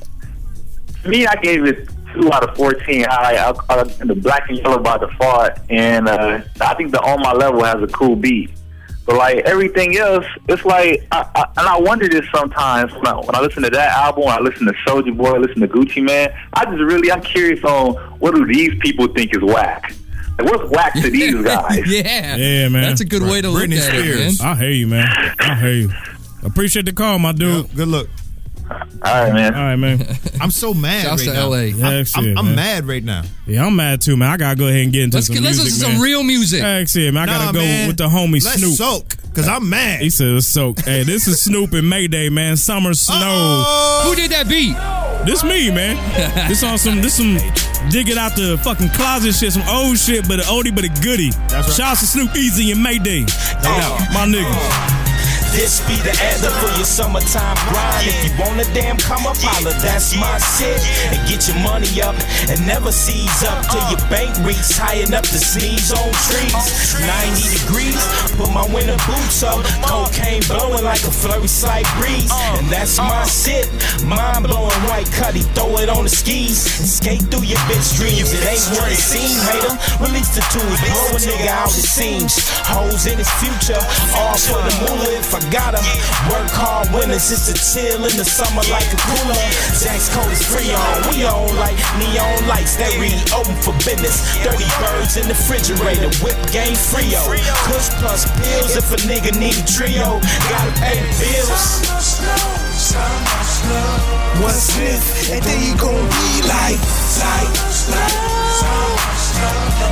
to me, I gave it two out of fourteen. I like I, I, the black and yellow by default, and uh, I think the on my level has a cool beat. But like everything else, it's like, I, I, and I wonder this sometimes when I, when I listen to that album, when I listen to Soulja Boy, I listen to Gucci Man. I just really, I'm curious on what do these people think is whack. Like, what's whack to (laughs) these guys?
(laughs) yeah,
yeah, man.
That's a good way to look Britney at it, Spears. man.
I hear you, man. I hear you. Appreciate the call, my dude.
good luck.
All right, man.
All right, man.
(laughs) I'm so mad
Shouts
right
to
now.
LA. Yeah,
I'm,
shit,
I'm, I'm
man.
mad right now.
Yeah, I'm mad too, man. I gotta go ahead and get into
Let's
some
get- let's
music.
listen to
man.
some real music.
That's it, man. I
Nah,
gotta go
man.
with the homie
Let's
Snoop.
soak, 'cause I'm mad.
He said "Let's soak. Hey, this is Snoop and Mayday, man. Summer snow.
Who did that beat?
This me,
(laughs)
man. this on some this some dig it out the fucking closet shit, some old shit, but an oldie but a goodie. That's right. Shouts to Snoop Easy and Mayday. No doubt. My nigga.
Uh, This be the anthem for your summertime grind. If you want a damn come up, holla, that's my shit. And get your money up and never seize up till your bank reaches high enough to sneeze on trees. 90 degrees, put my winter boots up. Cocaine blowing like a flurry slight breeze. And that's my shit. Mind blowing white cutty, throw it on the skis. And skate through your bitch dreams. It ain't what it seems, hater. Release the tools, blow a nigga out it seems. Hoes in his future, all for the moolah if I got 'em. Work hard winners, it's a chill in the summer like a cooler. Jack's coat is free on, we on like neon lights that reopen for business. Dirty birds in the refrigerator, whip game frio. Push plus pills if a nigga need trio. Gotta pay the bills.
What's this? And then you gon' be like, like, like.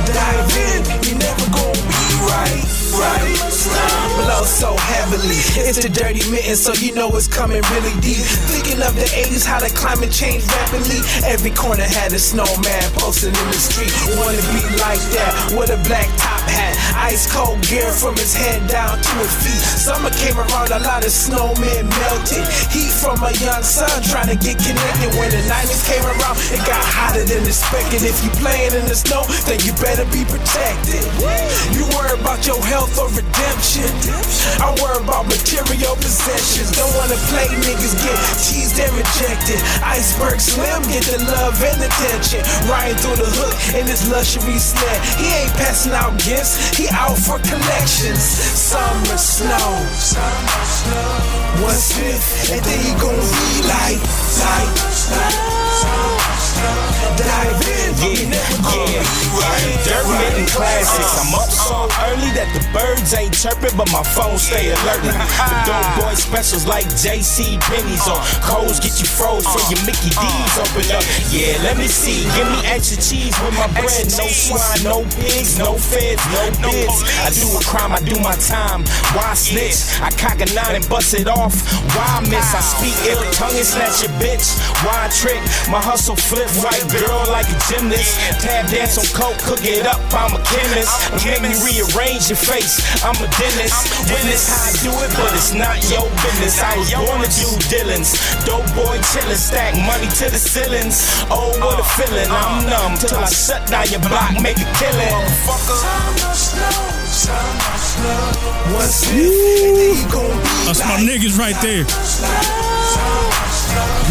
Dive in, you never gon' be right, right. Blow so heavily, it's the dirty mitten, so you know it's coming really deep. Thinking of the 80s, how the climate changed rapidly. Every corner had a snowman posted in the street. Wanna be like that with a black top hat, ice cold gear from his head down to his feet. Summer came around, a lot of snowmen melted. Heat from a young sun trying to get connected. When the 90s came around, it got hotter than expected. If you playing in the snow, then you better be protected. You worry about your health or redemption. I worry about material possessions. Don't wanna play niggas get teased and rejected. Iceberg Slim get the love and attention. Riding through the hook in his luxury sled. He ain't passing out gifts, he out for collections. Summer snow. Summer snow. What's this? And then you gon' be like, like, like. Dive in.
Yeah, yeah, yeah. Dirt mitten classics. I'm up so early that the birds ain't chirping, but my phone stay alert. The dope boy specials like JC Pennies or Coles get you froze for your Mickey D's open up. Yeah, let me see. Give me extra cheese with my bread. No swine, no pigs, no feds, no bids. I do a crime, I do my time. Why snitch? I cock a nine and bust it off. Why miss? I speak every tongue and snatch your bitch. Why trick? My hustle flip right, girl, like a gymnast. Tab dance on coke, cook it up. I'm a chemist. Make me rearrange your face. I'm a dentist. Witness how I do it, but it's not your business. I was born to do dealings. Dope boy chillin', stack money to the ceilings. Oh, what a feeling. I'm numb till I shut down your block, make a killing.
What's this? And then you gon' be
That's my niggas right there.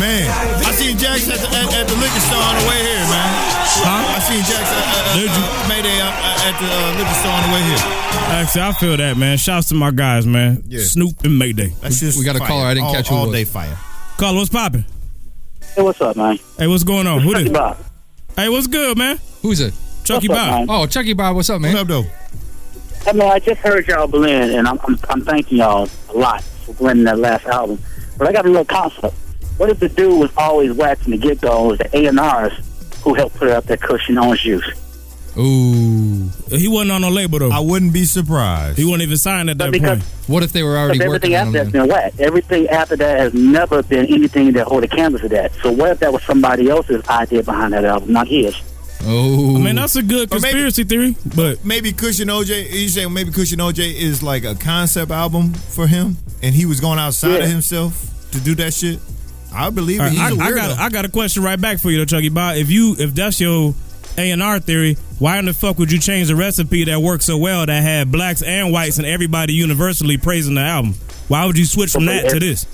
Man, I seen Jax at the, at, at the liquor store on the way here, man. Huh? I seen Jax at, at, at, uh, Mayday uh, uh, at the uh, liquor store on the way here.
Actually, I feel that, man. Shouts to my guys, man.
Yeah.
Snoop and Mayday.
That's just
we got a
fire.
caller. I didn't
all,
catch who it
all
was.
day fire.
Caller, what's popping?
Hey, what's up, man?
Hey, what's going on? Who
Chucky
this?
Bob.
Hey, what's good, man?
Who's it?
Chucky
What's up,
Bob.
man?
Oh, Chucky Bob, what's up, man? What
up, though?
I mean, I just heard y'all blend, and I'm, I'm, I'm thanking y'all a lot for blending that last album. But I got a little concept. What if the dude was always waxing the get go was the A and R's who helped put out that cushion orange juice?
Ooh,
he wasn't on no label though. I
wouldn't be surprised.
He wasn't even signed at
But
that
because-
point.
What if they were
Because everything after that's been whack. Everything after that has never been anything that hold a canvas to that. So what if that was somebody else's idea behind that album, not his?
Oh,
I mean, that's a good conspiracy theory, but
maybe Cushion OJ. You saying maybe Cushion OJ is like a concept album for him, and he was going outside
Yeah.
of himself to do that shit. I believe it.
All right,
He's
I,
a
I
weirdo.
got I got a question right back for you though, Chucky Bob. If you if that's your A and R theory, why in the fuck would you change the recipe that worked so well that had blacks and whites and everybody universally praising the album? Why would you switch from that to this?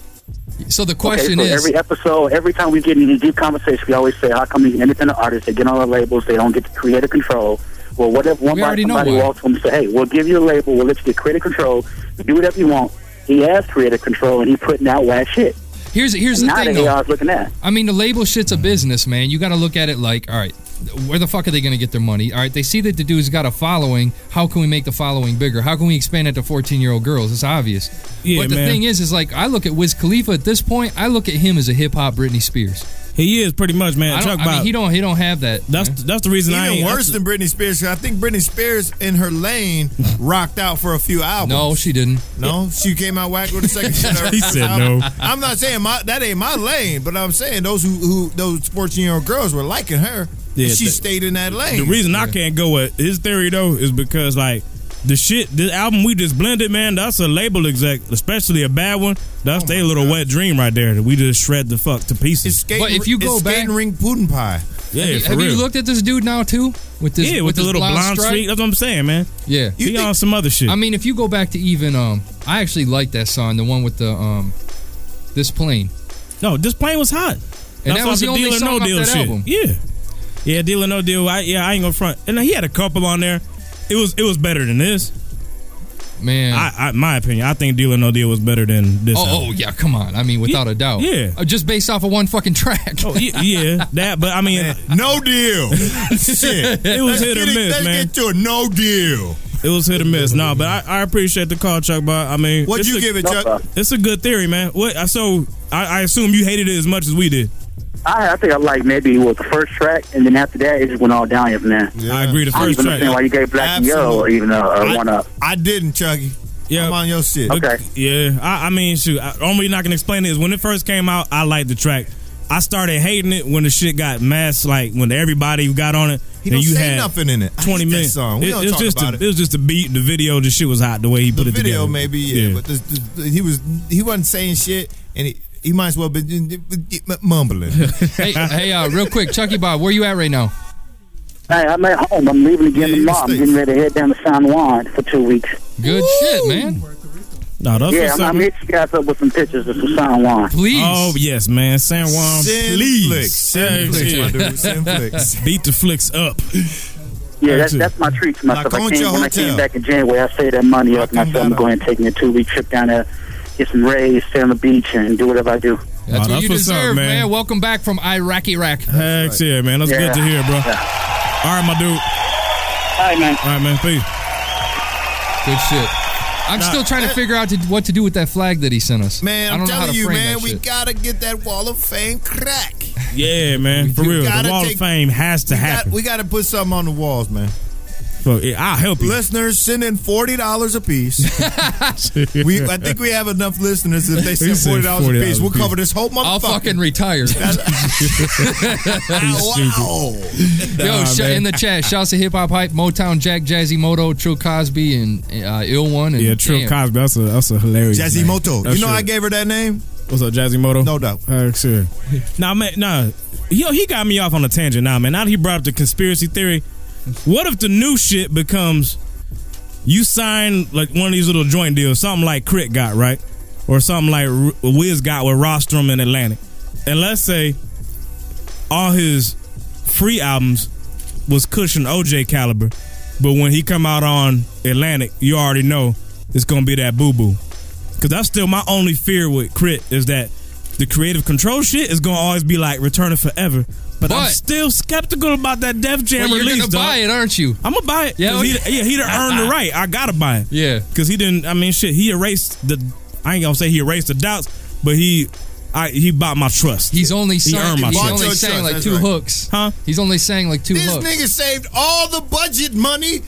So the
okay, so every episode, every time we get in these deep conversations, we always say, "How come these independent artists they get on the labels, they don't get the creative control?" Well, what if one
We
night
already know
somebody
why.
walks to him and say, "Hey, we'll give you a label, we'll let you get creative control, do whatever you want." He has creative control, and he's putting out whack shit.
Here's here's
and
the
now
thing
the
though.
AR's looking at.
I mean, the label shit's a business, man. You got to look at it like, all right, where the fuck are they going to get their money? All right, they see that the dude's got a following. How can we make the following bigger? How can we expand it to 14 year old girls? It's obvious.
Yeah,
but the
man.
thing is, is like, I look at Wiz Khalifa at this point, I look at him as a hip hop Britney Spears.
He is pretty much, man.
I, don't,
Chuck
I mean,
Bob.
he don't, he don't have that.
That's, that's the reason I
Even
ain't.
worse
that's-
than Britney Spears. 'cause I think Britney Spears in her lane (laughs) rocked out for a few albums.
No, Oh, she didn't.
No, she came out whack with the second. shit of her
He said
album.
no.
I'm not saying my that ain't my lane, but I'm saying those who, who those 14 year old girls were liking her.
Yeah,
and she
that-
stayed in that lane.
The reason I can't go with his theory though is because like the shit, this album we just blended, man. That's a label exec, especially a bad one.
Oh
That's their little wet dream right there that we just shred the fuck to pieces.
Skating- it's skating ring pudding pie.
yeah,
have you,
for
have you
real.
looked at this dude now too? With this,
yeah, with, the
this
little blonde,
stripe?
streak. That's what I'm saying, man.
Yeah,
he on some other shit.
I mean, if you go back to even, um, I actually like that song, the one with the um, this plane.
No, this plane was hot.
And
That's
that was
off
the only
Deal or
song
No
off
Deal
that
shit.
album.
Yeah, yeah, Deal or No Deal. I, yeah, I ain't gonna front. And he had a couple on there. It was it was better than this.
Man,
I, I my opinion, I think Deal or No Deal was better than this. album.
Oh, oh, yeah, come on. I mean, without a doubt.
yeah.
Uh, Just based off of one fucking (laughs) track.
Oh, y- yeah, that. But I mean,
no deal.
Shit, (laughs) it was
Let's
hit or
get it-
miss,
let's
man.
get to a no deal.
It was hit or miss. No, but I, I appreciate the call, Chuck. But I mean,
What'd
it's
you
a-
give it, Chuck?
It's a good theory, man. What? I- So I, I assume you hated it as much as we did.
I, I think I like maybe it was the first track, and then after that, it just went all downhill from there.
I agree.
I don't even
The first track.
understand why you gave Black and Yellow
Absolutely.
even uh, a, a
I-
one up.
I didn't, Chucky.
Yeah, I'm
on your shit.
Okay.
Yeah, I, I mean, shoot. I, only reason I can explain it is when it first came out, I liked the track. I started hating it when the shit got mass, like when everybody got on it.
He
and
don't
you
say
had
nothing in it. I
Twenty
hate that
minutes.
song. We
It,
don't
was
talk
just
about
the,
it.
it was just the beat, the video. The shit was hot. The way he put it
video
together.
maybe yeah, but this, this, he was he wasn't saying shit and he, he might as well been
(laughs)
mumbling
hey, hey uh, real quick, Chucky Bob, where you at right now?
Hey, I'm at home. I'm leaving again tomorrow. I'm getting ready to head down to San Juan for two weeks.
Good shit, man.
No, that's
yeah,
what's
I'm,
up.
I'm hitting you guys up with some pictures of some San Juan.
Please.
Oh yes, man. San Juan,
Send
please.
flicks. Send
Yeah,
flicks, my
yeah.
dude. Send flicks.
Beat the flicks up.
Yeah, that's, that's my treat to myself. I
Concha
came, when I
Hotel.
came back in January, I saved that money up, and I said I'm going and taking a two week trip down there, get some rays, stay on the beach, and do whatever I do.
That's what you
Oh, what's up,
deserve,
man.
man. Welcome back from Iraq, Iraq.
Heck yeah, man. That's good to hear, bro. All right, my dude. All
right, man.
All right, man. Peace.
Good shit. I'm
Nah,
still trying to figure out to, what to do with that flag that he sent us.
man
I
i'm
don't know how
telling
to
you
frame
man
that
we
shit.
gotta get that wall of fame crack
Yeah, man. For
You
real, the
gotta
Wall
take-
of Fame has to
we, got,
happen.
we gotta put something on the walls man
So, yeah, I'll help you.
listeners send in $40 a
(laughs)
piece we, i think we have enough listeners if they
He
send
said
$40, a piece
$40
we'll
apiece.
cover this whole motherfucker
I'll fucking
(laughs)
retire.
(laughs)
wow
Yo,
Nah,
sh-
man.
in the chat, shouts to Hip Hop Hype, Motown, Jack, Jazzy Moto, Trill Cosby, and uh, Ill One. And
yeah, Trill
damn.
Cosby. That's a that's a hilarious.
jazzy
name.
moto
That's
you know
true.
i gave her that name
What's up, Jazzy Moto? No
doubt.
Heck sure. Nah, man. Nah, yo, he got me off on a tangent. Now, man. Now that he brought up the conspiracy theory, what if the new shit becomes you sign like one of these little joint deals, something like Crit got right, or something like R- Wiz got with Rostrum and Atlantic, and let's say all his free albums was cushion OJ caliber, but when he come out on Atlantic, you already know it's gonna be that boo boo. Cause that's still my only fear with Crit is that the creative control shit is gonna always be like returning forever. But, I'm
But-
still skeptical about that Def Jam
Well, you're
release.
gonna
dog.
buy it, aren't you?
I'm gonna buy it.
Yeah,
'Cause
oh,
he,
yeah.
yeah,
(laughs)
he done earned the right. I gotta buy it.
Yeah,
because he didn't. I mean, shit, he erased the. I ain't gonna say he erased the doubts, but he, I he bought my trust.
He's only
he
sang-
earned my
he's
trust.
only sang like two hooks.
huh?
He's only sang like two
This
hooks.
nigga saved all the budget money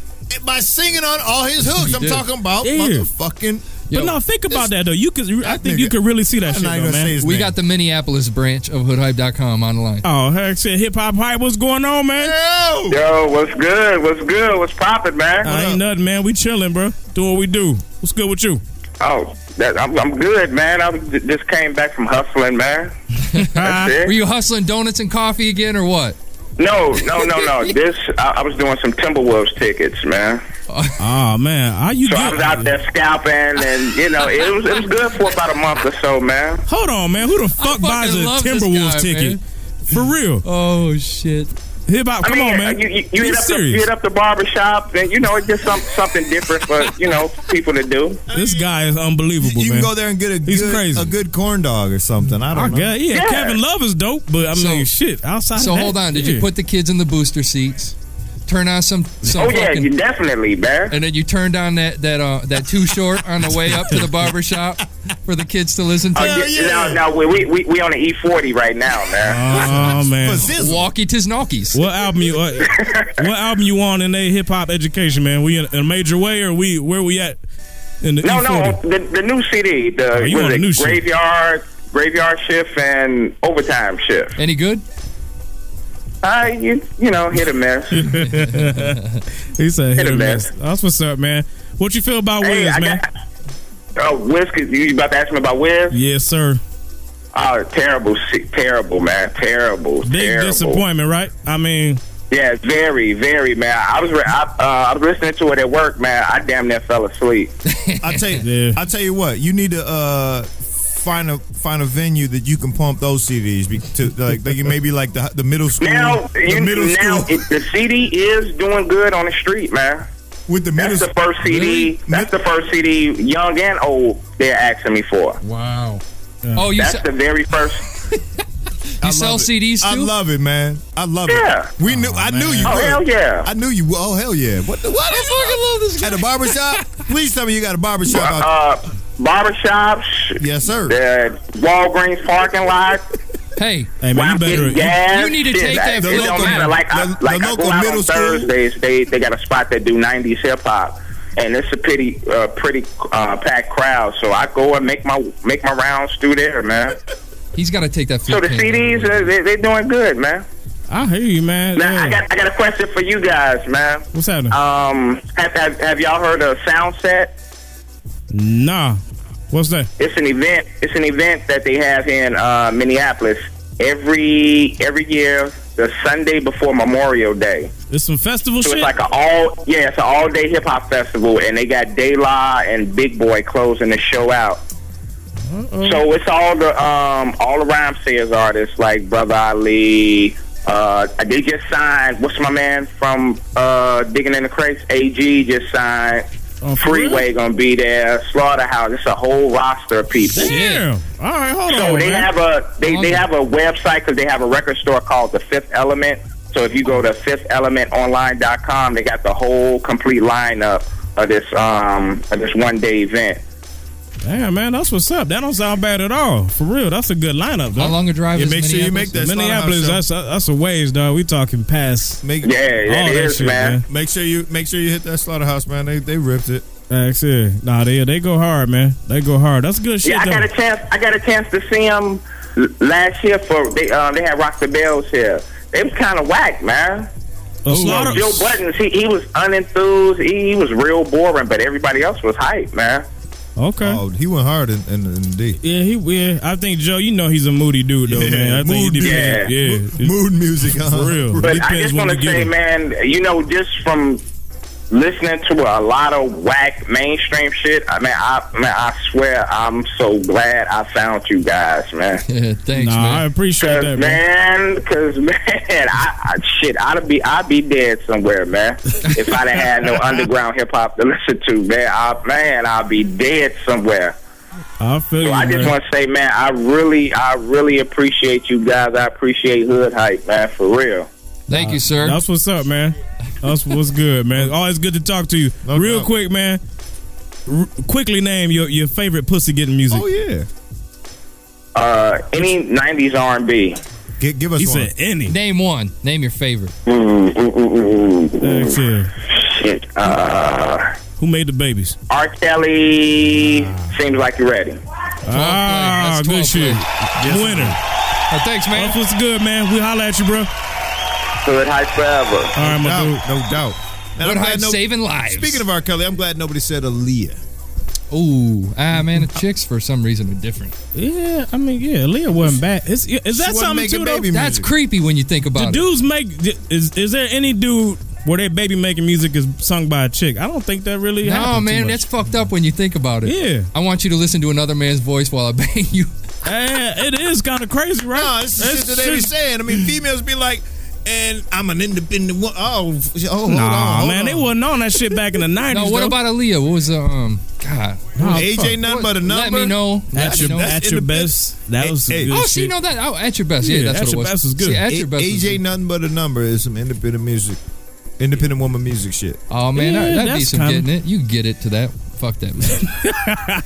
by singing on all his hooks.
He
I'm
did.
talking about
Yeah.
motherfucking
But no, think about that though. You could, I think you could really see that shit, though, man.
We got the Minneapolis branch of hoodhype.com on the line.
Oh, Herc said hip hop hype. What's going on, man?
Yo, what's good? What's good? What's poppin', man?
I ain't nothing, man. We chilling, bro. Do what we do. What's good with you?
Oh, that, I'm, I'm good, man. I was- just came back from hustling, man. That's it.
Uh, Were you hustling donuts and coffee again or what?
No, Oh, no, no, (laughs) no. This I, I was doing some Timberwolves tickets, man.
Oh man, are you?
So I was out there scalping, and you know, it was it was good for about a month or so, man.
Hold on, man. Who the fuck buys a
love this
Timberwolves
guy,
ticket?
man.
For real?
Oh shit.
Hip hop.
I
Come
mean,
on, man.
You, you, you
Be
hit up the, you
serious.
hit up the barber shop, and you know, it's just some, something different for you know people to do.
This guy is unbelievable.
You
man.
can go there and get a
He's
good,
crazy.
a good corn dog or something. I don't
I
know.
guess, yeah, Kevin Love is dope, but I mean, shit. Outside.
So
of that,
hold on. Did
yeah.
you put the kids in the booster seats? Turn on some. some
Oh, yeah,
fucking-
you definitely, man.
And then you turned on that that uh that (laughs) too short on the way up to the barber shop for the kids to listen to.
Oh, yeah. No, no, we, we- we we on the E40 right now, man.
(laughs) Oh man.
Walkie tisnockies.
What album you? Uh, what album you on in a hip hop education, man? We in a major way, or we where we at? In the E
no, (laughs)
E40?
no, the, the new CD, the,
Oh, you
what
on
is
the
it,
new shit.
graveyard graveyard shift and overtime shift.
Any good?
Uh, you, you know, hit a miss.
(laughs) he said hit or miss. That's what's up, man. What you feel about
Hey,
Wiz,
I
man?
Oh, Wiz, you about to ask me about Wiz?
yes, sir.
Oh, terrible, se- terrible, man, terrible,
Big
terrible.
disappointment, right? I mean,
Yeah, very, very, man. I was, re- I, uh, I was listening to it at work, man. I damn near fell
(laughs)
asleep.
(laughs) I tell you, I tell you what, you need to uh, find a find a venue that you can pump those CDs be, to like, like maybe like the the middle school,
Now,
the
you,
middle
now
school.
it, the CD is doing good on the street, man.
With the
that's the first CD. That's the first CD, young and old. They're asking me for.
Wow. Oh, you
that's
sa-
the very first.
I
You sell
love it.
CDs
I
too?
love it, man. I love
Yeah.
it. We knew. I knew you.
Oh,
would.
hell yeah.
I knew you. would. Oh hell yeah. What the what?
I fucking love this
At a barber shop? Please tell me you got a barber shop. out-
Uh, barbershops.
Yes, sir.
The Walgreens parking lot.
Hey,
hey
man, you
better- you-
gas.
you need to
shit,
take
I-
that
It
local-
don't matter. Like,
the-
I,
the
like I
local
go out
middle
on
school-
Thursdays. They they got a spot that do '90s hip hop, and it's a pretty uh, pretty uh, packed crowd. So I go and make my make my rounds through there, man.
He's got to take that.
So the CDs, uh, they, they doing good, man.
I hear you, man.
Now,
Yeah.
I got I got a question for you guys, man.
What's happening?
Um, have, have, have y'all heard of Sound Set?
nah. What's that?
It's an event. It's an event that they have in uh, Minneapolis every every year, the Sunday before Memorial Day.
It's some festival
so
shit.
it's like an all yeah, it's an all day hip hop festival, and they got De La and Big Boy closing the show out. So it's all the um all the rhyme sayers artists like Brother Ali. Uh, they just signed. What's my man from uh, Digging in the Crates? AG just signed.
Oh,
Freeway gonna be there. Slaughterhouse. It's a whole roster of people.
Damn. All right, hold
So
on.
they
Oh, man.
have a they, they
Okay.
have a website because they have a record store called the Fifth Element. So if you go to fifthelementonline.com, they got the whole complete lineup of this um of this one day event.
Damn, man, that's what's up. That don't sound bad at all. For real, that's a good lineup. Though.
How long a drive Yeah, is make sure you Minneapolis? make that
Minneapolis,
slaughterhouse
that's that's a ways, dog. We talking past.
Make,
all Oh, that shit,
Make sure you make sure you hit that slaughterhouse, man. They they ripped it.
That's it. Nah, they they go hard, man. They go hard. That's good shit.
yeah, I
though.
got a chance. I got a chance to see them last year for they uh, they had Rock the Bells here. It was kind of whack, man.
A slaughter-
Joe Buttons, he, he was unenthused. He, he was real boring, but everybody else was hype, man.
Okay.
Oh, he went hard in, in, in D.
Yeah, he yeah. I think Joe, you know he's a moody dude though, man. I think
mood
he
music.
depends. Yeah,
Mood music, huh?
For real.
But I
Depends
just
when
want to
you get
say,
it.
man, you know, just from listening to a lot of whack mainstream shit, I mean, I man, I swear, I'm so glad I found you guys, man.
Thanks,
nah, I
man.
appreciate that, man.
Man, because man, I, I shit, I'd be I'd be dead somewhere,
(laughs)
man. If I'd have had no underground hip hop to listen to, man, I, man, I'd be dead somewhere.
I feel
So
you.
I
man.
just want to say, man, I really, I really appreciate you guys. I appreciate Hood Hype, man, for real.
Thank you, sir.
That's what's up, man. That's what's
(laughs)
good, man. Always good to talk to you. Real
doubt.
quick, man. R- quickly name your, your favorite pussy getting music. Oh
yeah.
Uh, any '90s R&B.
Give, give
us
he
one.
Said,
any.
Name one. Name your favorite.
Shit.
Uh, Who made the babies?
R. Kelly seems like you're ready.
Ah, good shit. Winner.
Uh, thanks, man.
That's what's good, man. We holla at you, bro.
Good hype forever. All
right, my
no,
dude.
doubt, no doubt. Man,
Good
I'm glad
hype saving lives.
Speaking of R. Kelly, I'm glad nobody said Aaliyah.
Ooh, ah, man, the chicks for some reason are different.
Yeah, I mean, yeah, Leah wasn't bad. Is, is
She
that
wasn't
something
making
too?
baby
though?
That's music. creepy when you think about
Do
it.
dudes make? Is is there any dude where their baby making music is sung by a chick? I don't think that really.
No,
happened too
man,
much.
that's fucked up when you think about it.
Yeah.
I want you to listen to another man's voice while I bang you.
Eh, it is kind of crazy, right?
No, it's the
That's
shit that they be
shit-
saying. I mean, females be like, and I'm an independent one. Oh, f- oh, hold
nah,
on. Hold
man,
on.
they wasn't on that
(laughs)
shit back in the nineties.
No, what about Aaliyah? What was the um? God,
Nah,
AJ nothing but a number.
Let me know.
At your, at your best, that was some good
Oh,
shit.
she know that. Oh, at your best. Yeah, that's what it was. See, at your best.
A-
was-
AJ, nothing but a number is some independent music, independent woman music shit.
Oh man, that- that'd be some getting it. You can get it to that. Fuck that man.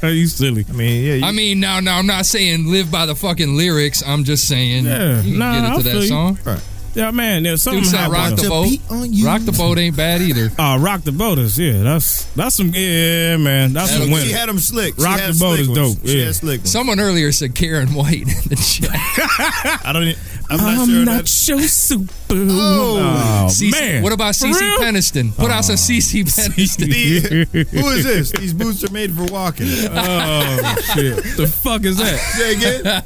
Are (laughs) you silly?
I mean, yeah.
I mean, now, now I'm not saying live by the fucking lyrics. I'm just saying
Yeah,
you can
nah,
get it
I
to
feel
that
you.
song.
Yeah, man, there's something
Dude said
happened.
rock the boat. Rock the boat ain't bad either.
Uh, rock the boat is yeah. That's that's some yeah, man. That's
She-
some
she
winner.
had 'em slick. She
Rock
had
the boat
slick
is
ones.
dope.
She
yeah.
had Someone earlier said Karen White in the
(laughs)
chat.
I don't.
e- I'm not I'm sure not that- sure super. (laughs) Oh, man.
What about
For
CC
real? Oh,
Peniston? Put out some CC Peniston.
(laughs)
Who is this? These boots are made for walking. Uh,
Oh shit! The fuck is that?
(laughs) Say
(laughs)
again.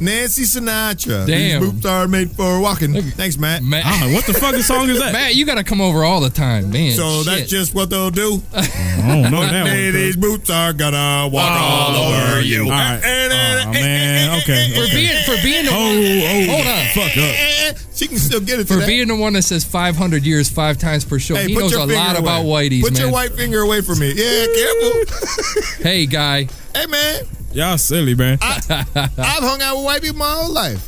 Nancy Sinatra.
Damn.
These boots are made for walking. Thanks, Matt.
Matt.
Ah, what the fucking song is that?
Matt, you got to come over all the time, man.
So
Shit.
that's just what they'll
(laughs)
do.
I don't know that one,
Hey, These boots are gonna walk all, over you.
All right. Oh, man. Okay.
For being- for being the
oh,
one-
oh,
Hold on.
Fuck
Eh,
up.
She can still get it
for
today.
being the one that says 500 years five times per show.
Hey,
he
put
knows
your
a
finger
lot
away.
about whiteies,
Put
man.
your white finger away from me.
(laughs)
Yeah, careful.
hey, guy.
hey, man.
Y'all silly, man. Uh-huh.
I've hung out with white people my whole life.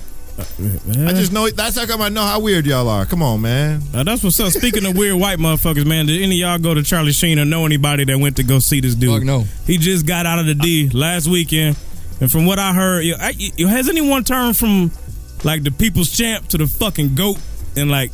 I just know that's how come I know how weird y'all are. Come on, man.
Uh, that's what's up. Speaking of weird white motherfuckers, man, did any of y'all go to Charlie Sheen or know anybody that went to go see this dude?
no.
He just got out of the D last weekend, and from what I heard, yo, I, yo, has anyone turned from like the people's champ to the fucking goat? And like,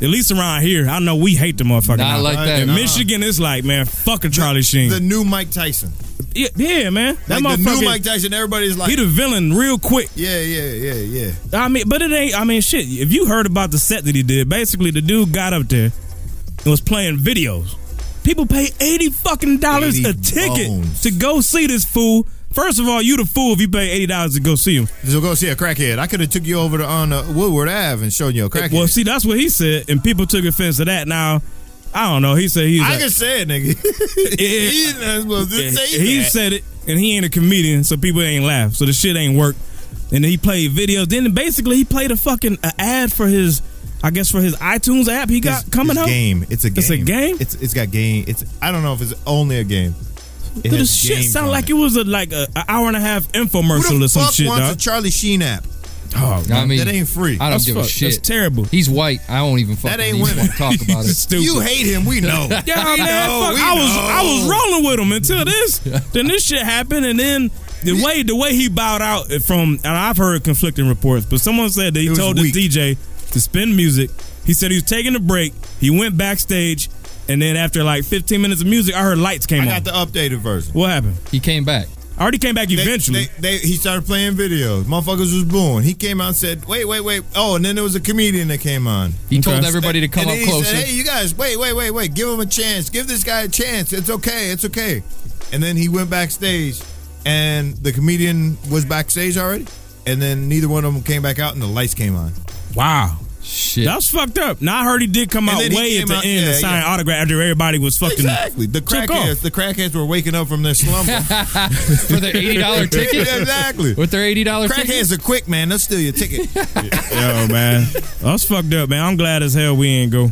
at least around here, I know we hate the
Not
motherfucker. now.
like that,
In
nah.
Michigan, it's like, man, fucking Charlie Sheen.
The new Mike Tyson.
yeah, yeah, man. That
like the new
motherfucker-
Mike Tyson. Everybody's like,
he the villain real quick.
yeah, yeah, yeah, yeah.
I mean, but it ain't. I mean, shit. If you heard about the set that he did, basically the dude got up there and was playing videos. People pay eighty fucking dollars a
80
ticket
bones.
to go see this fool. First of all, you the fool if you pay eighty dollars to go see him.
So go see a crackhead. I could have took you over to on uh, Woodward Ave and showed you a crackhead.
Well, see, that's what he said, and people took offense to that. Now, I don't know. He said he was.
I
like- (laughs)
can say it, nigga. (laughs) He's not supposed to
Yeah,
say
he
that.
said it, and he ain't a comedian, so people ain't laugh. So the shit ain't work. And then he played videos. Then basically he played a fucking a ad for his, I guess for his iTunes app he got coming
it's
out.
Game. It's a game.
It's a game?
It's it's got game. It's I don't know if it's only a game. It
Dude, the
has
shit
games
sound
on
like it was a like a, a hour and a half
Who
infomercial
the
or some
fuck
shit,
wants
dog.
a Charlie Sheen app?
Oh,
I mean,
that ain't free.
I don't
That's
give a
fuck-
shit.
that's terrible.
He's white. I don't even fucking
That ain't
even
winning. (laughs)
talk about it.
Stupid.
You hate him. We
(laughs)
know.
Yeah,
(laughs) We
man.
know,
fuck,
we
I was
know.
I was rolling with him until this. then this shit happened, and then the way the way he bowed out from, and I've heard conflicting reports, but someone said that he
was
told
weak.
the DJ to spin music. He said he was taking a break. He went backstage, and then after like 15 minutes of music, I heard lights came
I
on.
got the updated version.
what happened?
He came back.
I already came
(laughs)
back
They-
eventually.
they, they- he started playing videos. Motherfuckers was booing. He came out and said, "Wait, wait, wait!" Oh, and then there was a comedian that came on.
He told everybody to come
and
up
then he
closer.
Said, hey, you guys, wait, wait, wait, wait! Give him a chance. Give this guy a chance. It's okay. It's okay. And then he went backstage, and the comedian was backstage already. And then neither one of them came back out, and the lights came on.
wow.
Shit.
That's fucked up. Now I heard he did come
And
out
then he
way
came
at the
out-
end
yeah,
and sign
yeah.
autograph after everybody was fucking
Exactly. The
took off.
crackheads, the crackheads were waking up from their slumber.
(laughs)
(laughs)
For their $80 ticket?
exactly.
With their $80 ticket?
Crackheads are quick, man. They'll steal your
(laughs)
ticket.
Yo, man, that's fucked up, man. I'm glad as hell we ain't go.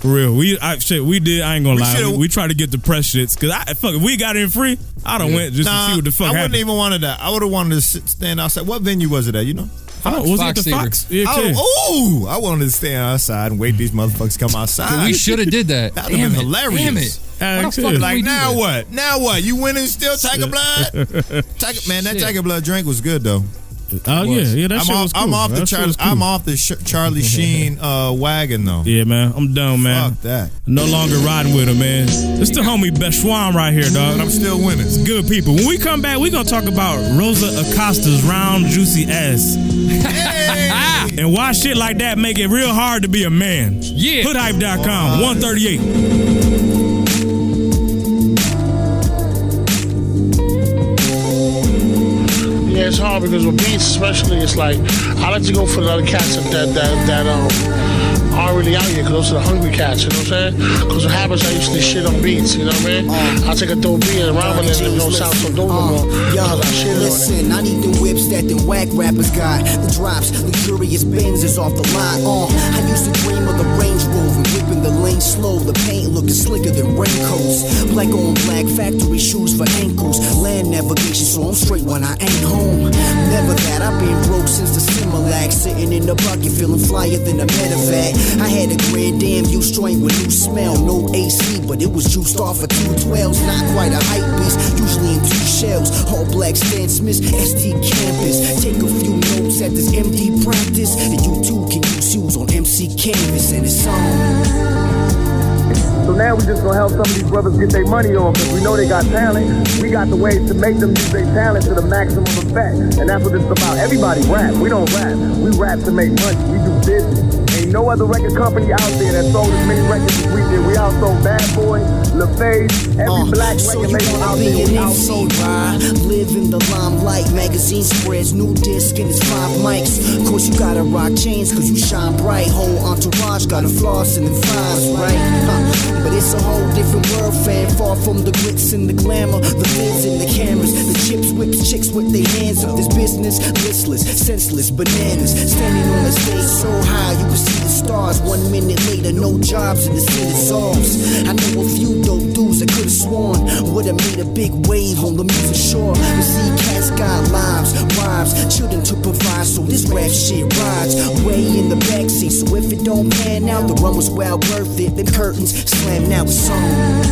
For real, we I, shit, we did. I ain't gonna
We
lie.
should've-
We, we tried to get the press shits because I fuck. If we got in free, I don't went just
Nah,
to see what the fuck
I
happened.
wouldn't even wanted that. I would have wanted to sit, stand outside. What venue was it at? You know.
Oh, was it the Fox? Yeah,
I
okay.
would- ooh, I wanted to stand outside and wait these motherfuckers come outside.
We should have did that.
That would have
Damn
been
it.
hilarious.
Damn it. Why the
Like,
fuck did we do
now
that?
what? Now what? You winning still, Tiger Blood? Tiger, man, that Tiger Blood drink was good though.
Oh yeah, yeah. That
I'm
shit
off,
was cool.
I'm off the
That shit
Charlie.
was cool.
I'm off the Sh-
(laughs)
Charlie Sheen uh, wagon though.
Yeah, man. I'm done, man.
Fuck that.
No longer riding with him, man. It's the homie Beshwan right here, dog.
I'm still winning. It's
good people. When we come back, we're gonna talk about Rosa Acosta's round, juicy ass. (laughs) and why shit like that make it real hard to be a man. Yeah. Hoodhype.com, 138.
Yeah, it's hard because with beats, especially, it's like I like to go for the other cats that that that, that um are really out here. Cause those are the hungry cats. You know what I'm saying? Cause what happens, I used to shit on beats. You know what I mean? I take a dope beat and rhyme with it, and it don't sound so dope no more.
Yo, listen, I need the whips that the whack rappers got. The drops, luxurious bins is off the lot. Uh, I used to dream of the Range Rover, whipping the lane slow. The paint looking slicker than raincoats. Black on black, factory shoes for ankles. Land navigation, so I'm straight when I ain't home. Never that, I've been broke since the Similac. Sitting in the bucket, feeling flyer than a medevac. I had a grand damn used joint with new smell. No AC, but it was juiced off of 212s. Not quite a hype beast, usually in two shells. All black Stan Smiths, ST campus. Take a few notes at this MD practice, and you too can use shoes on MC canvas. And it's on.
So now we just gonna help some of these brothers get their money on because we know they got talent. We got the ways to make them use their talent to the maximum effect. And that's what this is about. Everybody rap. We don't rap. We rap to make money. We do business. Ain't no other record company out there that sold as many records as we did. We outsold Bad Boy, LaFaze, every black
Uh, So
record
you
label out
wanna
there.
be an
We
MC,
outsold
right? Live in the limelight, magazine spreads, new disc and it's five mics. Course you gotta rock chains cause you shine bright. Whole entourage got a floss and the fines, right? Huh. But it's a whole different world, fam. Far from the glitz and the glamour, the lids and the cameras, the chips whips chicks with their hands up. This business listless, senseless, bananas. Standing on a stage so high you can see the stars. One minute later, no jobs in the city songs. I know a few dope dudes that could have sworn would have made a big wave on the music shore. You see, cats got lives, wives, children to provide, so this rap shit rides way in the backseat. So if it don't pan out, the run was well worth it. Them curtains slam now it's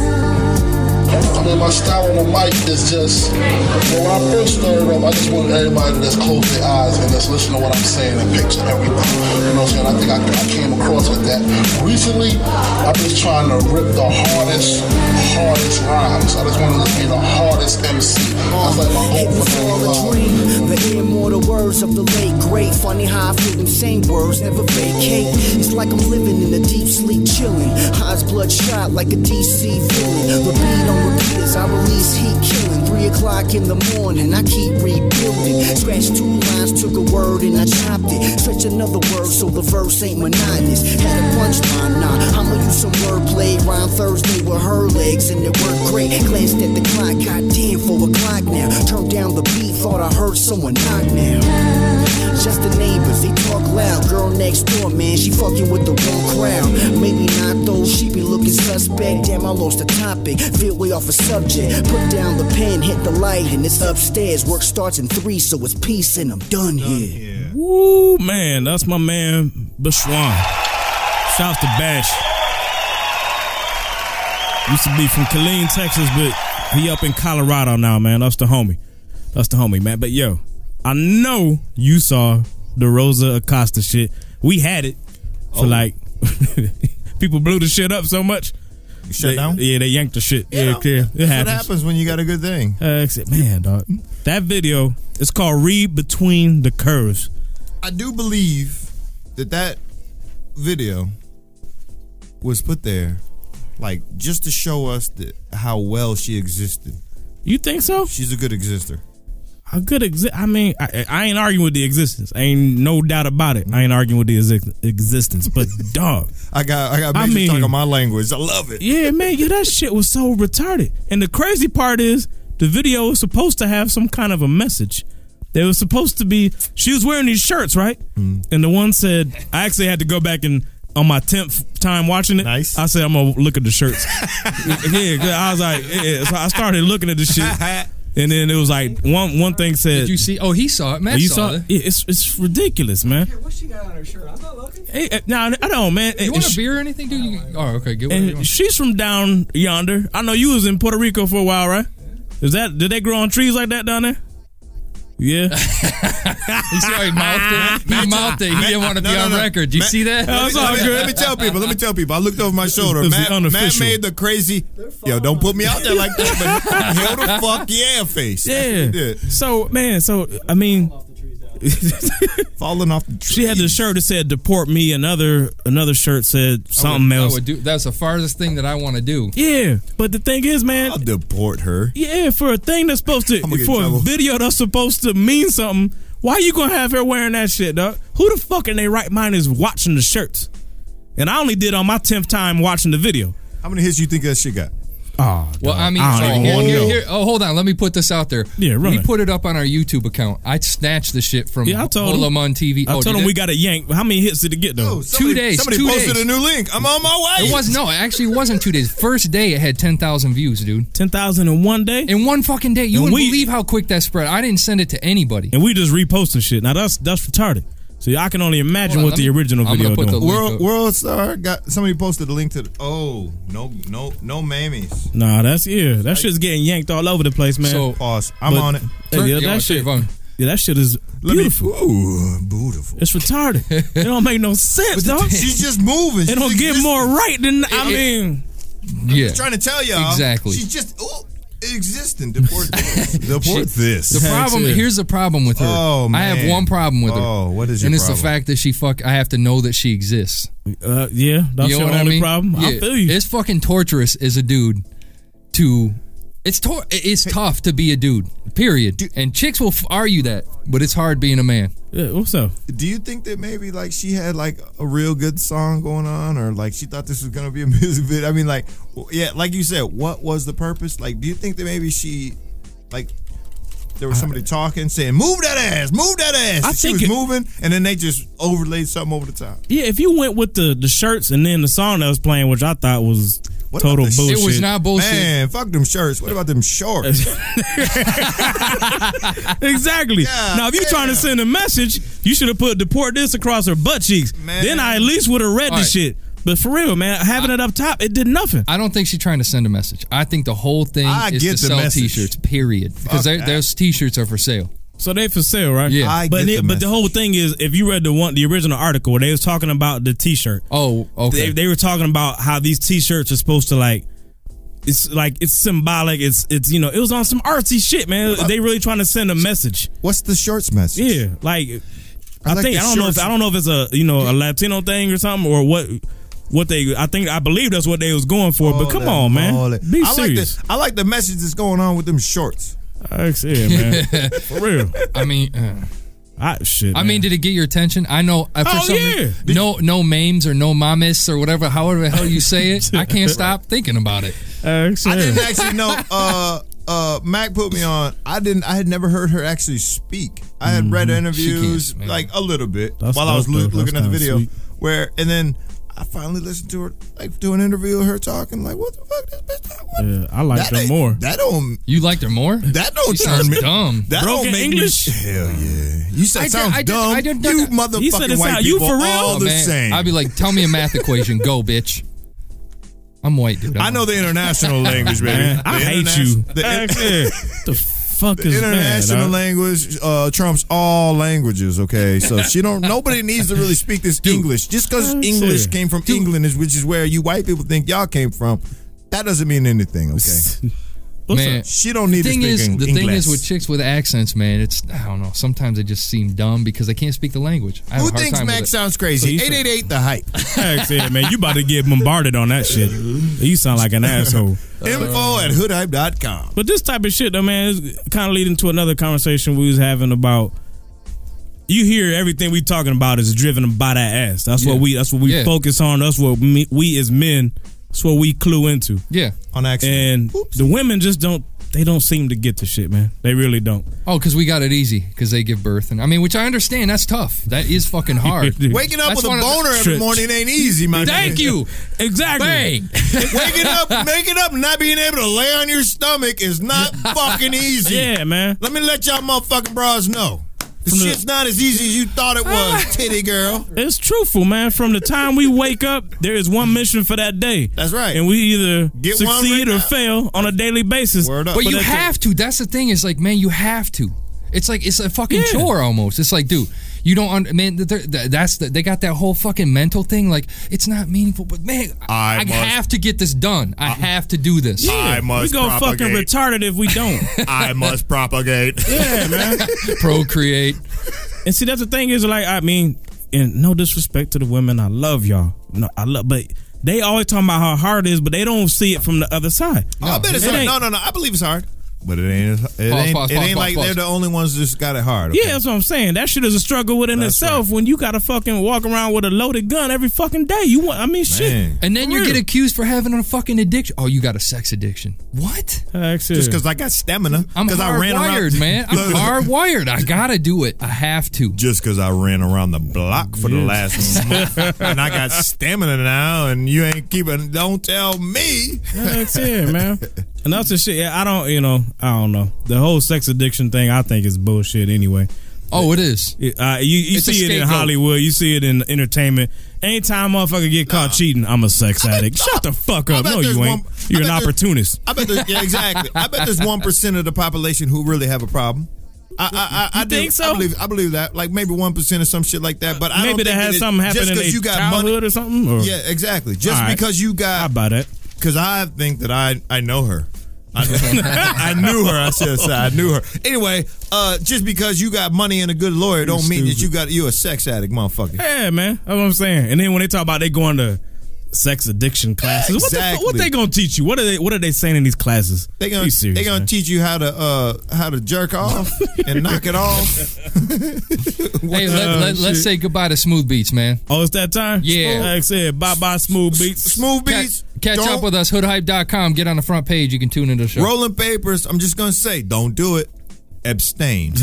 on.
I mean, my style on the mic is just, well, when I first started up, I just wanted everybody to just close their eyes and just listen to what I'm saying and picture everything. You know what I'm saying? I think I, I came across with that. Recently, I'm just trying to rip the hardest, hardest rhymes. I just want to be the hardest MC. That's like my goal for
for a dream. The immortal words of the late great. Funny how I feel them same words never vacate. It's like I'm living in a deep sleep, chilling. Eyes bloodshot like a DC villain. The beat on repeat as I release heat killing. Three o'clock in the morning, I keep rebuilding. Scratched two lines, took a word and I chopped it. Stretch another word so the verse ain't monotonous. Had a punchline, nah. I'ma use some wordplay. Rhyme Thursday with her legs and it worked great. Glanced at the clock, goddamn, four o'clock now. Turned down the beat, thought I heard someone knock now. Just the neighbors, they talk loud. Girl next door, man, she fucking with the wrong crowd. Maybe not though, she be looking suspect. Damn, I lost the topic, veered way off a subject. Put down the pen, hit the light, and it's upstairs. Work starts in three, so it's peace, and I'm done, here.
Woo, man. That's my man, Bashwan. Shouts to Bash. Used to be from Killeen, Texas, but he up in Colorado now, man. That's the homie. That's the homie, man. But yo, I know you saw the Rosa Acosta shit. We had it for
Oh.
like (laughs) people blew the shit up so much.
shut
They-
down?
Yeah, they yanked the shit. Yeah, clear. It
That's what
happens.
happens when you got a good thing.
Uh, except, man, dog. That video is called "Read Between the Curves."
I do believe that that video was put there, like just to show us that how well she existed.
You think so?
She's a good exister.
A good exi- I mean, I, I ain't arguing with the existence. I ain't no doubt about it. I ain't arguing with the exi- existence. But (laughs) dog,
I got I got
I
major
mean-
talking my language. I
(laughs)
love it.
yeah, man, yo, that shit was so retarded. And the crazy part is, the video was supposed to have some kind of a message. They was supposed to be. She was wearing these shirts, right?
Mm.
And the one said, I actually had to go back and on my tenth time watching it. Nice. I said I'm gonna look at
(laughs)
the shirts. yeah, 'cause I was like, yeah, yeah. so I started looking at
(laughs)
the shit. And then it was like one one thing said.
Did you see? Oh, he saw it. Matt
you
saw,
saw
it.
Yeah, it's it's ridiculous, man.
What's she got on her shirt? I'm not looking.
Hey, uh, nah, I don't, man.
You
And
want a
she-
beer or anything, dude? You, oh, okay. Get whatever you
And
want.
she's from down yonder. I know you was in Puerto Rico for a while, right? Is that did they grow on trees like that down there?
(laughs)
Yeah.
He's already mouthed
(laughs)
it. He mouthed it. He didn't want to be on record. Do you see that?
Let me, let me- let me tell people. Let me tell people. I looked over my shoulder.
It was
Matt, Matt
unofficial.
made the crazy. Yo, don't put me out there like that. But (laughs) hell the fuck yeah face.
Yeah. So man, so I mean,
(laughs) falling off. The
She had the shirt that said "Deport me." Another another shirt said something
I would, I
else.
would do, that's the farthest thing that I want to do.
Yeah, but the thing is, man, I'll
deport her.
Yeah, for a thing that's supposed to,
gonna get
for
in
a
trouble.
video that's supposed to mean something. Why you gonna have her wearing that shit, dog? Who the fuck in their right mind is watching the shirts? And I only did on my tenth time watching the video.
How many hits you think that shit got?
Oh,
Well, I mean,
I don't
so
even
here-
wanna
here-
know.
here- oh, hold on. Let me put this out there.
Yeah, run
We
it.
put it up on our YouTube account. I snatched the shit from
yeah, I told him.
Holam on TV. Oh,
I told
did
him
it?
we got a yank. How many hits did it get
Oh,
though?
two days. two days. It was no, it actually wasn't two days. First day it had ten thousand views, dude.
Ten thousand in one day.
In one fucking day. You
And
wouldn't
we-
believe how quick that spread. I didn't send it to anybody.
and we just reposting shit. Now that's that's retarded. So I can only
Hold
imagine
on,
what the
let me-
original
I'm
video
gonna put
doing.
the link
World, World Star got somebody posted a link to. The, oh no no no mammies.
Nah, that's yeah. That shit's getting yanked all over the place, man.
So- Pause. I'm on it.
Hey, yeah,
Turkey on
that
shit,
shit. Yeah, that shit is
Let me-
beautiful.
ooh, beautiful.
It's retarded. it don't make no sense, dog.
She's just moving.
It don't get more right than I mean.
Yeah.
I'm trying to tell y'all.
Exactly.
She's just ooh, existing. Deport this.
(laughs)
Deport
She-
(laughs)
this.
The problem here's the problem with her.
Oh,
I have
man.
one problem with her.
Oh, what is your
And it's the
problem?
fact that she fuck. I have to know that she exists.
Uh, yeah, that's your
what
only problem? I feel you.
It's fucking torturous as a dude to. It's tor- It's tough to be a dude. Period. And chicks will f- argue that, but it's hard being a man.
Yeah, what's up?
Do you think that maybe like she had like a real good song going on, or like she thought this was gonna be a (laughs) music video? I mean, like, w- yeah, like you said, what was the purpose? Like, do you think that maybe she, like, there was somebody talking saying, "Move that ass, move that ass,"
I
and she
think
was
it-
moving, and then they just overlaid something over the top.
Yeah, if you went with the the shirts and then the song that was playing, which I thought was
What
total
about the
bullshit.
shorts? Man, fuck them shirts. What about them
(laughs)
shorts?
exactly. now, if you trying to send a message, you should have put deport this across her butt cheeks. Then I at least would have read
All
the
right.
shit. But for real, man, having it up top, it did nothing.
I don't think she's trying to send a message. I think the whole thing
I
is
get
to
the
sell
message.
t-shirts. Period. Because they're-
that.
those t-shirts are for sale.
So they for sale, right?
Yeah. I
but
get the
it- but the whole thing is, if you read the one the original article where they was talking about the T-shirt.
Oh, okay.
They, they were talking about how these T-shirts are supposed to like. It's like it's symbolic. It's it's you know it was on some artsy shit, man. They really trying to send a message.
What's the shorts message?
Yeah, like I,
I like
think
the
I don't know if
shorts.
I don't know if it's a you know a Latino thing or something or what what they I think I believe that's what they was going for. but come
Holy
on, man,
moly.
be
I like,
serious.
the, I like the message that's going on with them shorts.
I
(laughs)
see it, man. for real.
I mean, uh,
I shit.
I mean, did it get your attention? I know. Uh, for
Oh,
some
yeah.
rea- no, no mames or no mamas or whatever. However the hell you say it, I
(laughs)
can't stop thinking about it.
Uh,
I didn't actually
(laughs)
know. Uh, uh, Mac put me on. I didn't. I had never heard her actually speak. I had read
Mhm.
her
She can't
interviews
speak.
like a little bit
That's
while I was
dope,
loo-
though.
looking
That's
at the
kinda
video.
sweet.
Where and then I finally listened to her like do an interview with her talking like what the fuck
Yeah, I like
That
them
ain't-
more.
that don't
You liked her more?
that don't
She
turn
sounds
me-
dumb.
That don't
Broken
make
English?
Me, hell yeah. You said
I did-
sounds
I did-
dumb.
I did-
you
I-
motherfucking
He said it
white
sound-
people
you for real?
all
Oh,
the
man.
same.
I'd be like, tell me a math equation. Go, bitch. I'm white, dude.
I know the
(laughs)
international language, baby.
Man,
The
I hate
interna-
you.
The,
in- (laughs) the fuck
the
is that,
international
dog?
language uh, trumps all languages. Okay,
(laughs)
so she don't. Nobody needs to really speak this English. Just because
I'm
English
serious.
came from England, is which is where you white people think y'all came from. That doesn't mean anything.
(laughs)
Okay,
Man,
she don't need
the thing
to
is,
speak Eng-
the
English.
thing is with chicks with accents, man. It's I don't know. Sometimes they just seem dumb because they can't speak the language. I have
Who
a hard
thinks
time with
Mac
it.
sounds crazy?
So you-
Eight eight eight, the hype.
I said, man, you about to get bombarded on that shit. You sound like an asshole.
Info at hoodhype.com.
But this type of shit, though, man, is kind of leading to another conversation we was having about. You hear everything we talking about is driven by that ass. That's
Yeah.
what we. That's what we
Yeah.
focus on. That's what me, we as men. That's what we clue into.
Yeah,
on accident.
And the women just don't. They don't seem to get the shit, man. They really don't.
Oh, because we got it easy because they give birth, and I mean, which I understand. That's tough. That is fucking hard.
Waking up
That's
with a
one of the-
boner every morning ain't easy, my
Thank
nigga.
you.
Exactly.
Bang.
(laughs) Waking up, making up, not being able to lay on your stomach is
(laughs)
not fucking easy.
Yeah, man.
Let me let y'all motherfucking bras know. The shit's not as easy as you thought it
(laughs)
was, titty girl.
It's truthful, man. From the time we wake up, there is one mission for that day.
That's right.
And we either
Get one
succeed
right
or fail on a daily basis.
But you have to. That's the thing. Is like, man, you have to. It's like it's a fucking chore almost. It's like, dude, you don't un- man. th- th- th- That's the, they got that whole fucking mental thing. Like it's not meaningful, but man, I,
must- Uh,
have to get this done. I, have to do this.
Yeah, I must we go fucking propagate.
retarded if
(laughs)
we don't.
I must propagate.
(laughs) Yeah, man.
(laughs)
Procreate.
And see, that's the thing is like I mean, and no disrespect to the women, I love y'all. No, I love, but they always talking about how hard it is, but they don't see it from the other side.
I bet it's
It
hard.
ain't-
No, no, no. I believe it's hard. But it ain't. as- It
Pause,
ain't,
pause,
it ain't
pause, pause,
like
pause.
they're the only ones that's got it hard. okay?
Yeah, that's what I'm saying. That shit is a struggle within itself. When you gotta fucking walk around with a loaded gun every fucking day, you want? I mean, shit.
And then
For
you
real.
get accused for having a fucking addiction. Oh, you got a sex addiction. What?
Just because I got stamina.
I'm
Because I ran
hardwired,
around,
man.
(laughs)
I'm hardwired. I gotta do it. I have to.
Just because I ran around the block for the
(laughs)
last month, (laughs) and I got stamina now, and you ain't keeping. Don't tell me.
Yeah,
(laughs)
that's it, man. And that's the shit. Yeah, I don't, you know, I don't know. The whole sex addiction thing, I think is bullshit anyway.
Oh, it is.
uh, you you
It's a
see it in
scapegoat.
Hollywood. You see it in entertainment. Anytime motherfucker get caught cheating, I'm
(laughs)
a sex addict. Shut the fuck up.
bet
No,
there's
you
one-
ain't.
I
You're an
bet there's-
opportunist.
I bet there's yeah, exactly. I bet there's one percent of the population who really have a problem. I I, I, I think so. I believe, I believe that. Like maybe one percent or some shit like that. But I
Maybe
don't
that
think
had
it-
something happen
just
in
'cause
their
you got
childhood
money,
or something, or-
Yeah, exactly. Just
All right.
because you got. I
buy that.
Because I think that I I know her. I, (laughs) I knew her. I should say I knew her. Anyway, uh, just because you got money and a good lawyer don't mean that you got you a sex addict, motherfucker.
Yeah, man. That's what I'm saying. And then when they talk about they going to sex addiction classes, what, the,
Exactly.
fu- what they gonna teach you? What are they? What are they saying in these classes?
They gonna
Be serious,
they gonna
man.
teach you how to uh how to jerk
(laughs)
off and knock it off.
Hey, let, let, let's say goodbye to Smooth Beats, man.
Oh, it's that time?
Yeah.
Like I said, bye bye, Smooth Beats.
Smooth Beats.
Catch up
Don't-
with us, hoodhype.com. Get on the front page. You can tune into the show.
Rolling papers. I'm just gonna say, don't do it.
(laughs)
Abstain.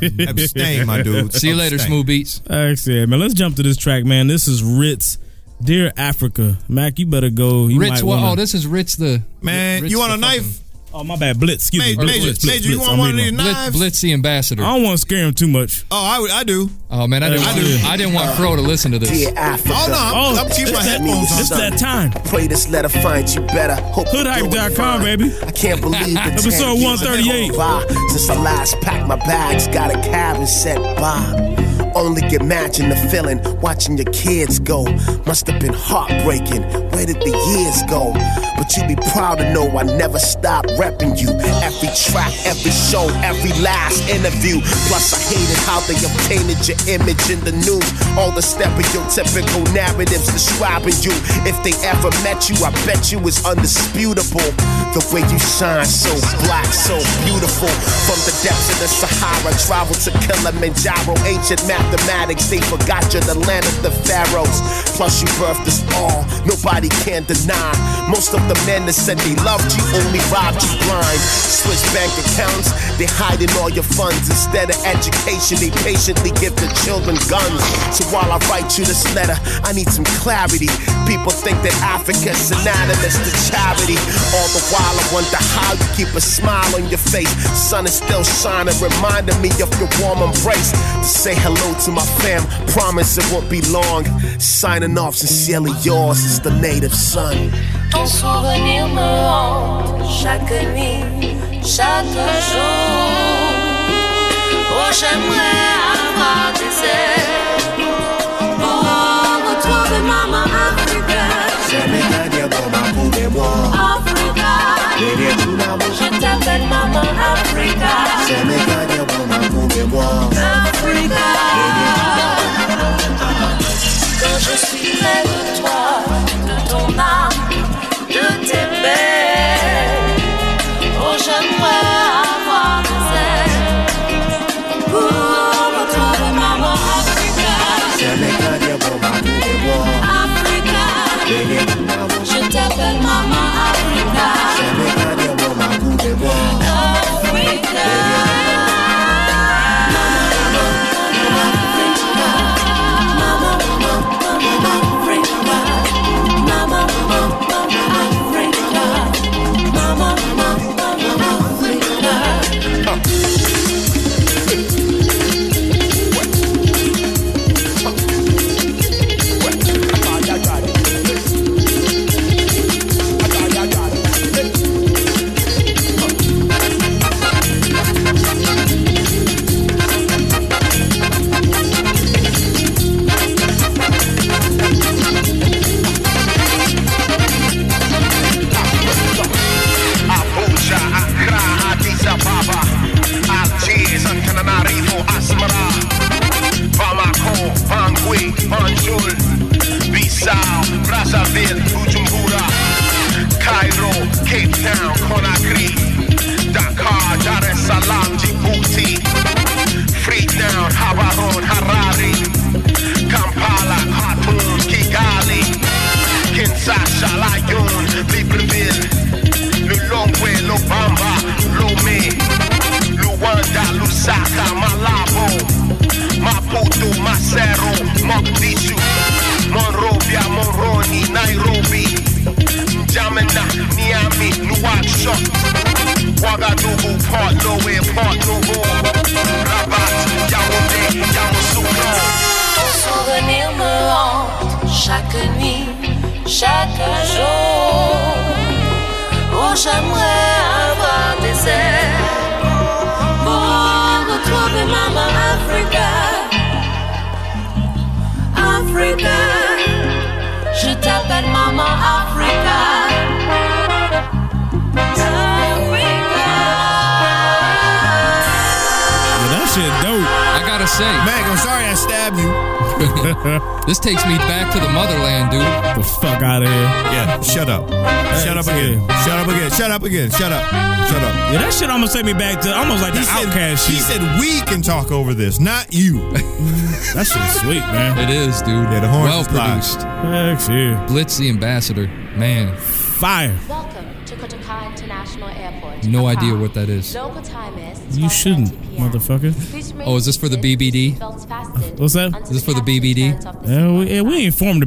Abstain, my dude.
See you later,
Abstain.
Smooth Beats.
Excellent, man. Let's jump to this track, man. This is Ritz, Dear Africa. Mac, you better go. You
Ritz,
might
what?
wanna-
Oh, this is Ritz the.
Man,
Ritz
you want
the
a knife?
Oh, my bad. Blitz. Excuse me.
Major,
Blitz,
Major,
Blitz, Blitz,
Major, you
Blitz.
want
I'm
one of
reading
these
on.
knives?
Blitz the ambassador.
I don't want to scare him too much.
Oh, I, would- I do.
Oh man, I didn't,
I
want,
do.
I didn't want Fro to listen to this.
Oh no, I'm, I'm keeping my headphones on.
It's that time.
Pray this letter finds you better. Hope you doing
Hoodhype.com,
fine.
baby.
I can't believe the
Episode
10 years have gone
138.
by Since I last packed my bags, got a cab and said bye. Only imagine the feeling watching your kids go. Must have been heartbreaking. Where did the years go? But you be proud to know I never stopped repping you. Every track, every show, every last interview. Plus, I hated how they obtained your image in the news. All the stereotypical narratives describing you. If they ever met you, I bet you is undisputable. The way you shine, so black, so beautiful. From the depths of the Sahara, travel to Kilimanjaro. Ancient mathematics, they forgot you're the land of the pharaohs. Plus, you birthed us all, nobody can deny. Most of the men that said they loved you only robbed you blind. Switch bank accounts, they hiding all your funds. Instead of education, they patiently give the children guns. So while I write you this letter, I need some clarity. People think that Africa's synonymous to charity. All the while, I wonder how you keep a smile on your face. Sun is still shining, reminding me of your warm embrace. To say hello to my fam, promise it won't be long. Signing off, sincerely yours is the native son.
Ton souvenir me hante chaque nuit, chaque jour. Oh, j'aimerais avoir des ailes pour retrouver maman Africa. Africa, je t'appelle maman Africa. Africa. Quand je suis près de toi, de ton âme, de tes belles, oh j'aimerais avoir des ailes pour retrouver maman Africa. Africa, je t'appelle maman Africa. Africa.
chaque jour. Oh, j'aimerais avoir des ailes pour retrouver Mama Africa. Africa, je t'appelle Mama Africa.
that shit dope.
I gotta say,
Mac, I'm sorry I stabbed you.
(laughs) this takes me back to the motherland, dude.
The fuck out of here.
Yeah, shut up. shut up again. Shut up again. Shut up again. Shut up. Shut up.
Yeah, that shit almost take me back to almost like the outcast
He
shit.
said we can talk over this, not you.
(laughs) that shit's sweet, man.
It is, dude.
Yeah, the horns
well
is fly.
produced.
Heck yeah.
Blitz the ambassador, man.
Fire.
Welcome to Kotoka International Airport.
No
Accra.
idea what that is.
Local time is.
You shouldn't, motherfucker.
Please remain
Oh, is this for the BBD?
fastened
What's that?
Is this for the BBD?
Yeah, we, yeah, we ain't formed the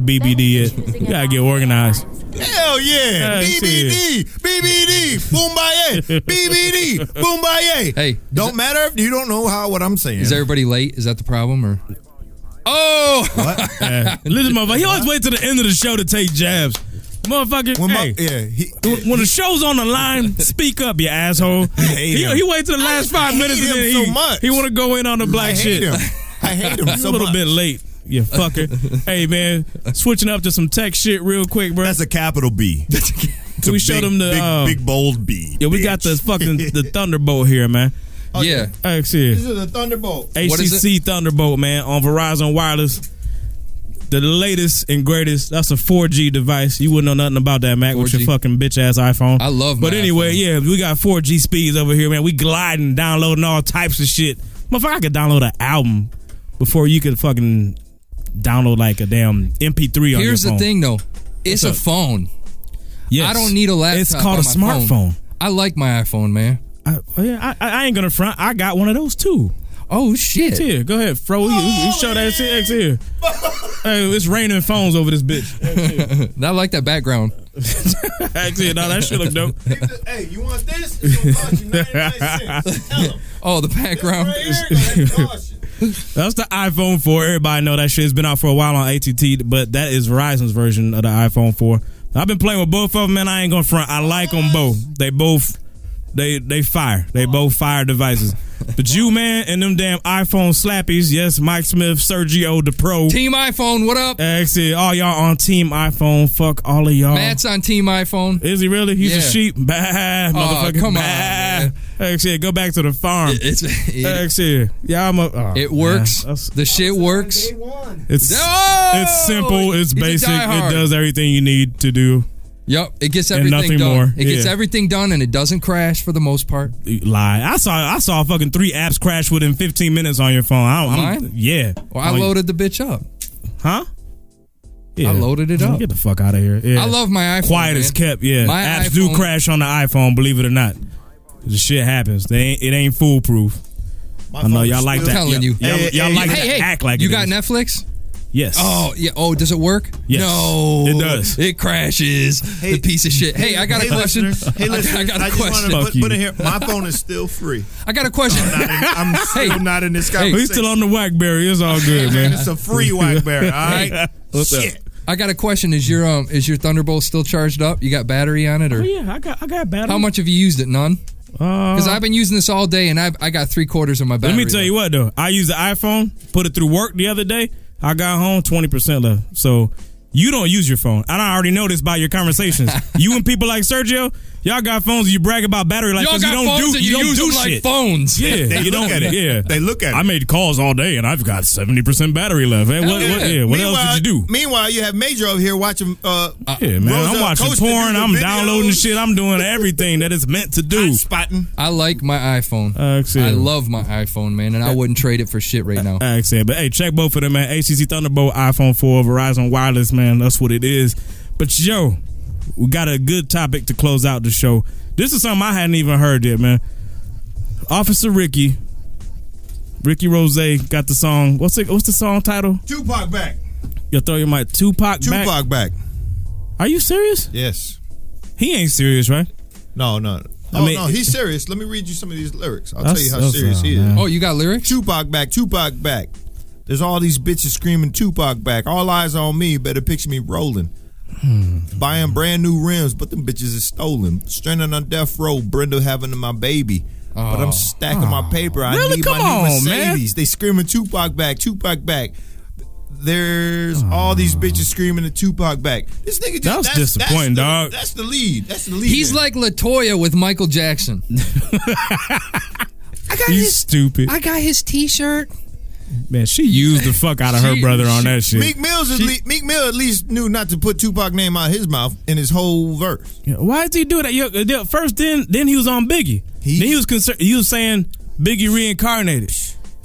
(laughs)
BBD yet. We gotta get organized.
Hell yeah.
Yeah,
BBD. BBD.
(laughs)
Boombaye. BBD. Boombaye.
Hey,
Don't matter if you don't know how what I'm saying.
Is everybody late? Is that the problem or?
Oh! (laughs) Listen, motherfucker, he always wait to the end of the show to take jabs. Motherfucker, when, hey,
yeah,
when, when the show's on
(laughs)
the line, speak up, you asshole. He,
him.
he waits to the last five
hate
minutes and
him
then
so
he,
much.
he want to go in on the
I
black
hate
shit.
him. I hate
(laughs)
him
You
so
a little
much.
bit late,
(laughs)
you fucker. hey, man, switching up to some tech shit real quick, bro. That's
a capital
(laughs)
B.
we showed him the
big,
um,
big bold B.
Yeah, we got the
(laughs)
fucking the Thunderbolt here, man.
yeah.
Hey, see.
is a thunderbolt.
HTC Thunderbolt, man, on Verizon Wireless. The latest and greatest. That's a 4G device. You wouldn't know nothing about that, Mac, with your
4G.
fucking bitch ass iPhone. I
love
But
my
anyway, yeah, we got 4G speeds over here, man. We gliding, downloading all types of shit. Motherfucker, I could download an album before you could fucking download like a damn MP3 on
Here's
your phone.
the thing, though. It's
What's
a
up?
phone.
Yes.
I don't need a laptop.
It's called
on
a
my phone.
smartphone.
I like my iPhone, man.
I, oh, yeah, I, I ain't gonna front. I got one of those too.
Oh shit!
It's here. Go ahead, fro. You, you
Oh,
show that CX
(laughs)
here. hey, it's raining phones over this
(laughs)
bitch.
I like that background.
(laughs) Actually, no, that shit look dope.
Hey, you want this?
(laughs)
oh, the background.
That's the iPhone 4. Everybody know that shit's been out for a while on ATT, but that is Verizon's version of the iPhone 4. I've been playing with both of them, man. I ain't gonna front. I like them both. They both, they they fire. They both fire devices. But you, man, and them damn iPhone slappies. Yes, Mike Smith, Sergio, the pro.
Team iPhone, what up?
Actually, all y'all on Team iPhone. Fuck all of y'all.
Matt's on Team iPhone.
Is he really? He's a sheep. Bah,
Oh,
motherfucker.
come
bah.
on, man.
Hey, shit, go back to the farm.
It- it's- (laughs) it-
Hey, shit. Yeah, I'm a. oh,
It
man.
works.
That's-
the shit works.
It's
Oh!
it's simple.
He's
It's
a
basic.
diehard.
It does everything you need to do.
Yep, it gets
And
everything
nothing
done.
more.
It gets
Yeah.
everything done, and it doesn't crash for the most part.
Lie. I saw I saw fucking three apps crash within 15 minutes on your phone. I don't, I
Mine?
don't yeah.
Well, I
Like,
loaded the bitch up.
Huh?
I loaded it up.
Get the fuck out of here. Yeah.
I love my iPhone,
Quiet as
man.
kept. Yeah.
My
apps do
iPhone-
crash on the iPhone. Believe it or not, the shit happens. They ain't, it ain't foolproof. I know
phone
y'all
is
like
still-
that.
Telling
y'all,
you.
y'all,
Hey,
y'all
hey,
like
hey,
to
hey,
act like
you
it
got
is.
Netflix.
Yes.
Oh yeah. Oh, does it work?
Yes.
No.
It does.
It crashes. the piece of shit. Hey, I got a question.
listeners. Hey,
I got-
listen.
I got a
just wanna
question.
Put, put it here.
(laughs)
My phone is still free.
(laughs) I got a question. (laughs)
I'm still not in this
Hey.
conversation.
He's
still on the Wackberry. It's
(laughs)
all good, man.
It's a free Wackberry. All right.
What's up?
Shit.
I got a question. Is your um is your Thunderbolt still charged up? You got battery on it or?
Oh, yeah, I got I got battery.
How much have you used it? None. Because
Uh,
I've been using this all day and I've I got three quarters of my battery.
Let me tell
left.
you what though. I used the iPhone, put it through work the other day. I got home twenty percent left. So you don't use your phone, and I already know this by
(laughs)
your conversations. you and people like Sergio, y'all got phones. You brag about battery life
Y'all
'cause
got
you don't
phones
do
and you
don't
use
do
them like
shit.
phones. (laughs)
Yeah,
They
you
look
don't.
at it.
Yeah,
They
look at. I made calls all day, and I've got seventy percent battery left. Hey, what? What, yeah, what else did you do?
Meanwhile, you have Major over here watching. Uh,
Yeah, man,
Rosa
I'm watching
Acosta do
porn.
the
I'm
videos.
downloading shit. I'm doing everything that it's meant to do.
spotting.
I like my iPhone.
see.
I love my iPhone, man, and I wouldn't trade it for shit right now.
I said, but hey, check both of them, man. ACC Thunderbolt, iPhone 4, Verizon Wireless, man. That's what it is. But yo, we got a good topic to close out the show. This is something I hadn't even heard yet, man. Officer Ricky, Ricky Rose got the song. What's it? What's the song title?
Tupac back.
You'll throw your mic. Tupac.
Tupac back.
Are you serious?
Yes.
He ain't serious, right?
No, no.
I
Oh
mean-
no, he's serious. Let me read you some of these lyrics. I'll tell
That's-
you how
that's-
serious he is.
oh, man.
Oh, you got lyrics?
Tupac back, Tupac back. There's all these bitches screaming Tupac back. All eyes on me. Better picture me rolling. buying brand new rims, but them bitches is stolen. Stranded on death row, Brenda having my baby. But
Oh.
I'm stacking my paper. I
Oh. Really?
need
Come
my
on,
new
man.
Mercedes. They screaming Tupac back, Tupac back. There's all these bitches screaming at Tupac back. This nigga just
Oh. That was
that's, that's
disappointing,
the-
dog.
That's the lead. That's the lead.
He's
in.
like Latoya with Michael Jackson. I got
You
his,
stupid.
I got his T-shirt.
Man, she used the fuck out of her
She-
brother on
she-
that shit.
Meek Mills is le- Meek Mill at least knew not to put Tupac name out his mouth in his whole verse.
Yeah, Why did he do that? Yeah, yeah, First, then, then he was on Biggie. then he was concerned. You was saying Biggie reincarnated.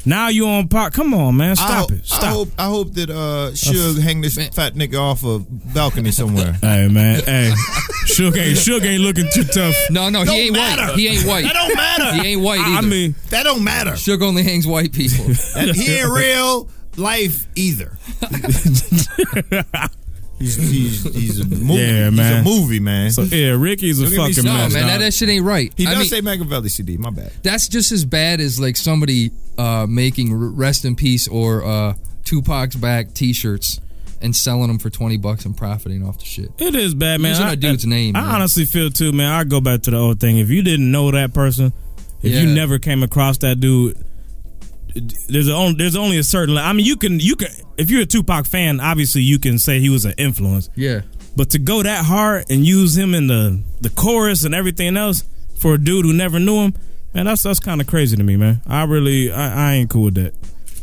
Now you on Pac. Come on, man,
I,
stop
ho-
it,
I
stop.
hope I hope that uh Suge hang this fat nigga off a balcony somewhere.
Hey man,
(laughs)
hey, (laughs) Suge ain't Suge ain't looking too (laughs) tough.
No, no, he ain't white. He ain't white.
That don't matter.
He ain't white either.
I mean-
that don't matter.
Sugar only hangs white people.
That- he ain't real life
(laughs)
either. he's, he's, he's a movie.
Yeah,
He's
man.
a movie, man.
So yeah, Ricky's a
Don't get me
fucking
started.
mess.
No, man,
dog.
that, that shit ain't right.
He
I
does
mean-
say Machiavelli CD. My bad.
that's just as bad as like somebody uh, making r- rest in peace or uh, Tupac's back T-shirts and selling them for twenty bucks and profiting off the shit.
It is bad, man.
Using
I-
a dude's name.
I
man.
honestly feel too, man. I go back to the old thing. If you didn't know that person, if you
Yeah.
never came across that dude, there's a only there's only a certain. I mean, you can you can if you're a Tupac fan, obviously you can say he was an influence.
Yeah.
But to go that hard and use him in the the chorus and everything else for a dude who never knew him, man, that's that's kind of crazy to me, man. I really I, I ain't cool with that.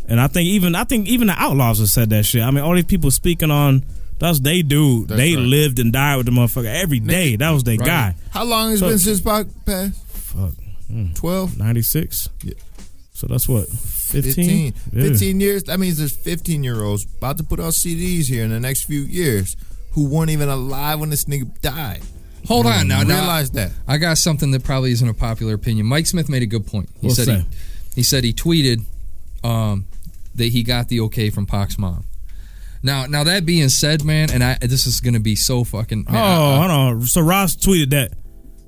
And I think even I think even the Outlaws have said that shit. I mean, all these people speaking on that's they do.
That's
they
right.
lived and died with the motherfucker every day. That was their
Right.
guy.
How long has it
So-
been since Pac passed?
Fuck.
Twelve.
96.
Yeah.
So that's what 15?
15,
Yeah.
15 years. That means there's 15 year olds about to put out CDs here in the next few years who weren't even alive when this nigga died. Mm,
Hold on now. now,
Realize that.
I got something that probably isn't a popular opinion. Mike Smith made a good point. He
What's
said
that?
he, he said he tweeted um, that he got the okay from Pac's mom. Now, now that being said, man, and I this is gonna be so fucking.
Oh,
man, I- I-
hold on. So Ross tweeted that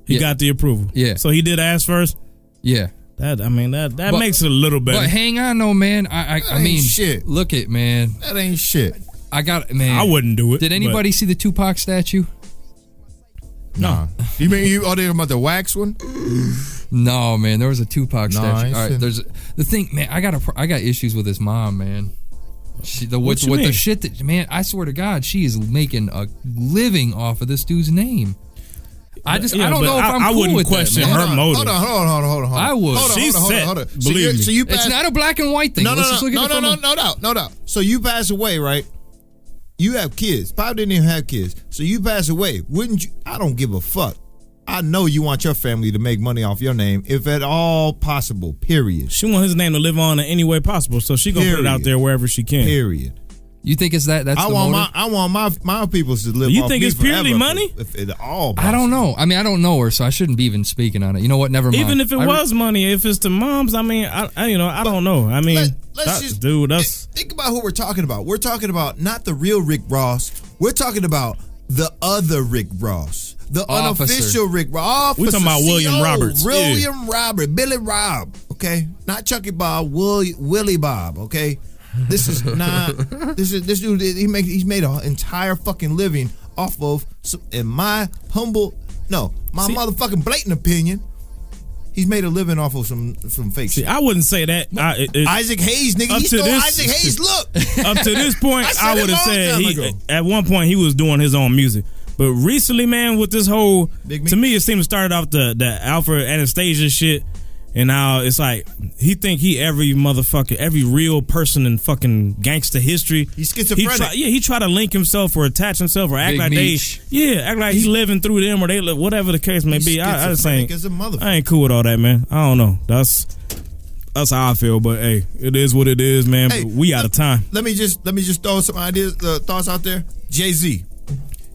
he
Yeah.
got the approval.
Yeah.
So he did ask first.
yeah.
That I mean that that
But-
makes it a little better.
But hang on, though, man. I I, I
ain't
mean,
shit.
Look at man.
That ain't shit.
I got man.
I wouldn't do it.
Did
but-
anybody see the Tupac statue?
Nah. you mean you are talking about the wax one?
No, man. There was a Tupac
Nah, I
statue.
ain't
All right,
seen-
there's the thing, man. I got a, pro- I got issues with his mom, man. She, the
What
with,
you
with the
mean?
shit that man, I swear to God, she is making a living off of this dude's name. I just
Yeah,
I don't
but
know if
I-
I'm
I
cool
wouldn't
with
question
that, man.
her
Hold on,
motive.
Hold on, hold on, hold on, hold on. hold on.
I would.
Hold on,
She's
hold on, hold on,
set.
hold on. So
Believe
you-
me.
So you
It's
passed-
not a black and white thing.
No, no,
Let's
no,
just look
no,
at it
no,
from
no,
a-
no doubt, no doubt. So you pass away, right? You have kids. Pop didn't even have kids. So you pass away. Wouldn't you? I don't give a fuck. I know you want your family to make money off your name, if at all possible. Period.
She want his name to live on in any way possible, so she gonna put it out
Period.
there wherever she can.
Period.
You think it's that? That's
I
the
want
motive?
my I want my my peoples to live.
You
off
think
me
it's purely
forever,
money?
If, if at all.
I don't know. I mean, I don't know her, so I shouldn't be even speaking on it. You know what? Never mind.
Even if it
I re-
was money, if it's the moms, I mean, I, I you know, I don't know. I mean,
Let, let's
that-
just
dude, that's
thi- think about who we're talking about. We're talking about not the real Rick Ross. We're talking about the other Rick Ross, the
Officer.
unofficial Rick Ross.
We talking about
Officer,
William
CO,
Roberts. Yeah.
William Robert, Billy Rob. Okay, not Chucky Bob, Willie, Willie Bob. Okay, this
(laughs)
is not. this is this dude. He make he's made an entire fucking living off of. Some, in my humble, no, my motherfucking blatant opinion. He's made a living off of some some fake shit.
I wouldn't say that. I, it- it-
Isaac Hayes, nigga.
Up
He
to
stole
this-
Isaac Hayes' look.
(laughs) up to this point,
I said
I
it
would have
long
said
time
he
ago.
at one point he was doing his own music. But recently, man, with this whole
Big
to me, it seemed to start off the the Alfred Anastasia shit, and now it's like he think he every motherfucker, every real person in fucking gangster history.
He's
He
schizophrenic.
try, yeah, he try to link himself or attach himself or act
Big
like
Meech.
they yeah act like he living through them or they live whatever the case may
He's
be. I, I just ain't
schizophrenic as a motherfucker.
I ain't cool with all that, man. I don't know. That's that's how I feel. But hey, it is what it is, man.
Hey,
but we out of time.
Let me just let me just throw some ideas, uh, thoughts out there. Jay Z,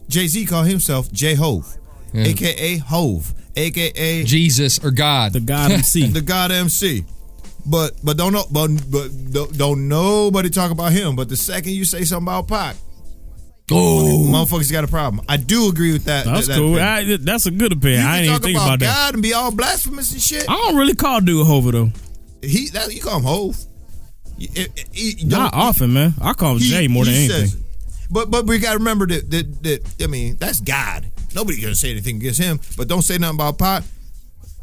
Jay Z called himself J Hove,
Yeah.
aka Hove, aka
Jesus or God.
The God
(laughs)
MC.
the God MC. But but don't know but, but don't, don't nobody talk about him. But the second you say something about Pac,
oh,
motherfuckers got a problem. I do agree with that.
That's
that, that
cool.
opinion.
I, that's a good opinion.
you
I
can
didn't even
talk
think
about,
about that.
God and be all blasphemous and shit.
I don't really call dude Hover though.
He that eh, you call him Hove. You- it- it- it-
Not
don't-
uh, often, man. I call him
He-
Jay more
he
than
says
anything.
it. But but we gotta remember that that, that I mean that's God. Nobody gonna say anything against him. But don't say nothing about pot.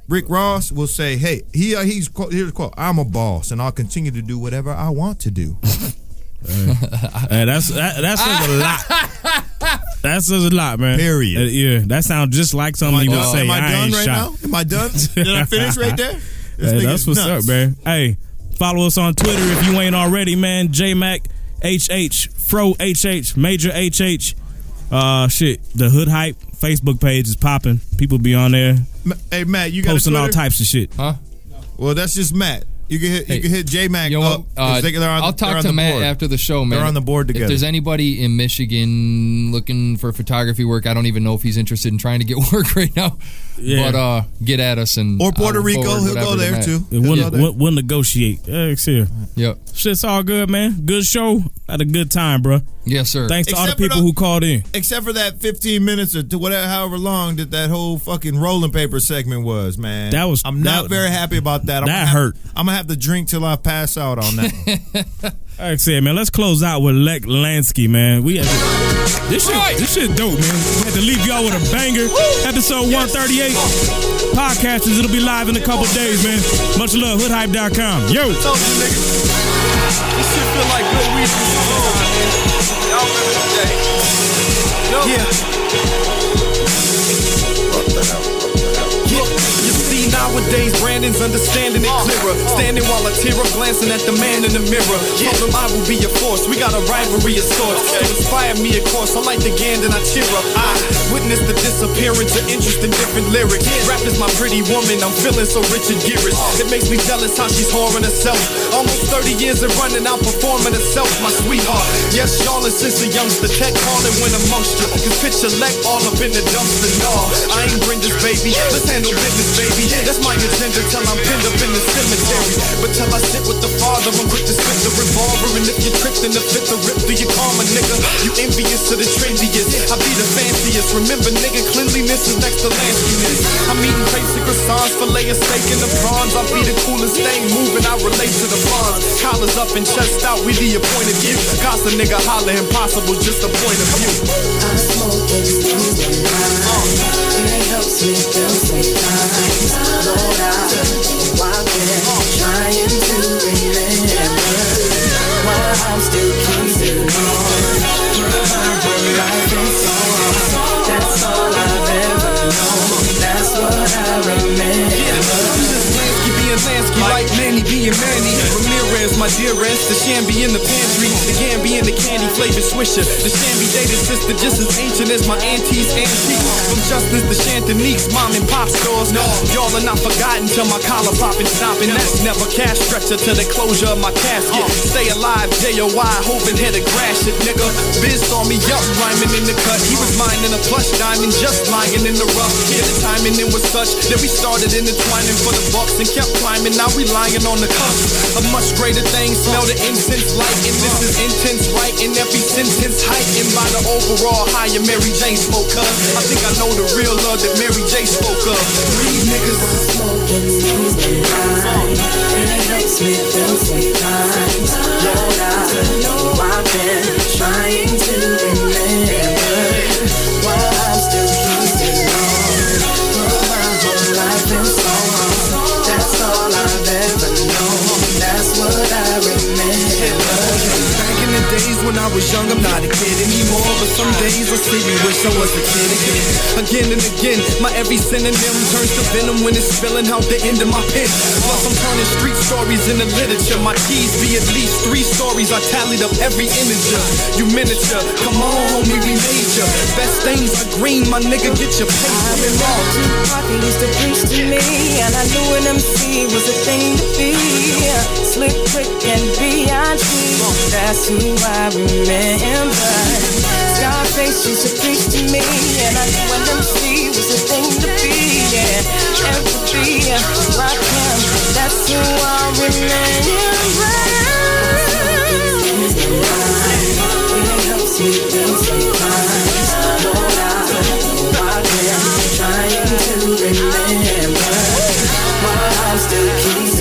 Rick Ross will say, "Hey, he uh, he's quote- here's a quote. I'm a boss, and I'll continue to do whatever I want to
(laughs)
do."
Hey, that's that, that says a lot.
(laughs)
That says a lot, man.
Period.
Uh, yeah, that sounds just like something you would say.
Am I
I
done
ain't
right
shot.
now? Am I
(laughs)
done? Did I finish right there? This
Hey,
nigga's
that's what's
nuts.
up, man. Hey, follow us on Twitter if you ain't already, man. JMac HH Fro HH Major HH. Uh, shit, the Hood Hype Facebook page is popping. People be on there
Ma- Hey Matt, you got a
posting all
Twitter?
types of shit.
Huh?
Well, that's just Matt. You can hit you can hit J Mac up. 'cause they- they're on-
uh,
they're
I'll talk
on
to
the
Matt
board.
after the show, man.
They're on the board
If
together.
there's anybody in Michigan looking for photography work, I don't even know if he's interested in trying to get (laughs) work right now.
Yeah.
But uh, get at us and
Or
Puerto
I'll
Rico,
forward
he'll go
whatever to
there,
Matt.
too.
And We'll, we'll, we'll negotiate. Yeah, it's here.
Yep.
Shit's all good, man. Good show. Had a good time, bro.
Yes, sir.
Thanks to all the
Except for
people
the-
who called in.
Except for that 15 minutes or to whatever, however long that that whole fucking rolling paper segment was, man.
That was-
I'm not
that-
very happy about that. I'm gonna
that
have-
hurt.
I'm gonna have to drink till I pass out on
(laughs)
that. one.
All right, say man. Let's close out with Lek Lansky, man. We had to, this shit, this shit dope, man. We had to leave y'all with a banger. Episode one thirty eight. Podcasters, it'll be live in a couple days, man. Much love, hoodhype.com. Yo.
This shit feel like good reasons to hold. Y'all remember the day. Yeah.
Look, you see nowadays Brandon's understanding it
Oh.
clearer. Standing while I tear up, glancing at the man in the mirror. Told him I will be a force. We got a rivalry of sorts. To inspire me, of course. I like the Gand and I cheer up. I witness the disappearance of interest in different lyrics. Rap is my pretty woman. I'm feeling so Richard Gere-ish. It makes me jealous how she's whoring herself. Almost 30 years of running, out performing herself, my sweetheart. Yes, y'all is since the youngster tech calling when amongst you. Cause picture leg all up in the dumpster. No, I ain't bring this baby. Let's handle business, baby. That's my agenda till I'm pinned up in the cemetery. But till I sit with the father, I'm quick to spit the revolver. And if you tripped in the fit, the rip through your karma, nigga. You envious of the trendiest. I be the fanciest. Remember, nigga, cleanliness is next to lanciness. I'm eating basic croissants, filet of steak and the prawns. I be the coolest thing moving. I relate to the bonds. Collars up and chest out, we the appointed view. Gossip nigga holler, impossible, just a point of view.
I'm smoking smooth and high. And it helps me feel sometimes. Lord, I've been walking, trying to remember why I'm still keeping on. My whole life is so wrong. That's all I've ever known. That's what I remember.
Lansky being Lansky, like Manny being Manny. Ramirez, my dearest, the shamby in the pantry, the gamby in the candy flavored swisher. The shamby dated sister, just as ancient as my auntie's antique. From Justice to Chantanique's mom and pop stores. No, y'all are not forgotten till my collar popping, stopping. That's never cash stretcher till the closure of my casket. Stay alive, J.O.Y., hoping head to grass it, nigga. Biz saw me up, rhyming in the cut. He was mine in a plush diamond, just lying in the rough. Yeah, the timing then was such that we started intertwining for the bucks and kept climbing. Now we lying on the cusp. A much greater thing, smell the incense light. And this is intense, right? And every sentence heightened by the overall higher Mary J spoke of. I think I know the real love that Mary J spoke of. These niggas is
smoking smooth and high, and it helps me feel sometimes. Lord, I know I've been trying to remember while I'm still keeping on. But my whole life been so wrong. That's all I've ever known. That's what I remember.
Back in the days when I was young, I'm not a kid anymore. But some days I see me wish I was a kid again. Again and again, my every synonym turns to venom when it's spilling out the end of my pen. Plus, I'm turning street stories into literature. My keys be at least three stories. I tallied up every integer. You miniature, come on, homie, we major. Best things are green, my nigga, get your paper.
Parker used to preach to me, and I knew an MC was a thing to be. Slick, quick, and Beyonce, that's who I remember. Scarface used to preach to me, and I knew an MC was a thing to be. Yeah, empathy, rock him, that's who I Trying to remember while I'm still keeping